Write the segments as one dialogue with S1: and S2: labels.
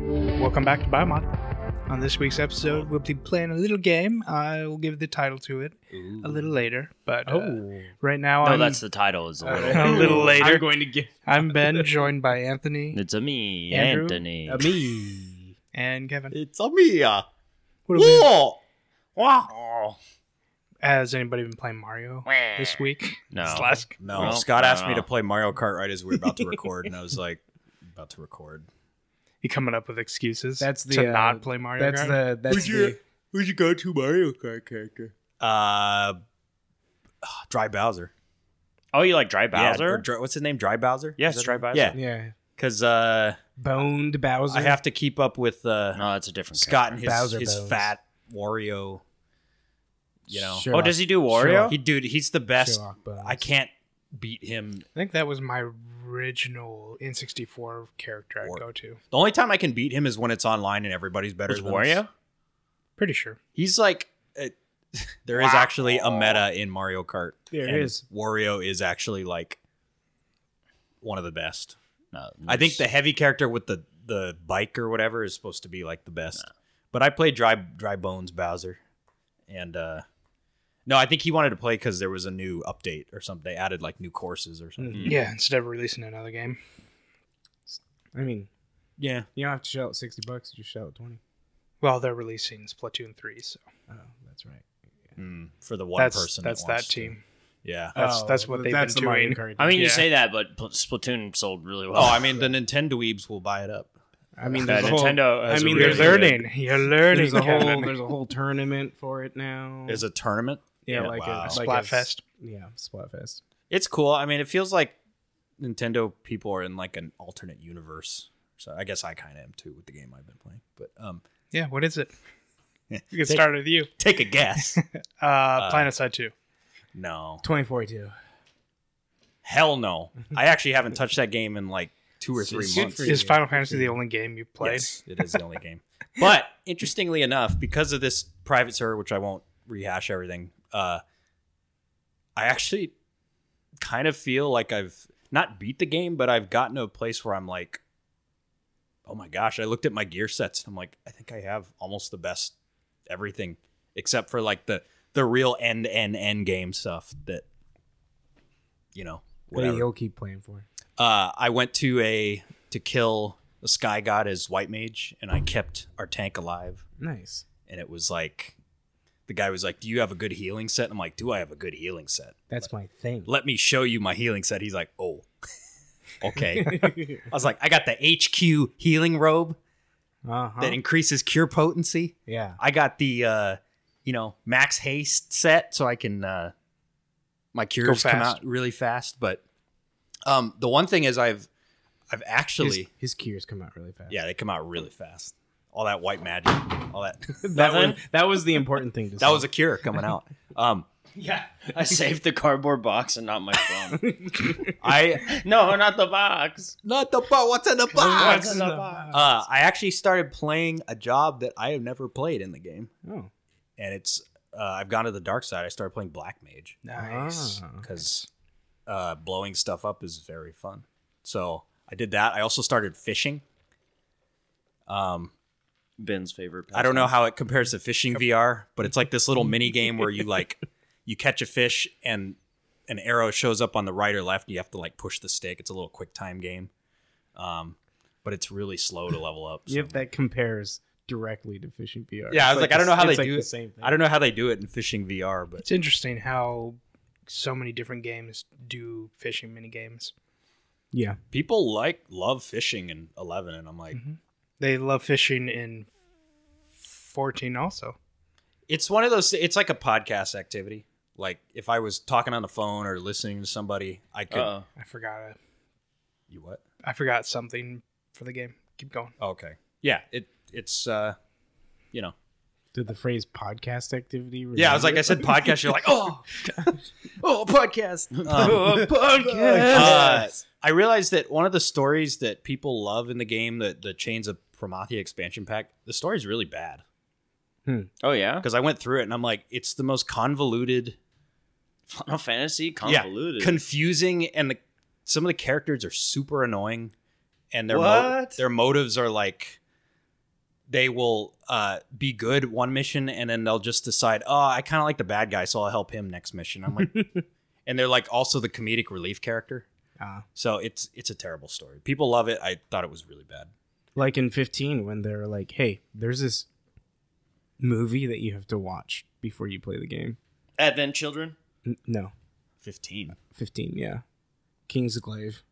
S1: Welcome back to Biomod. On this week's episode, we'll be playing a little game. I will give the title to it a little later, but uh, right now
S2: No,
S1: I'm
S2: Oh, that's the title. Is Uh, a
S1: a little
S2: little.
S3: Oh. I'm
S1: later.
S3: going to give
S1: I'm Ben, joined by Anthony
S2: It's a me,
S1: Andrew?
S2: Anthony.
S3: me.
S1: and Kevin.
S4: It's a Mia.
S1: What have we,
S4: Wow.
S1: has anybody been playing Mario this week?
S2: No.
S1: This last-
S4: No,
S2: Well,
S4: Scott
S2: I
S4: asked
S2: don't
S4: me to
S2: know.
S4: play Mario Kart right as we were about to record, and I was like, about to record.
S1: you coming up with excuses
S3: That's the,
S1: to
S3: uh,
S1: not play Mario
S3: That's
S1: Kart?
S3: the that's the
S4: who's your go-to Mario Kart character? Uh, ah, Dry Bowser.
S2: Oh, you like Dry
S4: Yeah,
S2: Bowser?
S4: or Dry- what's his name? Dry Bowser.
S2: Yes,
S4: Is that
S2: Dry
S4: it?
S2: Bowser.
S4: Yeah,
S3: yeah
S4: because uh,
S3: boned Bowser.
S4: I have to keep up with uh,
S2: no, that's a different
S4: Scott and his
S3: Bowser
S4: his
S3: bones.
S4: fat Wario. You know,
S2: character. Oh, does he do Wario?
S4: he dude, he's the best.
S3: Sherlock Bones.
S4: I can't beat him
S1: I think that was my original N64 character
S4: Or-
S1: I'd go to.
S4: The only time I can beat him is when it's online and everybody's better
S2: With
S4: than
S2: Wario?
S4: us.
S1: Pretty sure.
S4: He's like, it, there is
S2: Wow.
S4: actually a meta in Mario Kart.
S3: There
S4: and
S3: is.
S4: Wario is actually like one of the best.
S2: No,
S4: I think the
S2: there's-
S4: heavy character with the the bike or whatever is supposed to be like the best. But I played Dry Dry Bones Bowser, and uh no, I think he wanted to play because there was a new update or something. They added like new courses or something.
S2: Hmm.
S3: Mhm.
S1: Yeah, instead of releasing another game.
S3: I mean,
S4: Yeah,
S3: you don't have to shell out sixty bucks. Just shell out twenty.
S1: Well, they're releasing Splatoon 3, so
S3: Oh, that's right.
S4: Mm, for the one
S1: that's,
S4: person
S1: that's that
S4: wants to-
S1: team.
S4: Yeah.
S1: That's- that's what they've been doing.
S3: Mario Kart.
S2: I mean, you
S1: Yeah.
S2: say that, but Pl- Splatoon sold really well.
S4: Oh, I mean, the Nintendo weebs will buy it up.
S3: I mean,
S2: Yeah,
S3: there's a whole,
S2: Nintendo.
S3: I
S2: has a
S3: mean,
S1: You're
S3: there's
S2: really good-
S1: learning. You're learning.
S3: there's a whole
S1: Kevin.
S3: there's a whole tournament for it now.
S4: There's a tournament.
S3: yeah,
S4: yeah,
S3: like
S4: wow.
S3: a like a-
S1: Splatfest.
S3: Yeah, Splatfest.
S4: It's cool. I mean, it feels like Nintendo people are in like an alternate universe. So I guess I kind of am too with the game I've been playing. But um,
S1: Yeah, what is it?
S4: Yeah.
S1: We can
S4: Take-
S1: start with you.
S4: take a guess.
S1: Uh, Planet Side 2.
S4: no,
S3: Twenty forty two.
S4: hell no. I actually haven't touched that game in like two or three
S3: Good
S4: months.
S3: for you.
S1: Is Final Fantasy the only game you played?
S4: Yes, it is the only game. But interestingly enough, because of this private server, which I won't rehash everything, uh, I actually kind of feel like I've not beat the game, but I've gotten to a place where I'm like, oh my gosh, I looked at my gear sets. I'm like, I think I have almost the best everything except for like the the real end end end game stuff that you know
S3: What
S4: whatever.
S3: do you keep playing for?
S4: Uh, I went to a to kill the sky god as white mage, and I kept our tank alive.
S3: Nice.
S4: And it was like the guy was like, "Do you have a good healing set?" I'm like, "Do I have a good healing set?
S3: That's my thing.
S4: Let me show you my healing set." He's like, "Oh, okay." I was like, "I got the HQ healing robe
S3: uh-huh.
S4: that increases cure potency.
S3: yeah.
S4: I got the uh, you know max haste set, so I can uh, my cures come
S1: fast.
S4: out really fast." But um, the one thing is, I've I've actually
S3: His, his cures come out really fast.
S4: Yeah, they come out really fast. All that white magic, all that.
S3: that was,
S2: Nothing?
S3: that was the important thing to
S4: that was a cure coming out. Um,
S2: I saved the cardboard box and not my phone.
S4: I
S2: no, not the box.
S4: not the box. What's in the
S2: What's
S4: box?
S2: in the box?
S4: Uh, I actually started playing a job that I have never played in the game,
S3: oh.
S4: and it's uh, I've gone to the dark side. I started playing black mage
S1: Nice.
S3: Ah.
S4: because uh, blowing stuff up is very fun. So I did that. I also started fishing. Um,
S2: Ben's favorite.
S4: I don't know how it compares to fishing VR, but it's like this little mini game where you like you catch a fish and an arrow shows up on the right or left. And you have to like push the stick. It's a little quick time game, um, but it's really slow to level up. so-
S3: Yep, that compares directly to fishing VR.
S4: Yeah, I
S3: It's
S4: was like, I don't know how
S3: it's
S4: they
S3: like
S4: do
S3: the
S4: it.
S3: same thing.
S4: I don't know how they do it in fishing VR, but
S1: It's interesting how so many different games do fishing mini games.
S3: Yeah,
S4: people like love fishing in Eleven, and I'm like,
S3: Mm-hmm.
S1: They love fishing in 14 also.
S4: it's one of those. It's like a podcast activity. Like if I was talking on the phone or listening to somebody, I could.
S2: Uh-oh.
S1: I forgot a,
S4: You what? Oh,
S1: I forgot something for the game. Keep going.
S4: Okay. Yeah. It. It's. uh You know.
S3: did the phrase podcast activity?
S4: Yeah, I was like, I said podcast. You're like, oh, oh, podcast. Um, uh, I realized that one of the stories that people love in the game, the, the Chains of Promathia expansion pack, the story's really bad.
S2: Oh yeah.
S4: Because I went through it and I'm like, it's the most convoluted,
S2: Final Fantasy
S4: yeah,
S2: convoluted.
S4: confusing, and the, some of the characters are super annoying, and their mo-
S2: What?
S4: their motives are like they will uh, be good one mission and then they'll just decide, oh, I kind of like the bad guy, so I'll help him next mission. I'm like, and they're like also the comedic relief character.
S3: Ah.
S4: So it's it's a terrible story. People love it. I thought it was really bad.
S3: Like in 15, when they're like, hey, there's this movie that you have to watch before you play the game.
S2: Advent Children.
S3: N- no,
S4: Fifteen.
S3: 15, yeah. King's Glaive.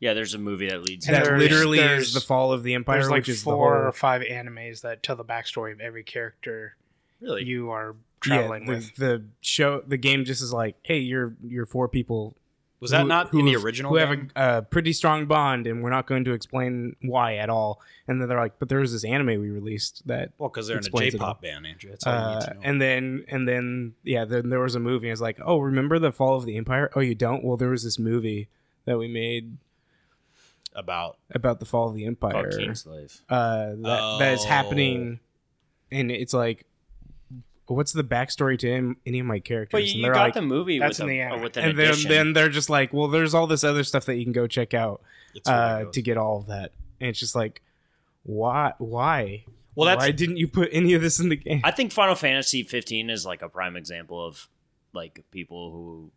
S2: Yeah, there's a movie that leads.
S1: And
S3: that
S1: there's-
S3: literally
S1: there's-
S3: is the fall of the empire,
S1: There's like
S3: which is
S1: four
S3: the whole,
S1: or five animes that tell the backstory of every character
S2: Really?
S1: you are traveling
S3: yeah, the,
S1: with.
S3: the show. The game just is like, hey, you're you're four people
S4: Was that
S3: who-
S4: not
S3: who
S4: in the
S3: have-
S4: original?
S3: Who have
S4: game?
S3: a, a pretty strong bond, and we're not going to explain why at all. And then they're like, but there was this anime we released that
S4: well, because they're in a
S3: explains it all.
S4: J-pop band, Andrew. That's all you need
S3: Uh,
S4: to know.
S3: and then and then yeah then there was a movie and it's like oh remember the fall of the empire oh you don't well there was this movie that we made
S4: about
S3: about the fall of the empire
S2: Called Kingslave.
S3: uh that, that is
S4: Oh.
S3: happening and it's like what's the backstory to him, any of my characters
S2: But you,
S3: and
S2: you
S3: they're
S2: got
S3: like
S2: the movie
S1: that's in
S2: with, a,
S1: the anime.
S2: uh, with an
S3: and then,
S2: addition.
S3: then they're just like well there's all this other stuff that you can go check out
S4: it's
S3: uh
S4: ridiculous.
S3: to get all of that and it's just like why why
S4: well, that's
S3: why didn't you put any of this in the game
S2: I think Final Fantasy 15 is like a prime example of like people who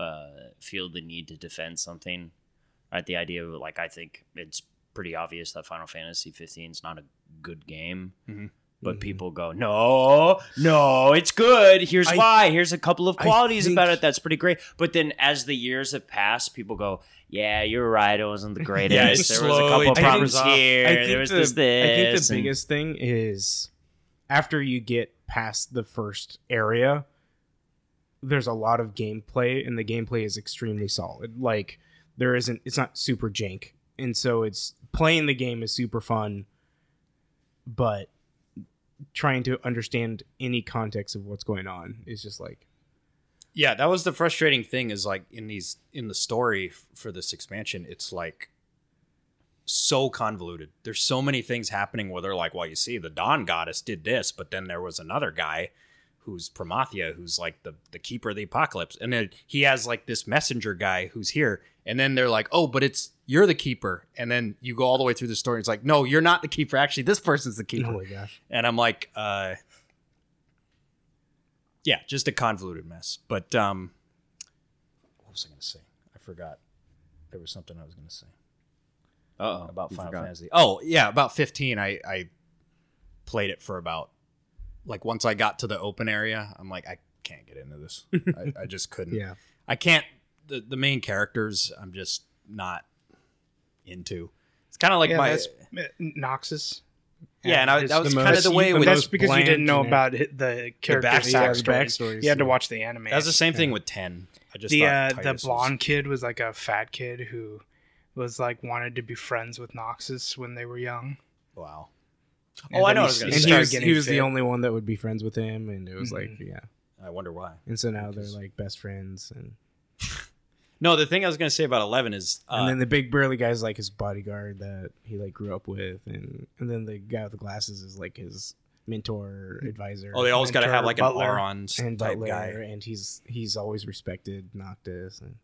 S2: uh, feel the need to defend something. Right, the idea of like I think it's pretty obvious that Final Fantasy 15 is not a good game,
S4: Mhm.
S2: but
S3: Mhm.
S2: people go, no, no, it's good. Here's
S3: I-
S2: why. Here's a couple of
S3: I
S2: qualities
S3: think-
S2: about it that's pretty great. But then as the years have passed, people go, yeah, you're right. It wasn't the greatest.
S4: it
S2: there was a
S4: slowly
S2: couple of
S4: tapers
S2: problems
S4: off.
S2: here.
S3: I think
S2: There was
S3: the,
S2: this, this.
S3: I think the
S2: and-
S3: biggest thing is after you get past the first area, there's a lot of gameplay, and the gameplay is extremely solid. Like there isn't, it's not super jank, and so it's playing the game is super fun, but trying to understand any context of what's going on is just like
S4: yeah that was the frustrating thing is like in these in the story f- for this expansion it's like so convoluted there's so many things happening where they're like well you see the dawn goddess did this but then there was another guy who's promathia who's like the the keeper of the apocalypse and then he has like this messenger guy who's here and then they're like oh but it's you're the keeper and then you go all the way through the story and it's like no you're not the keeper actually this person's the keeper
S3: oh my gosh,
S4: and I'm like, uh, yeah, just a convoluted mess. But um, what was I going to say? I forgot. There was something I was going to say
S2: Uh-oh,
S4: about
S2: you
S4: Final
S2: forgot.
S4: Fantasy. Oh yeah, about 15. I I played it for about like once I got to the open area, I'm like, I can't get into this. I, I just couldn't.
S3: yeah,
S4: I can't. The, the main characters, I'm just not into. It's kind of like
S1: yeah,
S4: my
S1: that's uh, Noxus.
S4: yeah, and I,
S1: it's
S4: that was
S3: the
S4: kind of
S3: most-
S4: the way
S3: the
S4: it was.
S1: That's
S3: most
S1: because you
S3: bland
S1: didn't know
S3: generic-
S1: about it- the character's
S4: backstory. Yeah,
S3: the
S1: backstory.
S3: backstories,
S1: You had to
S3: yeah.
S1: watch the anime.
S4: That was the same thing with ten. I just
S1: the
S4: thought
S1: uh, the
S4: Titus was-
S1: blonde kid was like a fat kid who was like wanted to be friends with Noxus when they were young.
S4: Wow.
S1: And
S4: oh, I
S1: then he
S4: know. What I was
S1: And
S3: and
S4: gonna say.
S3: he
S1: started
S3: was,
S1: getting
S3: he was
S1: fit.
S3: the only one that would be friends with him, and it was like yeah,
S4: I wonder why.
S3: and so now they're like best friends and.
S4: No, the thing I was gonna say about eleven is uh,
S3: and then the big burly guy's like his bodyguard that he like grew up with, and and then the guy with the glasses is like his mentor, advisor.
S4: oh, they always gotta have like an
S1: Butler
S4: Auron's
S3: and
S4: type
S3: butler,
S4: guy.
S3: and he's he's always respected Noctis. And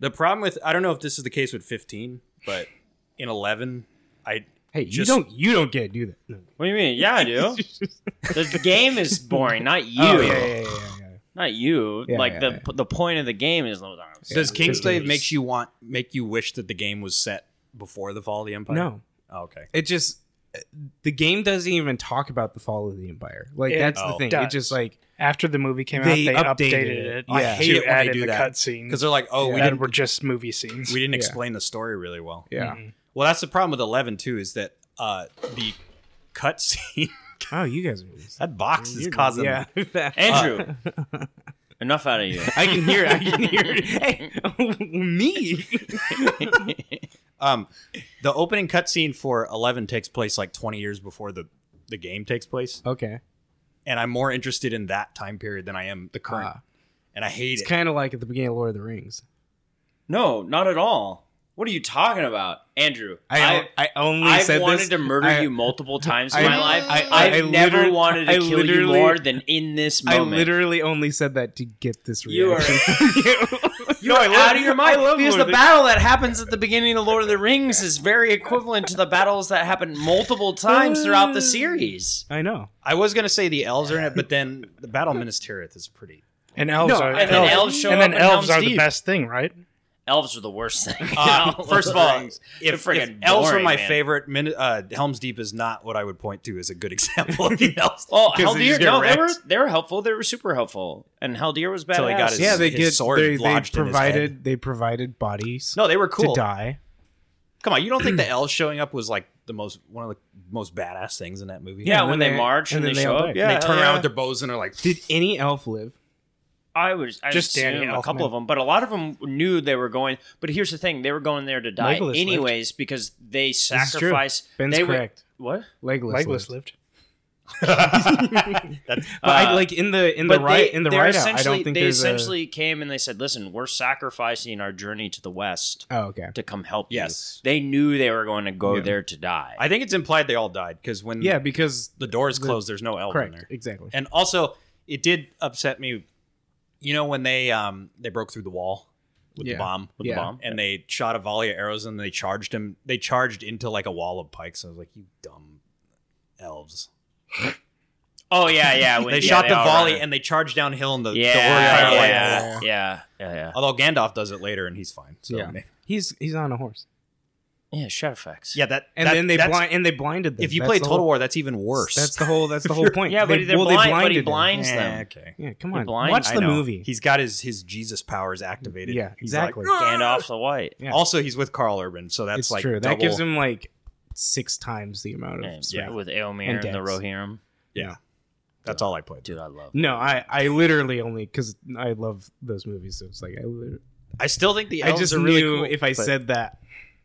S4: The problem with I don't know if this is the case with fifteen, but in eleven, I
S3: hey, you
S4: Just-
S3: don't you don't get to do that. No.
S2: What do you mean? Yeah, I do. the game is boring, not you.
S3: Oh yeah, yeah, yeah, yeah, yeah.
S2: Not you.
S3: Yeah,
S2: like
S3: yeah,
S2: the
S3: yeah.
S2: p the point of the game is
S4: does
S3: King
S4: Kingslave
S3: Kingslave.
S4: makes you want make you wish that the game was set before the fall of the empire?
S3: No,
S4: Oh, okay.
S3: it just the game doesn't even talk about the fall of the empire. Like
S1: It
S3: that's the thing. It
S1: does.
S3: just like
S1: After the movie came
S3: They
S1: out, they
S3: updated
S1: updated,
S3: it.
S1: it.
S4: I
S1: to
S4: hate it when
S1: add
S4: they
S1: in
S4: do
S1: the
S4: that.
S1: cutscenes
S4: Because they're like, oh, we
S3: Yeah.
S1: that
S4: didn't
S1: were just movie scenes.
S4: we didn't
S3: Yeah.
S4: explain the story really well.
S3: yeah.
S1: Mhm.
S4: Well, that's the problem with eleven too, is that uh the cutscene
S3: Oh, you guys are
S4: that box is causing
S3: yeah.
S2: Andrew. enough out of you.
S3: I Uh, can hear. it, I can hear. it. Hey, me.
S4: Um, the opening cutscene for Eleven takes place like 20 years before the the game takes place,
S3: Okay.
S4: and I'm more interested in that time period than I am the current.
S3: Ah.
S4: and I hate
S3: It's
S4: it.
S3: kind of like at the beginning of Lord of the Rings.
S2: no, not at all. What are you talking about, Andrew?
S3: I I, only
S2: I've
S3: said
S2: wanted
S3: this-
S2: to murder
S3: I-
S2: you multiple times in
S3: I-
S2: my life.
S3: I-
S2: I,
S3: I-
S2: have
S3: I
S2: never
S3: literally-
S2: wanted to
S3: I
S2: kill you
S3: literally-
S2: more than in this
S3: I
S2: moment.
S3: literally only said that to get this
S2: you are
S3: reaction.
S2: You're
S4: I love-
S2: out of your mind.
S4: I love
S2: because
S4: Lord of
S2: the
S4: the-
S2: battle that happens at the beginning of Lord of the Rings is very equivalent to the battles that happen multiple times throughout the series.
S3: I know.
S4: I was gonna say the elves are in it, but then the Battle of Minas Tirith is pretty.
S1: And elves
S3: No,
S1: are
S2: and then elves show
S1: and then
S2: up in
S1: elves
S2: Helm's
S1: are the
S2: Deep.
S1: best thing, right?
S2: Elves are the worst thing.
S4: Uh, first of all, if, if
S2: friggin'
S4: elves were
S2: boring,
S4: my
S2: man.
S4: favorite, Min- uh, Helm's Deep is not what I would point to as a good example of the elves.
S2: Oh,
S4: 'Cause they
S2: Haldir!
S4: just get
S2: No, they were
S4: wrecked.
S2: they were helpful. They were super helpful, and Haldir was badass.
S4: Till he got his-
S3: yeah, they
S4: his
S3: get
S4: sword
S3: they, they
S4: lodged in his head.
S3: provided they provided bodies
S4: No, they were
S3: to
S4: cool.
S3: die.
S4: Come on, you don't think the elves showing up was like the most one of the most badass things in that movie?
S2: yeah,
S3: and
S2: when
S3: then
S2: they,
S3: they-
S2: march and,
S3: and then
S2: they
S3: they
S2: show
S3: all
S2: up.
S3: die.
S2: Yeah,
S4: they turn
S2: yeah.
S4: around with their bows and are like,
S3: Did any elf live?
S2: I was I
S1: Just
S2: just
S1: Danny
S2: a
S1: Elfman.
S2: couple of them, but a lot of them knew they were going. But here's the thing: they were going there to die
S1: Legolas
S2: anyways because they
S3: This is true.
S2: sacrifice.
S3: Ben's
S2: they were-
S3: correct.
S2: what?
S3: Legolas.
S1: Legolas
S3: lived.
S1: lived.
S4: That's,
S3: But I,
S2: Uh,
S3: like in the in the
S2: But
S3: right
S2: they-
S3: in the
S2: they're
S3: right out, I
S2: essentially-
S3: don't think
S2: they
S3: there's
S2: essentially came and they said, "Listen, we're sacrificing our journey to the west
S3: a. Oh, okay.
S2: to come help
S4: Yes.
S2: you." They knew they were going to go
S3: Yeah.
S2: there to die.
S4: I think it's implied they all died because when
S3: Yeah, because
S4: the door is
S3: The-
S4: closed, there's no elf in
S3: correct,
S4: there.
S3: exactly.
S4: And also, it did upset me. You know when they um they broke through the wall with
S3: Yeah.
S4: the bomb
S2: with
S3: yeah.
S2: the bomb.
S4: and they shot a volley of arrows and they charged him. They charged into like a wall of pikes. I was like, you dumb elves.
S2: Oh yeah, yeah. when-
S4: they
S2: yeah,
S4: shot the
S2: all
S4: volley
S2: run.
S4: and they charged downhill and the, the
S2: yeah,
S4: warrior
S2: yeah,
S4: kinda
S2: yeah,
S4: like-
S2: yeah, yeah, yeah.
S4: Although Gandalf does it later and he's fine. So
S3: Yeah.
S4: may-
S3: He's he's on a horse,
S2: Yeah, shot effects.
S4: yeah that
S3: and
S4: that-
S3: then they
S4: that's-
S3: blind and they blinded them.
S4: If you
S3: That's
S4: play
S3: the
S4: Total
S3: whole,
S4: War, that's even worse.
S3: that's the whole that's the whole point.
S2: yeah, but
S3: They-
S2: they're
S3: well, they
S2: blind, but he
S3: blinded him.
S2: blinds them.
S4: okay.
S3: Yeah, come
S2: He
S3: on,
S2: blinds-
S3: watch
S2: I
S3: the
S2: know.
S3: movie.
S4: He's got his his Jesus powers activated.
S3: Yeah,
S4: He's like,
S3: exactly.
S4: "Grr."
S2: Gandalf the White.
S3: Yeah.
S4: Also, he's with Carl Urban, so that's
S3: it's
S4: like
S3: true. That
S4: double-
S3: gives him like six times the amount of.
S2: And-
S3: strength.
S2: With Eomer
S3: And
S2: and, the
S3: Dex.
S2: Rohirrim.
S4: That's all I played.
S2: Dude, I love
S3: No, I I literally only because I love those movies. So it's like I lit-
S4: I still think the
S3: I
S4: elves
S3: just
S4: are really
S3: knew
S4: cool,
S3: if I
S4: but
S3: said that,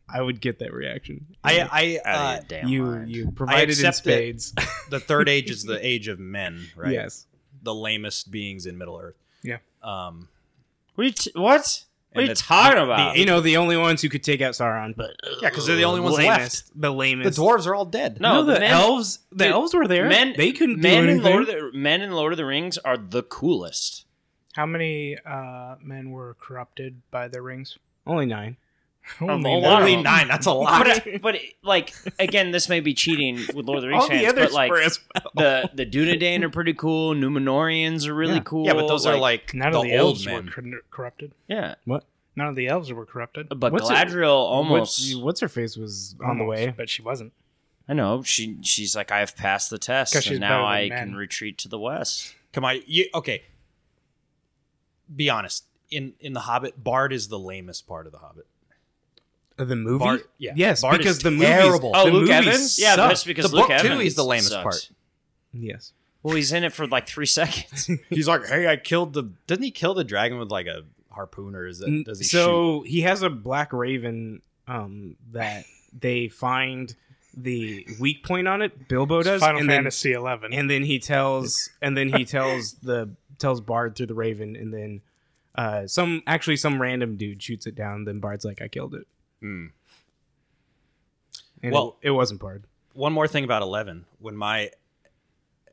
S3: I would get that reaction.
S4: I I
S2: out
S4: uh,
S2: of your damn
S3: you
S2: mind.
S3: you provided in
S4: accept it.
S3: spades.
S4: the third age is the age of men, right?
S3: Yes.
S4: The lamest beings in Middle Earth.
S1: Yeah.
S4: Um.
S2: What? Are you t- what? What are
S4: And
S2: you
S4: the-
S2: talking
S4: the-
S2: about?
S4: the
S3: You know, the only ones who could take out Sauron, but
S4: Yeah, because they're the only ones left.
S3: lamest, the
S4: The
S3: lamest.
S4: dwarves are all dead.
S2: No,
S3: the,
S2: the men-
S3: elves. The
S2: dude,
S3: elves were there.
S2: men,
S3: they couldn't
S2: men
S3: do
S2: in Lord of
S3: anything.
S2: the men in Lord of the Rings are the coolest.
S1: How many uh, men were corrupted by their rings?
S3: Only nine.
S2: a
S1: Only
S2: lot of
S1: nine.
S4: only
S2: them.
S4: nine. That's a lot.
S2: But, but like again, this may be cheating with Lord of the Rings
S3: All the
S2: fans,
S3: others
S2: but like
S3: were as
S2: the the Dunedain are pretty cool. Numenorians are really
S3: Yeah.
S2: cool.
S4: yeah, but those are like
S1: None
S4: the
S1: of the
S4: old
S1: elves
S4: men.
S1: were cor- corrupted.
S2: yeah.
S3: What?
S1: None of the elves were corrupted.
S2: But
S3: What's it-
S2: Galadriel almost.
S3: What's, what's her face was on the
S1: Almost,
S3: way.
S1: but she wasn't.
S2: I know she. She's like I've passed the test,
S1: 'Cause she's
S2: and now
S1: better
S2: I
S1: than
S2: can
S1: men.
S2: retreat to the west.
S4: Come on, you okay? Be honest. In in the Hobbit, Bard is the lamest part of the Hobbit.
S3: The movie.
S4: Bart- yeah.
S3: Yes,
S4: Bart
S3: because
S4: is
S3: the movies.
S4: terrible.
S3: The
S2: Oh, Luke
S3: movies
S2: Evans. Yeah,
S3: suck.
S2: that's because
S4: The
S2: Luke
S4: book, too,
S2: Evans
S4: he's the lamest
S2: sucks.
S4: part.
S3: Yes.
S2: Well, he's in it for like three seconds.
S4: He's like, hey, I killed the. Doesn't he kill the dragon with like a harpoon or is
S3: N-
S4: that does he shoot?
S3: so he has a black raven um, that they find the weak point on it. Bilbo does,
S1: Final
S3: and
S1: Fantasy eleven.
S3: then and then he tells and then he tells the tells Bard through the raven, and then uh, some actually some random dude shoots it down. Then Bard's like, "I killed it."
S4: Hmm.
S3: And
S4: Well-
S3: it, it wasn't Bard.
S4: One more thing about Eleven. When my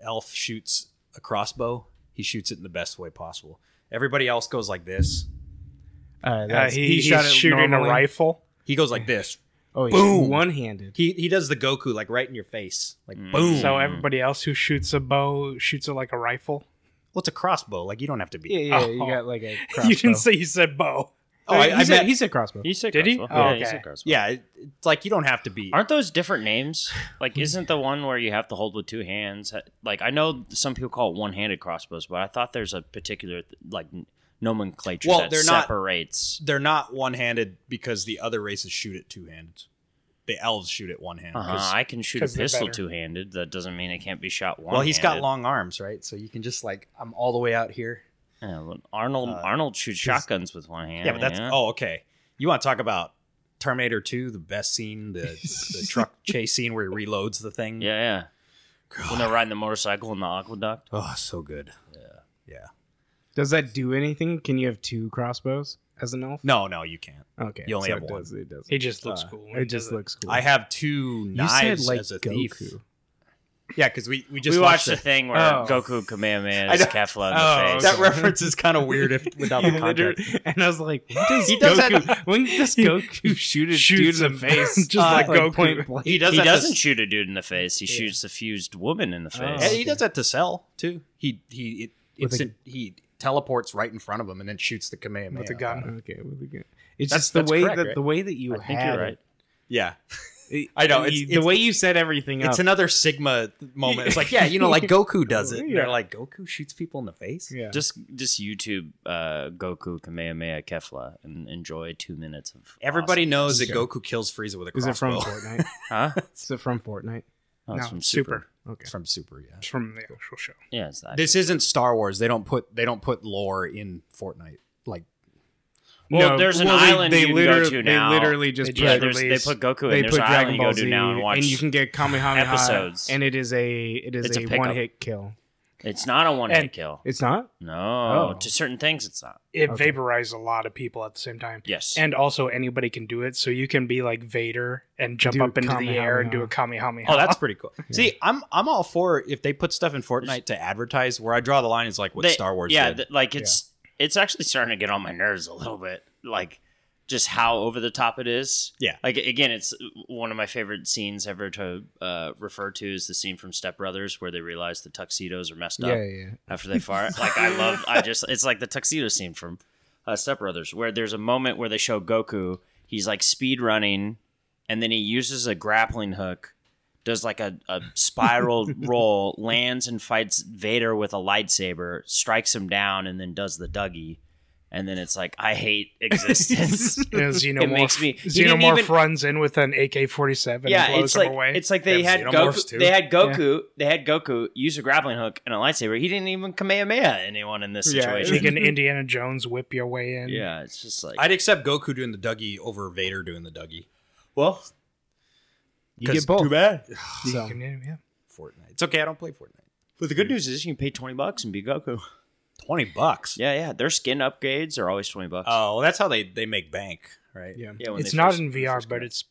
S4: elf shoots a crossbow, he shoots it in the best way possible. Everybody else goes like this.
S3: Uh,
S1: uh,
S3: that's-
S1: he, he's
S3: shot it
S1: shooting a
S3: normally.
S1: rifle.
S4: He goes like this.
S3: Oh, yeah.
S4: Boom.
S3: one-handed.
S4: He he does the Goku like right in your face, like
S2: Mm.
S4: boom.
S1: So everybody else who shoots a bow shoots it like a rifle.
S4: What's a crossbow? Like you don't have to be.
S3: Yeah, yeah. You
S1: Oh.
S3: got like a.
S1: You didn't
S3: crossbow.
S1: say you said bow.
S4: Oh, I, I
S3: he, said,
S4: meant,
S3: he said crossbow.
S2: He said
S1: Did he?
S2: Crossbow.
S1: Oh,
S2: yeah, he
S1: okay.
S2: said Crossbow.
S4: yeah. it- It's like you don't have to be.
S2: Aren't those different names? Like, isn't the one where you have to hold with two hands? Like, I know some people call it one-handed crossbows, but I thought there's a particular like n- nomenclature
S4: Well,
S2: that
S4: they're not-
S2: separates.
S4: they're not one-handed because the other races shoot it two-handed. The elves shoot it one-handed.
S2: uh-huh. I can shoot a
S1: 'cause they're
S2: pistol
S1: better.
S2: two-handed. That doesn't mean it can't be shot one.
S4: Well, he's got long arms, right? So you can just like I'm all the way out here.
S2: Yeah, well, Arnold
S4: Uh,
S2: Arnold shoots shotguns with one hand.
S4: Yeah, but that's oh okay. You want to talk about Terminator 2, the best scene, the, the truck chase scene where he reloads the thing.
S2: yeah, yeah. When they're riding the motorcycle in the aqueduct.
S4: Oh, so good.
S3: Does that do anything? Can you have two crossbows as an elf?
S4: No, no, you can't.
S3: Okay.
S4: You only
S3: so
S4: have
S3: it
S4: one.
S3: Does, it does.
S1: He just looks
S4: Uh,
S1: cool. when
S3: it
S1: he
S3: just
S1: does
S3: looks cool.
S4: I have two
S3: You
S4: knives
S3: said like
S4: as a
S3: Goku.
S4: thief. Yeah, because we, we just
S2: we watched
S4: watched,
S2: the
S4: it.
S2: thing where
S3: Oh.
S2: Goku Kamehameha
S4: I
S2: is
S4: know.
S2: Kefla in
S3: Oh,
S2: the face.
S3: okay.
S4: That reference is kind of weird if without the
S3: Liter-
S4: context.
S3: and I was like, when does
S4: He does
S3: Goku?
S4: that- uh,
S3: when does Goku shoot a
S1: Shoots
S3: dude in the
S1: him.
S3: face?
S1: Just
S4: like
S1: Goku.
S3: point blank.
S4: He does.
S2: He
S4: that to-
S2: doesn't shoot a dude in the face. He shoots a fused woman in the face.
S4: Yeah, he does that to Cell too. He he it,
S3: With
S4: it's
S3: a-
S4: in- he teleports right in front of him and then shoots the Kamehameha
S1: With a gun.
S3: Okay, well, we can- it's
S4: That's-
S3: just the
S4: that's
S3: way
S4: correct,
S3: that
S4: right?
S3: the way that you
S2: I think
S3: had
S2: you're right.
S4: Yeah,
S3: it-
S4: I know,
S3: you-
S4: it's-
S3: the
S4: it's-
S3: way you set everything up.
S4: it's another Sigma moment. It's like yeah, you know, like Goku does it. And
S3: Yeah.
S4: They're like Goku shoots people in the face.
S3: yeah.
S2: Just just YouTube uh, Goku Kamehameha Kefla and enjoy two minutes of
S4: Everybody knows that
S3: Sure.
S4: Goku kills Frieza with a
S3: Is
S4: crossbow.
S3: it from Fortnite?
S2: awesome- huh?
S3: Is it from Fortnite?
S2: Oh, it's
S1: No,
S2: from
S1: Super.
S2: Super.
S3: Okay.
S4: It's from Super. Yeah.
S1: It's from the actual show.
S2: Yeah, it's that.
S4: This isn't Star Wars. They don't put they don't put lore in Fortnite. Like
S2: Well, there's an
S3: they-
S2: island
S3: they
S2: you can
S3: liter-
S2: go to now.
S3: They literally just
S1: They just
S2: yeah,
S3: put,
S2: there's- they
S1: release-
S2: put Goku in.
S3: they
S2: there's
S3: put
S2: an
S3: Dragon
S2: island
S3: Ball
S2: you go
S3: Z,
S2: to now and watch.
S3: you can get Kamehameha
S2: episodes.
S3: and it is a it is
S2: It's a
S3: a,
S2: pickup.
S3: one hit kill.
S2: it's not a one
S1: And-
S2: hit kill.
S3: It's not.
S2: No,
S3: Oh.
S2: to certain things it's not.
S1: It
S3: Okay.
S1: vaporized a lot of people at the same time.
S2: Yes,
S1: And also, anybody can do it. So you can be like Vader and jump
S3: Do a
S1: up into the air and do a Kamehameha.
S4: oh, that's pretty cool. See, I'm I'm all for if they put stuff in Fortnite to advertise. Where I draw the line is like what
S2: They-
S4: Star Wars.
S2: Yeah,
S4: did.
S2: th- like it's it's actually starting to get on my nerves a little bit. Like just how over the top it is.
S4: Yeah.
S2: Like again, it's one of my favorite scenes ever to uh, refer to is the scene from Step Brothers where they realize the tuxedos are messed up
S3: Yeah, yeah.
S2: after they fart. like I love, I just it's like the tuxedo scene from uh, Step Brothers, where there's a moment where they show Goku. He's like speed running, and then he uses a grappling hook, does like a, a spiral roll, lands and fights Vader with a lightsaber, strikes him down, and then does the Dougie. And then it's like I hate existence.
S1: You know, Xenomorph,
S2: It makes me- he didn't
S1: Xenomorph
S2: even-
S1: runs in with an AK forty seven and
S2: yeah,
S1: blows
S2: it's
S1: him
S2: like
S1: away.
S2: it's like they
S4: They have
S2: had
S4: Xenomorphs,
S2: Goku,
S4: too.
S2: they had Goku, they had Goku use a grappling hook and a lightsaber. He didn't even Kamehameha anyone in this
S3: Yeah,
S2: situation.
S1: like an Indiana Jones whip your way in.
S2: Yeah, it's just like
S4: I'd accept Goku doing the Dougie over Vader doing the Dougie.
S2: well,
S3: You get both.
S4: bad.
S1: You
S3: So.
S1: can- yeah.
S4: Fortnite. It's okay. I don't play Fortnite.
S2: but the good news is you can pay twenty bucks and be Goku.
S4: Twenty bucks.
S2: Yeah, yeah, their skin upgrades are always twenty bucks.
S4: Oh, well, that's how they they make bank, right?
S3: Yeah.
S2: yeah, when
S1: It's
S2: they
S1: not
S2: first-
S1: in
S2: when they
S1: VR,
S2: first
S1: but
S2: came out.
S1: it's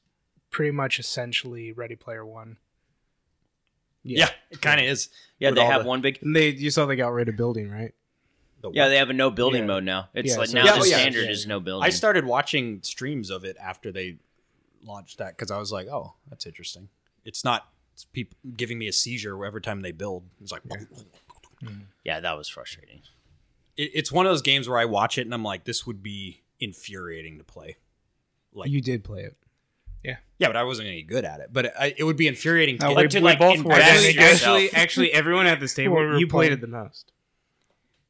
S1: pretty much essentially Ready Player One.
S4: Yeah, it kind of is.
S2: yeah,
S4: with
S2: they
S4: all
S2: have
S4: the-
S2: one big.
S3: And they you saw they got rid of building right.
S4: The
S2: Yeah, they have a no building
S3: Yeah.
S2: mode now. It's
S3: Yeah,
S2: like
S3: so-
S2: now
S4: Yeah,
S2: the
S4: oh, yeah,
S2: standard
S3: yeah,
S2: is no building.
S4: I started watching streams of it after they launched that because I was like, oh, that's interesting. It's not people giving me a seizure every time they build. It's like
S2: yeah, that was frustrating.
S4: it, it's one of those games where I watch it and I'm like, this would be infuriating to play. Like,
S3: You did play it.
S4: yeah, but I wasn't any good at it. But I, it would be infuriating. To
S1: No,
S4: get,
S1: we-
S2: Like, to, like,
S1: both were.
S2: invest
S1: Actually-
S2: yourself.
S3: actually, actually, everyone at this table,
S1: Well, we were
S3: you played
S1: playing.
S3: it the most.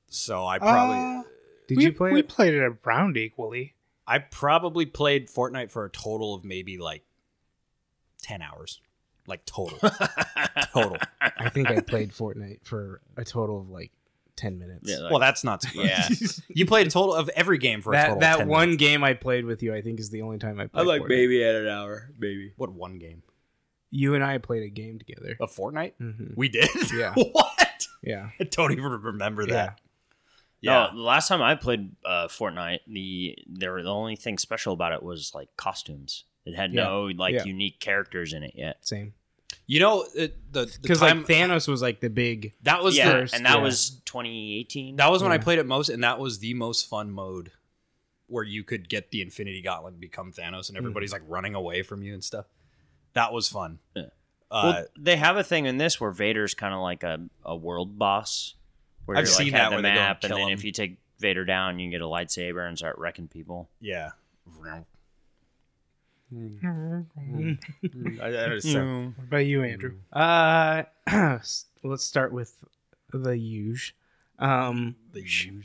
S4: so I probably
S1: Uh,
S3: Did
S1: we,
S3: you play
S1: We
S3: it?
S1: played it around equally.
S4: I probably played Fortnite for a total of maybe like ten hours, like total, total.
S3: I think I played Fortnite for a total of like ten minutes.
S2: Yeah, like,
S4: well, that's not
S2: yeah.
S4: surprising. you played a total of every game for a total.
S3: that that
S4: of 10
S3: one
S4: minutes.
S3: game I played with you, I think, is the only time I played. Fortnite.
S2: at an hour, maybe.
S4: What one game?
S3: You and I played a game together.
S4: A Fortnite?
S3: hmm
S4: We did.
S3: Yeah.
S4: what?
S3: Yeah.
S4: I don't even remember
S3: Yeah.
S4: that. Oh.
S2: Yeah, the last time I played uh, Fortnite, the there were the only thing special about it was like costumes. It had
S3: Yeah.
S2: no like
S3: Yeah.
S2: unique characters in it yet.
S3: Same.
S4: You know it, the the
S3: Because
S4: time
S3: like Thanos was like the big.
S4: that was
S2: yeah,
S4: the,
S2: and that
S3: yeah.
S2: was 2018.
S4: that was when I
S3: Yeah.
S4: played it most, and that was the most fun mode where you could get the Infinity Gauntlet and become Thanos,
S3: Hmm.
S4: and everybody's like running away from you and stuff. That was fun.
S2: Yeah.
S4: Uh,
S2: Well, they have a thing in this where Vader's kind of like a, a world boss. Where
S4: I've
S2: you're, like,
S4: seen
S2: have
S4: that
S2: the
S4: where they go and
S2: map, and
S4: kill
S2: then
S4: him.
S2: if you take Vader down, you get a lightsaber and start wrecking people.
S4: yeah.
S1: what
S3: Hmm.
S1: about you, Andrew?
S3: Uh, let's start with the huge. Um,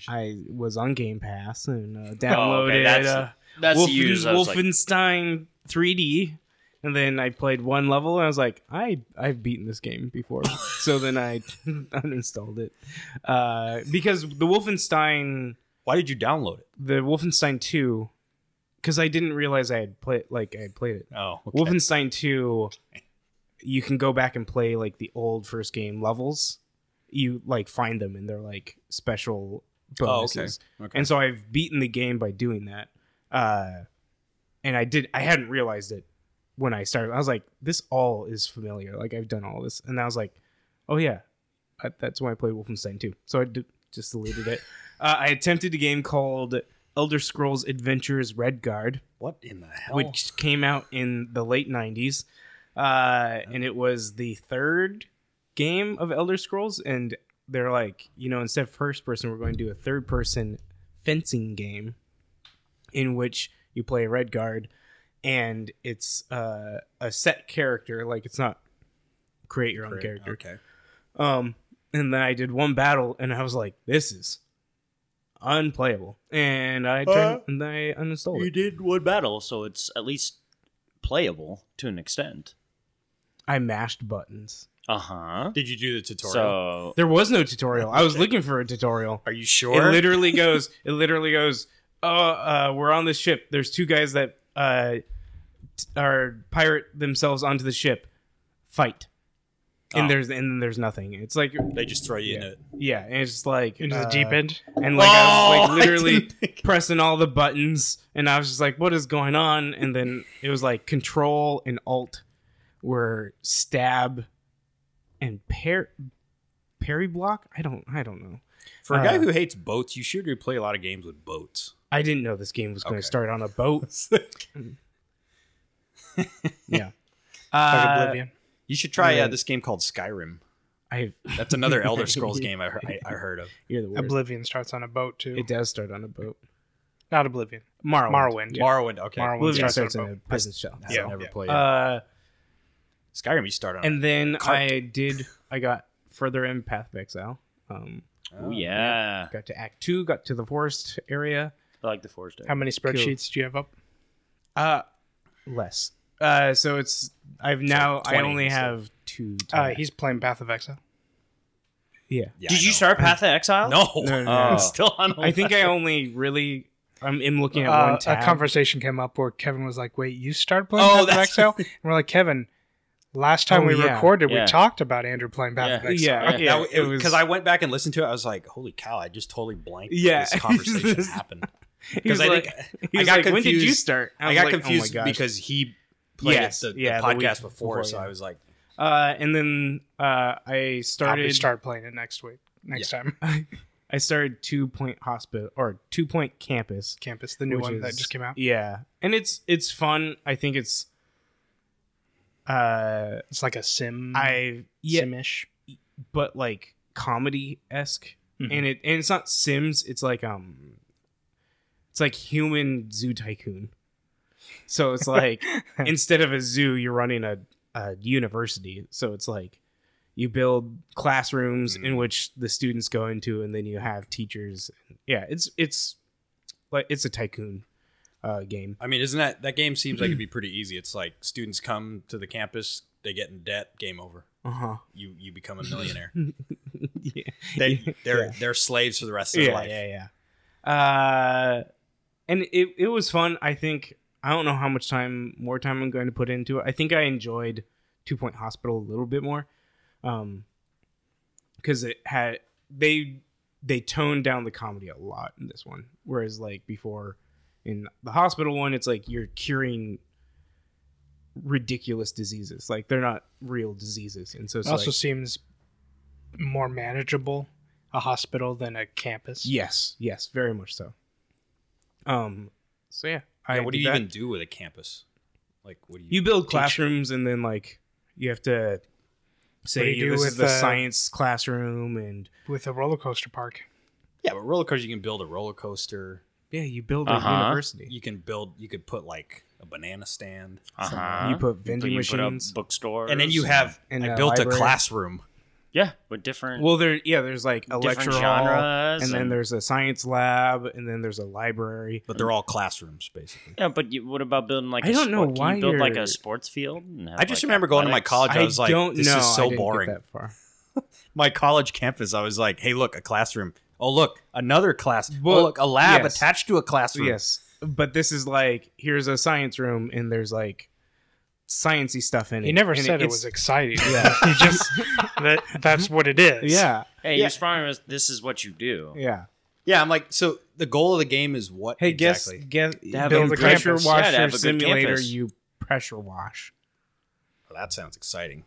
S3: I was on Game Pass and uh, downloaded.
S2: Oh, that's-
S3: uh,
S2: That's
S3: Wolfen-
S2: used. I was like,
S3: Wolfenstein 3D, and then I played one level, and I was like, I I've beaten this game before. so then I uninstalled it uh, because the Wolfenstein,
S4: Why did you download it?
S3: the Wolfenstein 2, because I didn't realize I had played like I had played it.
S4: Oh,
S3: Wolfenstein 2, you can go back and play like the old first game levels. You like find them, and they're like special
S4: Oh,
S3: bonuses.
S4: okay. okay.
S3: And so I've beaten the game by doing that. Uh, and I did I hadn't realized it when I started. I was like, this all is familiar. Like I've done all this. And I was like, Oh yeah, I, that's when I played Wolfenstein 2. So I did, just deleted it. uh, I attempted a game called Elder Scrolls Adventures Redguard,
S4: What in the hell?
S3: which came out in the late 90s, uh, and it was the third game of Elder Scrolls. And they're like, you know, instead of first person, we're going to do a third person fencing game in which you play a Redguard, and it's uh, a set character. Like it's not create your own character.
S4: Okay.
S3: Um, and then I did one battle, and I was like, "This is unplayable." And I turned,
S4: Uh,
S3: and then I uninstalled
S2: You
S3: it.
S2: did one battle, so it's at least playable to an extent.
S3: I mashed buttons.
S2: Uh huh.
S4: Did you do the tutorial?
S2: So
S3: There was no tutorial. I was looking for a tutorial.
S4: Are you
S3: It
S4: sure?
S3: literally goes. It literally goes. Oh, uh, we're on this ship. There's two guys that uh, t- are pirate themselves onto the ship. Fight. And
S4: Oh.
S3: there's and then there's nothing. It's like
S4: they just throw you in
S3: Yeah.
S4: it.
S3: yeah, and it's just like
S1: Into the
S3: uh,
S1: deep end.
S3: and like I was
S4: Oh, I
S3: like literally
S4: didn't think-
S3: pressing all the buttons and I was just like what is going on and then it was like control and alt were stab and par parry block I don't I don't know
S4: For a
S3: Uh,
S4: guy who hates boats, you should play a lot of games with boats.
S3: I didn't know this game was going to
S4: Okay.
S3: start on a boat yeah
S1: Like
S3: Uh,
S1: Oblivion.
S4: you should try uh,
S3: Yeah.
S4: this game called Skyrim.
S3: I
S4: That's another Elder Scrolls game I, he- I, I heard of.
S3: you're the worst
S1: Oblivion starts on a boat too.
S3: it does start on a boat
S1: Not Oblivion.
S3: Morrowind
S1: Morrowind. Yeah.
S4: Morrowind. Okay.
S1: Morrowind
S3: Oblivion
S1: starts,
S3: starts
S1: on
S3: on
S1: a boat.
S3: a prison shell
S4: I
S1: Yeah,
S4: never
S1: yeah.
S4: played.
S3: uh
S4: Skyrim, you start on.
S3: and then
S4: Cart.
S3: I did I got further in Path of Exile um
S2: oh, yeah,
S3: got to act 2 got to the forest area
S2: I like the Forge Day.
S1: How many spreadsheets do you have up?
S3: Uh less. Uh so it's I've now I
S4: 20
S3: only
S4: instead.
S3: have two.
S1: Uh,
S3: tabs.
S1: he's playing Path of Exile.
S3: yeah.
S4: Yeah, I
S2: Did you
S4: know.
S2: start Path of Exile?
S4: No.
S3: No, no, no.
S2: Oh.
S3: Uh,
S2: still on.
S3: I think I only really I'm, am looking at
S1: Uh,
S3: one
S1: a
S3: tab.
S1: conversation came up where Kevin was like, "Wait, you start playing
S4: Oh,
S1: Path of
S4: that's-
S1: Exile?" And we're like, "Kevin, last time
S3: Oh,
S1: we
S3: yeah.
S1: recorded,
S2: Yeah.
S1: we talked about Andrew playing Path of
S2: Yeah.
S1: Exile."
S3: yeah,
S2: Yeah,
S3: yeah,
S4: That-
S3: it was
S4: because I went back and listened to it. I was like, "Holy cow! I just totally blanked.
S3: Yeah.
S4: this conversation
S3: This-
S4: happened."
S3: he was
S4: I
S3: like,
S4: think
S3: he
S4: I
S3: was
S4: got
S3: like, when did you
S4: confused.
S3: start?
S4: I,
S3: was
S4: got
S3: like, oh my
S4: confused
S3: gosh.
S4: because he played
S3: Yes,
S4: it the,
S3: yeah,
S4: the
S3: the
S4: podcast
S3: week
S4: before,
S3: before,
S4: so
S3: yeah.
S4: I was like,
S3: uh, and then uh, I
S1: Probably
S3: started
S1: start playing it next week, next time.
S3: I started two point hospital or two point campus.
S1: Campus, the new
S3: which
S1: one that
S3: is-
S1: just came out.
S3: Yeah, and it's it's fun. I think it's uh
S1: It's like a sim,
S3: I yeah
S1: simish.
S3: but like comedy esque,
S1: Mhm.
S3: and it and it's not Sims. It's like um, it's like human zoo tycoon. So it's like instead of a zoo, you're running a, a university. So it's like you build classrooms in which the students go into, and then you have teachers. Yeah, it's it's like it's a tycoon uh, game.
S4: I mean, isn't that that game seems like it'd be pretty easy? It's like students come to the campus, they get in debt, game over.
S3: Uh huh.
S4: You you become a millionaire.
S3: yeah.
S4: They they're they're slaves for the rest of
S3: yeah,
S4: their life.
S3: Yeah, yeah. Uh, and it it was fun. I think I don't know how much time more time I'm going to put into it. I think I enjoyed Two Point Hospital a little bit more, um, because it had they they toned down the comedy a lot in this one, whereas like before in the hospital one, it's like you're curing ridiculous diseases like they're not real diseases and so it's
S1: It also
S3: like-
S1: seems more manageable, a hospital than a campus.
S3: yes yes very much so um so yeah,
S4: Yeah,
S3: I
S4: what do
S3: did
S4: you
S3: that.
S4: even do with a campus? Like, what do you?
S3: you build classrooms and then like you have to
S1: What do
S3: say
S1: you
S3: you
S1: do
S3: this
S1: with,
S3: is the
S1: uh,
S3: science classroom and
S1: With a roller coaster park.
S4: yeah, but roller coaster, you can build a roller coaster.
S3: yeah you build
S2: Uh-huh.
S3: a university
S4: You can build. You could put like a banana stand,
S2: uh-huh.
S3: you put vending
S2: you put up
S3: machines
S2: bookstores,
S4: and then you have.
S3: And
S4: I
S3: a
S4: built a
S3: library.
S4: classroom.
S2: yeah, with different
S3: well there yeah there's like a
S2: different
S3: lecture hall
S2: genres,
S3: and then there's a science lab and then there's a library
S4: But they're all classrooms, basically.
S2: Yeah, but you, what about building like
S3: I
S2: a
S3: don't know
S2: sport- can
S3: why
S2: you build like
S3: you're-
S2: a sports field. and have,
S4: I just
S2: like,
S4: remember going to my
S2: athletics?
S4: college. I was like,
S3: don't
S4: this
S3: know
S4: is
S3: I
S4: so
S3: didn't get
S4: boring.
S3: that far
S4: My college campus, I was like, hey, look, a classroom. Oh, look, another class.
S3: Well,
S4: oh, look, a lab
S3: yes.
S4: attached to a classroom.
S3: yes but this is like here's a science room and there's like sciency stuff in it
S1: He never
S3: and
S1: said it
S3: it's-
S1: was exciting.
S3: yeah
S1: he just that that's what it is.
S3: yeah
S2: Hey,
S4: Yeah.
S2: you're sparring with this is what you do.
S3: yeah
S4: Yeah, I'm like, so the goal of the game is what?
S3: Hey,
S4: exactly?
S3: guess guess
S1: have
S3: build
S1: a
S3: a
S1: good
S3: pressure
S1: campus.
S2: Yeah,
S3: washer
S2: to have a good
S3: simulator.
S2: campus.
S3: You pressure wash.
S4: Well, that sounds exciting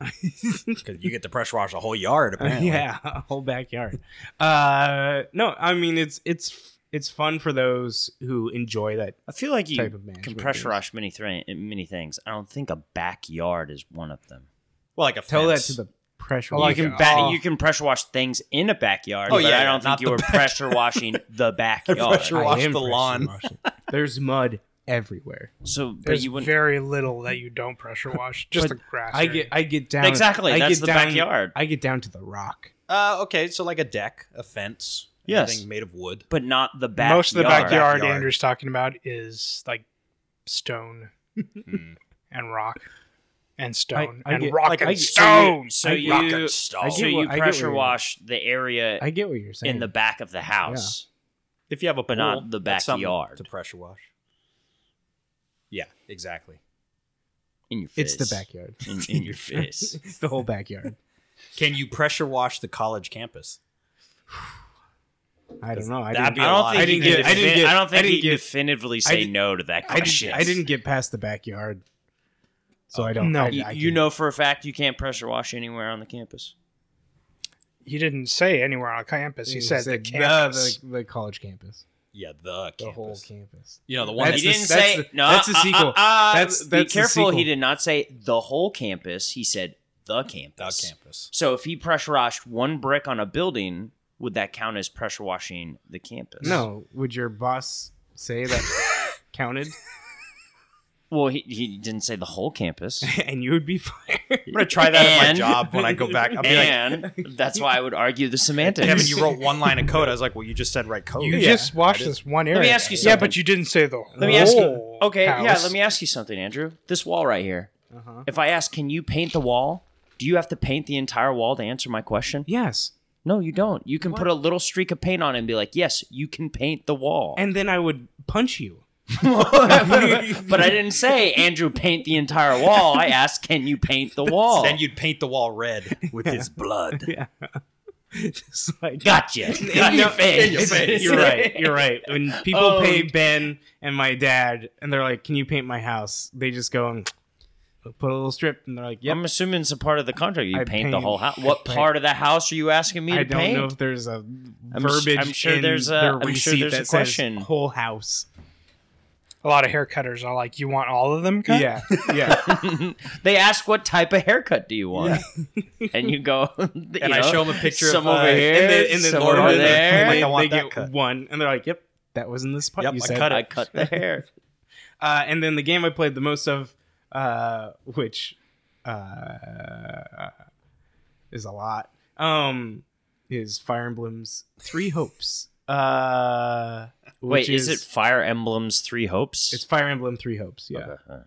S4: because you get to pressure wash a whole yard. Apparently.
S3: yeah, whole backyard. Uh, no, I mean it's it's it's fun for those who enjoy that
S2: I feel like you
S3: type of management.
S2: can pressure wash many thra- many things. I don't think a backyard is one of them.
S4: Well, like a
S3: Tell that
S4: fence.
S3: to the pressure.
S1: Well,
S2: you
S1: like
S3: washer.
S2: can
S1: a-
S2: ba-
S1: oh.
S2: you can pressure wash things in a backyard,
S4: Oh,
S2: but
S4: yeah,
S2: I don't
S4: yeah, not
S2: think you
S4: the
S2: were
S4: back-
S2: pressure washing the backyard.
S4: pressure-
S3: I
S4: wash
S3: am
S4: the
S3: pressure
S4: lawn.
S3: washing. There's mud everywhere.
S2: So, but
S1: There's
S2: you wouldn't
S1: very little that you don't pressure wash. Just the grass.
S3: I get I get down
S2: exactly.
S3: I
S2: that's
S3: get
S2: the
S3: down-
S2: backyard,
S3: I get down to the rock.
S4: Uh, okay, so like a deck, a fence,
S2: Yes.
S4: anything made of wood.
S2: but not the backyard.
S1: most of the backyard,
S4: Backyard.
S1: Andrew's talking about is like stone
S4: Hmm.
S1: and rock and stone
S3: I
S1: and
S3: get-
S1: rock
S3: like,
S1: and
S3: I get- so
S1: stone.
S2: So
S3: I
S2: you,
S3: get-
S4: Rocket stone.
S3: I
S2: so
S3: get what-
S2: you
S3: I what
S2: pressure
S3: you're-
S2: wash the area
S3: I get what you're saying.
S2: in the back of the house.
S4: If you have a
S2: But
S4: pool,
S2: not the
S4: that's something
S2: backyard.
S4: to pressure wash. Yeah, exactly.
S2: In your
S3: it's
S2: face.
S3: the backyard.
S2: In, in your face.
S3: it's the whole backyard.
S4: Can you pressure wash the college campus?
S3: I don't know. I didn't,
S4: That'd be
S2: I
S4: a
S2: don't
S4: lot.
S2: think
S4: I
S3: didn't
S2: you can
S3: get- I didn't
S2: defin-
S3: get-
S2: I don't
S3: I
S2: think
S3: didn't
S2: you
S3: get-
S2: definitively
S3: I
S2: say
S3: didn't-
S2: no to that
S3: I
S2: question.
S3: didn't, I didn't get past the backyard, so I don't.
S1: No.
S3: I, I
S2: You,
S3: can't-
S2: you know for a fact you can't pressure wash anywhere on the campus.
S1: He didn't say anywhere on campus. He, said, the
S3: the-
S1: campus.
S3: the, the college campus,
S4: Yeah, the
S3: the whole
S4: campus.
S3: campus.
S4: You know, the one
S3: That's
S4: that's
S2: he
S3: the-
S2: didn't
S3: that's
S2: say
S3: the-
S2: no.
S3: that's the
S2: uh, uh,
S3: sequel.
S2: uh, uh,
S3: That's-
S2: be
S3: that's the
S2: careful. He
S3: sequel.
S2: did not say the whole campus. He said the campus.
S4: the campus.
S2: So if he pressure washed one brick on a building, would that count as pressure washing the campus?
S3: No, would your boss say that counted?
S2: Well, he, he didn't say the whole campus.
S3: and you would be fired.
S4: I'm gonna try that at my
S2: And-
S4: job when I go back. I'll be like,
S2: and that's why I would argue the semantics.
S4: Kevin, you wrote one line of code. I was like, well, you just said write code.
S1: You
S3: Yeah,
S1: just watched this one area.
S2: me ask you
S1: Yeah,
S2: something.
S1: but you didn't say the
S2: Let me ask you.
S1: whole
S2: Okay, yeah.
S1: house.
S2: Let me ask you something, Andrew. This wall right here.
S3: Uh-huh.
S2: If I ask, can you paint the wall? Do you have to paint the entire wall to answer my question?
S3: Yes,
S2: No, you don't. You can put a little streak of paint on it and be like, yes, you can paint the wall.
S3: and then I would punch you.
S2: but I didn't say, Andrew, paint the entire wall. I asked, can you paint the wall?
S4: Then you'd paint the wall red with his blood.
S3: Yeah, just like
S2: gotcha. In your face.
S3: You're right. You're right. When people
S2: Oh.
S3: pay Ben and my dad, and they're like, "Can you paint my house?" They just go and put a little strip, and they're like, "Yep."
S2: I'm assuming it's a part of the contract. You
S3: I
S2: paint, the
S3: paint-
S2: whole house.
S3: I
S2: What
S3: paint.
S2: part of the house are you asking me
S3: I
S2: to
S3: don't
S2: paint?
S3: know if there's a
S2: su-
S3: verbiage.
S2: I'm sure
S3: in
S2: there's a-
S3: their
S2: I'm sure
S3: receipt
S2: there's a
S3: that says
S2: question.
S3: whole house.
S1: A lot of haircutters are like, "You want all of them?" Cut?
S3: Yeah, yeah.
S2: They ask, what type of haircut do you want? and you go, and
S4: And I show him a picture
S2: some
S4: of uh,
S2: over here,
S3: and then, and then
S2: some
S3: Lord
S2: over
S3: Arthur,
S2: there.
S3: They,
S4: I want
S3: they
S4: that
S3: get
S4: cut.
S3: one, and they're like, "Yep, that was in this part."
S4: Yep,
S3: you
S4: I
S3: said.
S4: cut
S2: I cut the hair.
S3: Uh, and then the game I played the most of, uh, which uh, is a lot, um, is Fire Emblem's Three Hopes. Uh,
S2: Wait,
S3: which
S2: is, it Fire Emblem's Three Hopes?
S3: It's Fire Emblem Three Hopes. Yeah.
S2: Okay, alright.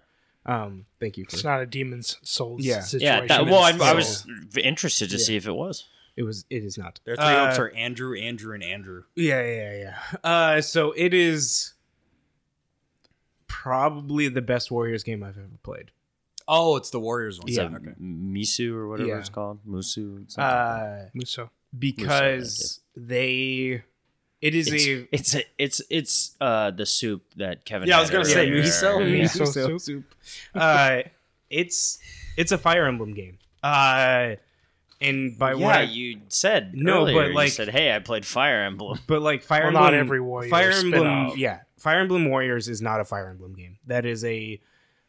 S3: Um, thank you.
S1: It's
S3: For,
S1: not a demon's souls
S3: Yeah. Yeah,
S2: Yeah,
S1: situation.
S2: that, well, I,
S1: It's
S2: I
S1: soul.
S2: was interested to see if it was.
S3: it was. It is not.
S4: Their three
S3: Uh,
S4: hopes are Andrew, Andrew, and Andrew.
S3: Yeah, yeah, yeah. Uh, so it is probably the best Warriors game I've ever played.
S4: Oh, it's the Warriors one.
S2: Is
S3: Yeah.
S2: that Misu or whatever
S3: Yeah.
S2: it's called? Musu. something like that.
S3: Uh,
S1: Muso.
S3: because they, it is
S2: it's,
S3: a
S2: it's a, it's it's uh the soup that Kevin.
S4: Yeah, I was
S2: had
S4: gonna
S3: say,
S2: earlier.
S4: miso.
S2: Yeah.
S1: Miso soup.
S3: Uh, it's it's a Fire Emblem game. Uh, and by
S2: Yeah,
S3: what? I-
S2: you said
S3: No,
S2: earlier,
S3: but,
S2: you
S3: like-
S2: said, hey, I played Fire Emblem.
S3: but like Fire
S1: Well,
S3: Emblem,
S1: not every Warrior
S3: Fire
S1: spin-off.
S2: uh,
S3: Emblem, yeah, Fire Emblem Warriors is not a Fire Emblem game. That is a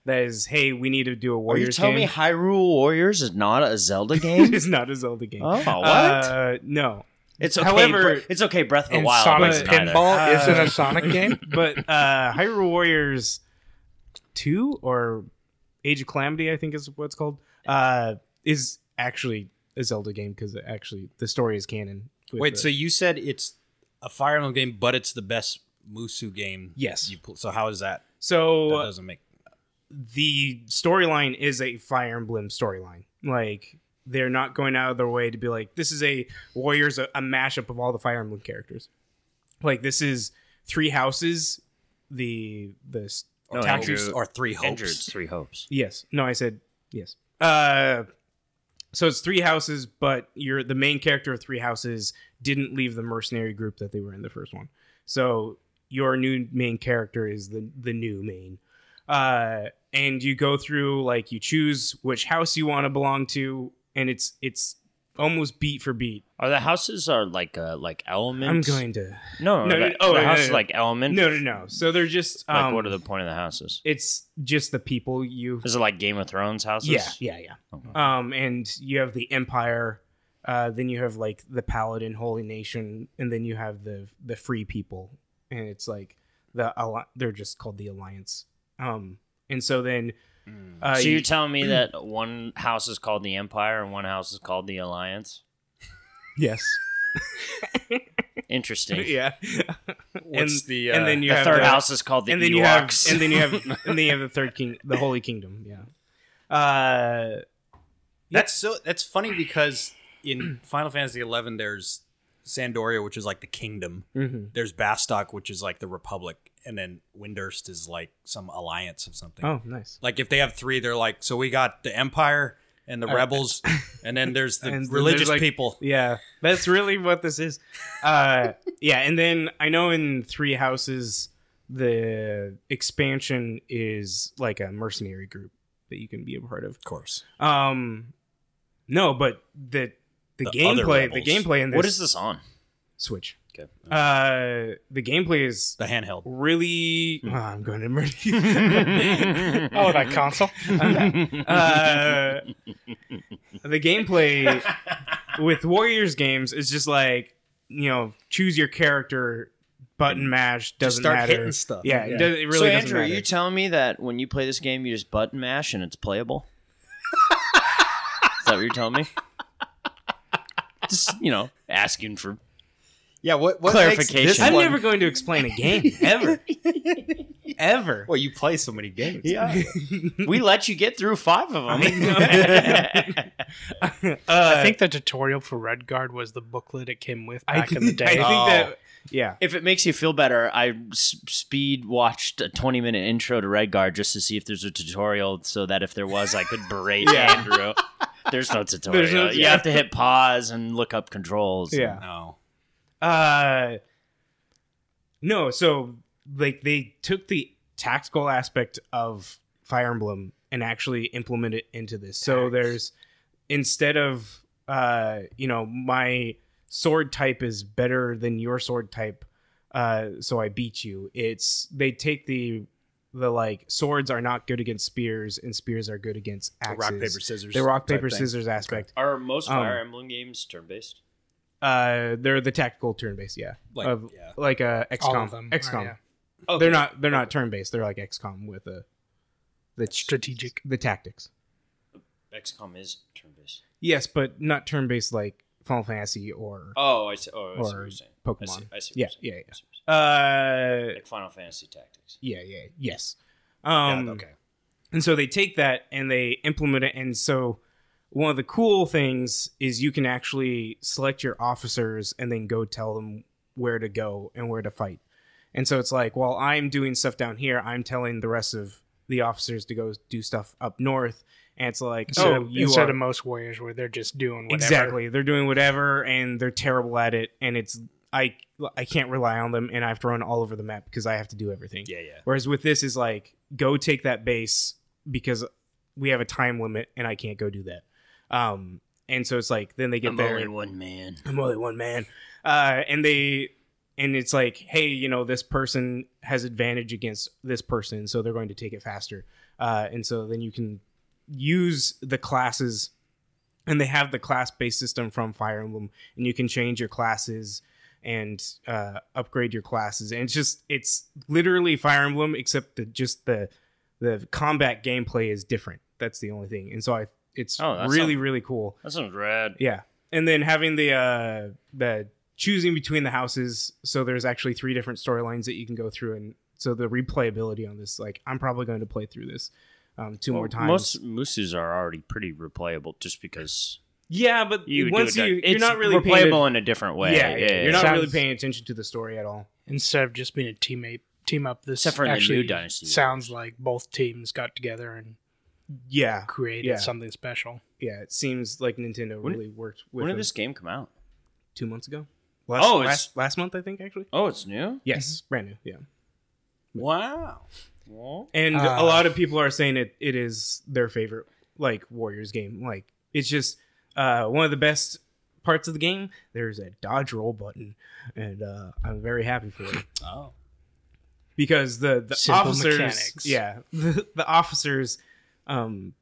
S3: that is hey, we need to do a
S2: Are you
S3: Warriors
S2: telling me
S3: game.
S2: Hyrule Warriors is not a Zelda
S3: it
S2: game?
S3: is not a Zelda game.
S2: oh, what?
S3: Uh, no,
S2: it's okay.
S3: however-
S2: Bre- it's okay. Breath of the
S1: And
S2: Wild.
S1: Sonic
S2: is neither.
S1: Pinball
S3: Uh,
S1: isn't a Sonic game.
S3: but uh, Hyrule Warriors two or Age of Calamity, I think is what it's called, uh, is actually a Zelda game because actually the story is canon. with
S4: Wait,
S3: the-
S4: so you said it's a Fire Emblem game, but it's the best Musu game.
S3: Yes.
S4: You pl- so how is that?
S3: so
S4: That
S3: uh,
S4: doesn't make.
S3: the storyline is a Fire Emblem storyline. Like they're not going out of their way to be like this is a Warriors a, a mashup of all the Fire Emblem characters. Like this is three houses, the the s-
S4: oh,
S2: No,
S3: taxi-
S2: Andrew-
S4: or three hopes.
S2: Andrew's Three Hopes.
S3: Yes. No, I said yes. Uh, so it's three houses, but you're the main character of three houses didn't leave the mercenary group that they were in the first one. So your new main character is the the new main. uh, and you go through like you choose which house you want to belong to, and it's it's almost beat for beat.
S2: Are the houses are like uh like
S3: I'm
S2: elements?
S3: going to
S2: No,
S3: No,
S2: no.
S3: no, oh,
S2: the
S3: no,
S2: house
S3: no,
S2: is
S3: no.
S2: like element.
S3: no no no. So they're just um,
S2: Like, what are the point of the houses?
S3: it's just the people you
S2: Is it like Game of Thrones houses?
S3: yeah yeah yeah um and you have the empire uh then you have like the paladin holy nation and then you have the the free people and it's like the Alli- they're just called the alliance um and so then
S4: Hmm.
S3: uh,
S2: so
S3: you-
S2: you're telling me that one house is called the Empire and one house is called the Alliance?
S3: yes
S2: Interesting.
S3: yeah
S4: What's the,
S3: and
S4: uh,
S3: then you
S2: The
S3: have
S2: third
S3: the-
S2: house is called the
S3: and
S2: and
S3: then
S2: Ewoks.
S3: you have and then you have and then you have the third king the holy kingdom yeah uh
S4: That's so. That's funny because in Final Fantasy XI, there's Sandoria, which is like the kingdom.
S2: Mm-hmm.
S3: mhm.
S4: There's Bastok, which is like the republic, and then Windurst is like some alliance of something.
S3: oh nice
S4: Like if they have three, they're like, so we got the Empire and the rebels, and then there's the
S3: Uh, And then
S4: religious
S3: there's, like-
S4: people.
S3: Yeah, that's really what this is. Uh, yeah, and then I know in Three Houses, the expansion is like a mercenary group that you can be a part of.
S4: Of course,
S3: Um, no, but the the,
S4: The other
S3: gameplay, the
S4: rebels.
S3: gameplay in this
S2: what is this on?
S3: Switch?
S2: Okay.
S3: Uh, the gameplay is
S4: the handheld.
S3: really. Oh, I'm going to murder you.
S1: Oh, that console.
S3: uh, the gameplay with Warriors games is just like you know, choose your character, button mash doesn't
S4: start
S3: matter.
S4: hitting stuff.
S3: Yeah, It,
S4: Yeah.
S3: does, it really
S2: so
S3: doesn't
S2: Andrew, are
S3: matter.
S2: you telling me that when you play this game, you just button mash and it's playable? is that what you're telling me? Just you know, asking for
S4: Yeah. What, what
S2: Clarification.
S4: Makes this
S3: I'm
S4: one-
S3: never going to explain a game ever, ever.
S4: Well, you play so many games. Yeah.
S2: we let you get through five of them.
S1: I think the tutorial for Redguard was the booklet it came with back in the
S3: Uh, I
S1: day.
S3: think
S4: Oh.
S3: that yeah.
S2: if it makes you feel better, I s- speed watched a 20 minute intro to Redguard just to see if there's a tutorial so that if there was, I could berate Andrew. There's no tutorial.
S3: There's no-
S2: You have to hit pause and look up controls.
S3: Yeah.
S4: No.
S3: Uh, no, so like they took the tactical aspect of Fire Emblem and actually implement it into this. So there's instead of uh, you know, my sword type is better than your sword type, uh, so I beat you. It's they take the the like swords are not good against spears and spears are good against
S4: The
S3: axes.
S4: rock paper scissors.
S3: The rock
S4: type
S3: paper
S4: thing.
S3: scissors aspect.
S2: Are most
S3: Um,
S2: Fire Emblem games turn based?
S3: Uh, they're the tactical turn based, yeah.
S4: Like,
S3: of Oh,
S4: yeah.
S3: like uh, a
S1: All
S3: XCOM.
S1: of them.
S3: XCOM.
S1: yeah.
S3: They're not they're not turn based. They're like XCOM with a the
S1: Strategic.
S3: the tactics.
S2: XCOM is turn based.
S3: Yes, but not turn based like Final Fantasy or
S2: Oh, I see. Oh, I see what
S3: Or
S2: you're saying. I see,
S3: Pokemon.
S2: I see what
S3: Yeah,
S2: you're saying.
S3: yeah, yeah.
S2: I see what you're
S3: Uh,
S2: saying. Like Final Fantasy Tactics.
S3: yeah, yeah, yes. Um,
S4: yeah, okay.
S3: And so they take that and they implement it. And so one of the cool things is you can actually select your officers and then go tell them where to go and where to fight. And so it's like, while I'm doing stuff down here, I'm telling the rest of the officers to go do stuff up north. And it's like,
S1: Instead,
S3: oh,
S1: of,
S3: you
S1: instead
S3: are
S1: of most warriors where they're just doing whatever.
S3: exactly. They're doing whatever, and they're terrible at it. And it's I I can't rely on them, and I have to run all over the map because I have to do everything.
S4: Yeah. Yeah.
S3: Whereas with this is like, go take that base because we have a time limit and I can't go do that. Um, and so it's like then they get
S2: I'm
S3: there.
S2: only one man.
S3: I'm only one man. Uh, and they and it's like, hey, you know, this person has advantage against this person, so they're going to take it faster. Uh, and so then you can use the classes, and they have the class based system from Fire Emblem, and you can change your classes and uh, upgrade your classes. And it's just it's literally Fire Emblem, except that just the the combat gameplay is different. That's the only thing. And so I it's
S2: Oh, that
S3: really
S2: sounds-
S3: really cool.
S2: That sounds rad.
S3: Yeah. And then having the uh the choosing between the houses, so there's actually three different storylines that you can go through and so the replayability on this, like I'm probably going to play through this um two more
S2: Well,
S3: times.
S2: Most Musus are already pretty replayable just because
S3: yeah, but
S2: you do
S3: once
S2: it-
S3: you you're
S2: it's
S3: not really
S2: replayable
S3: paying
S2: in a different way.
S3: yeah, yeah, you're not really
S1: Sounds-
S3: paying attention to the story at all.
S1: Instead of just being a teammate team up, this
S2: Except for in the new
S1: actually
S2: Dynasty
S1: sounds like both teams got together and
S3: Yeah.
S1: created
S3: Yeah.
S1: something special.
S3: Yeah, it seems like Nintendo
S2: When-
S3: really worked with
S2: When did
S3: them
S2: this game come out?
S3: 2 months ago. Last,
S2: Oh, it's-
S3: Mm-hmm. last, last month I think actually.
S2: Oh, it's new.
S3: Yes, brand new. Yeah.
S2: Wow.
S3: and
S1: Ah.
S3: a lot of people are saying it it is their favorite like warriors game like it's just uh one of the best parts of the game there's a dodge roll button and uh i'm very happy for it
S4: Oh.
S3: because the the
S1: Simple
S3: officers
S1: mechanics.
S3: yeah the, the officers um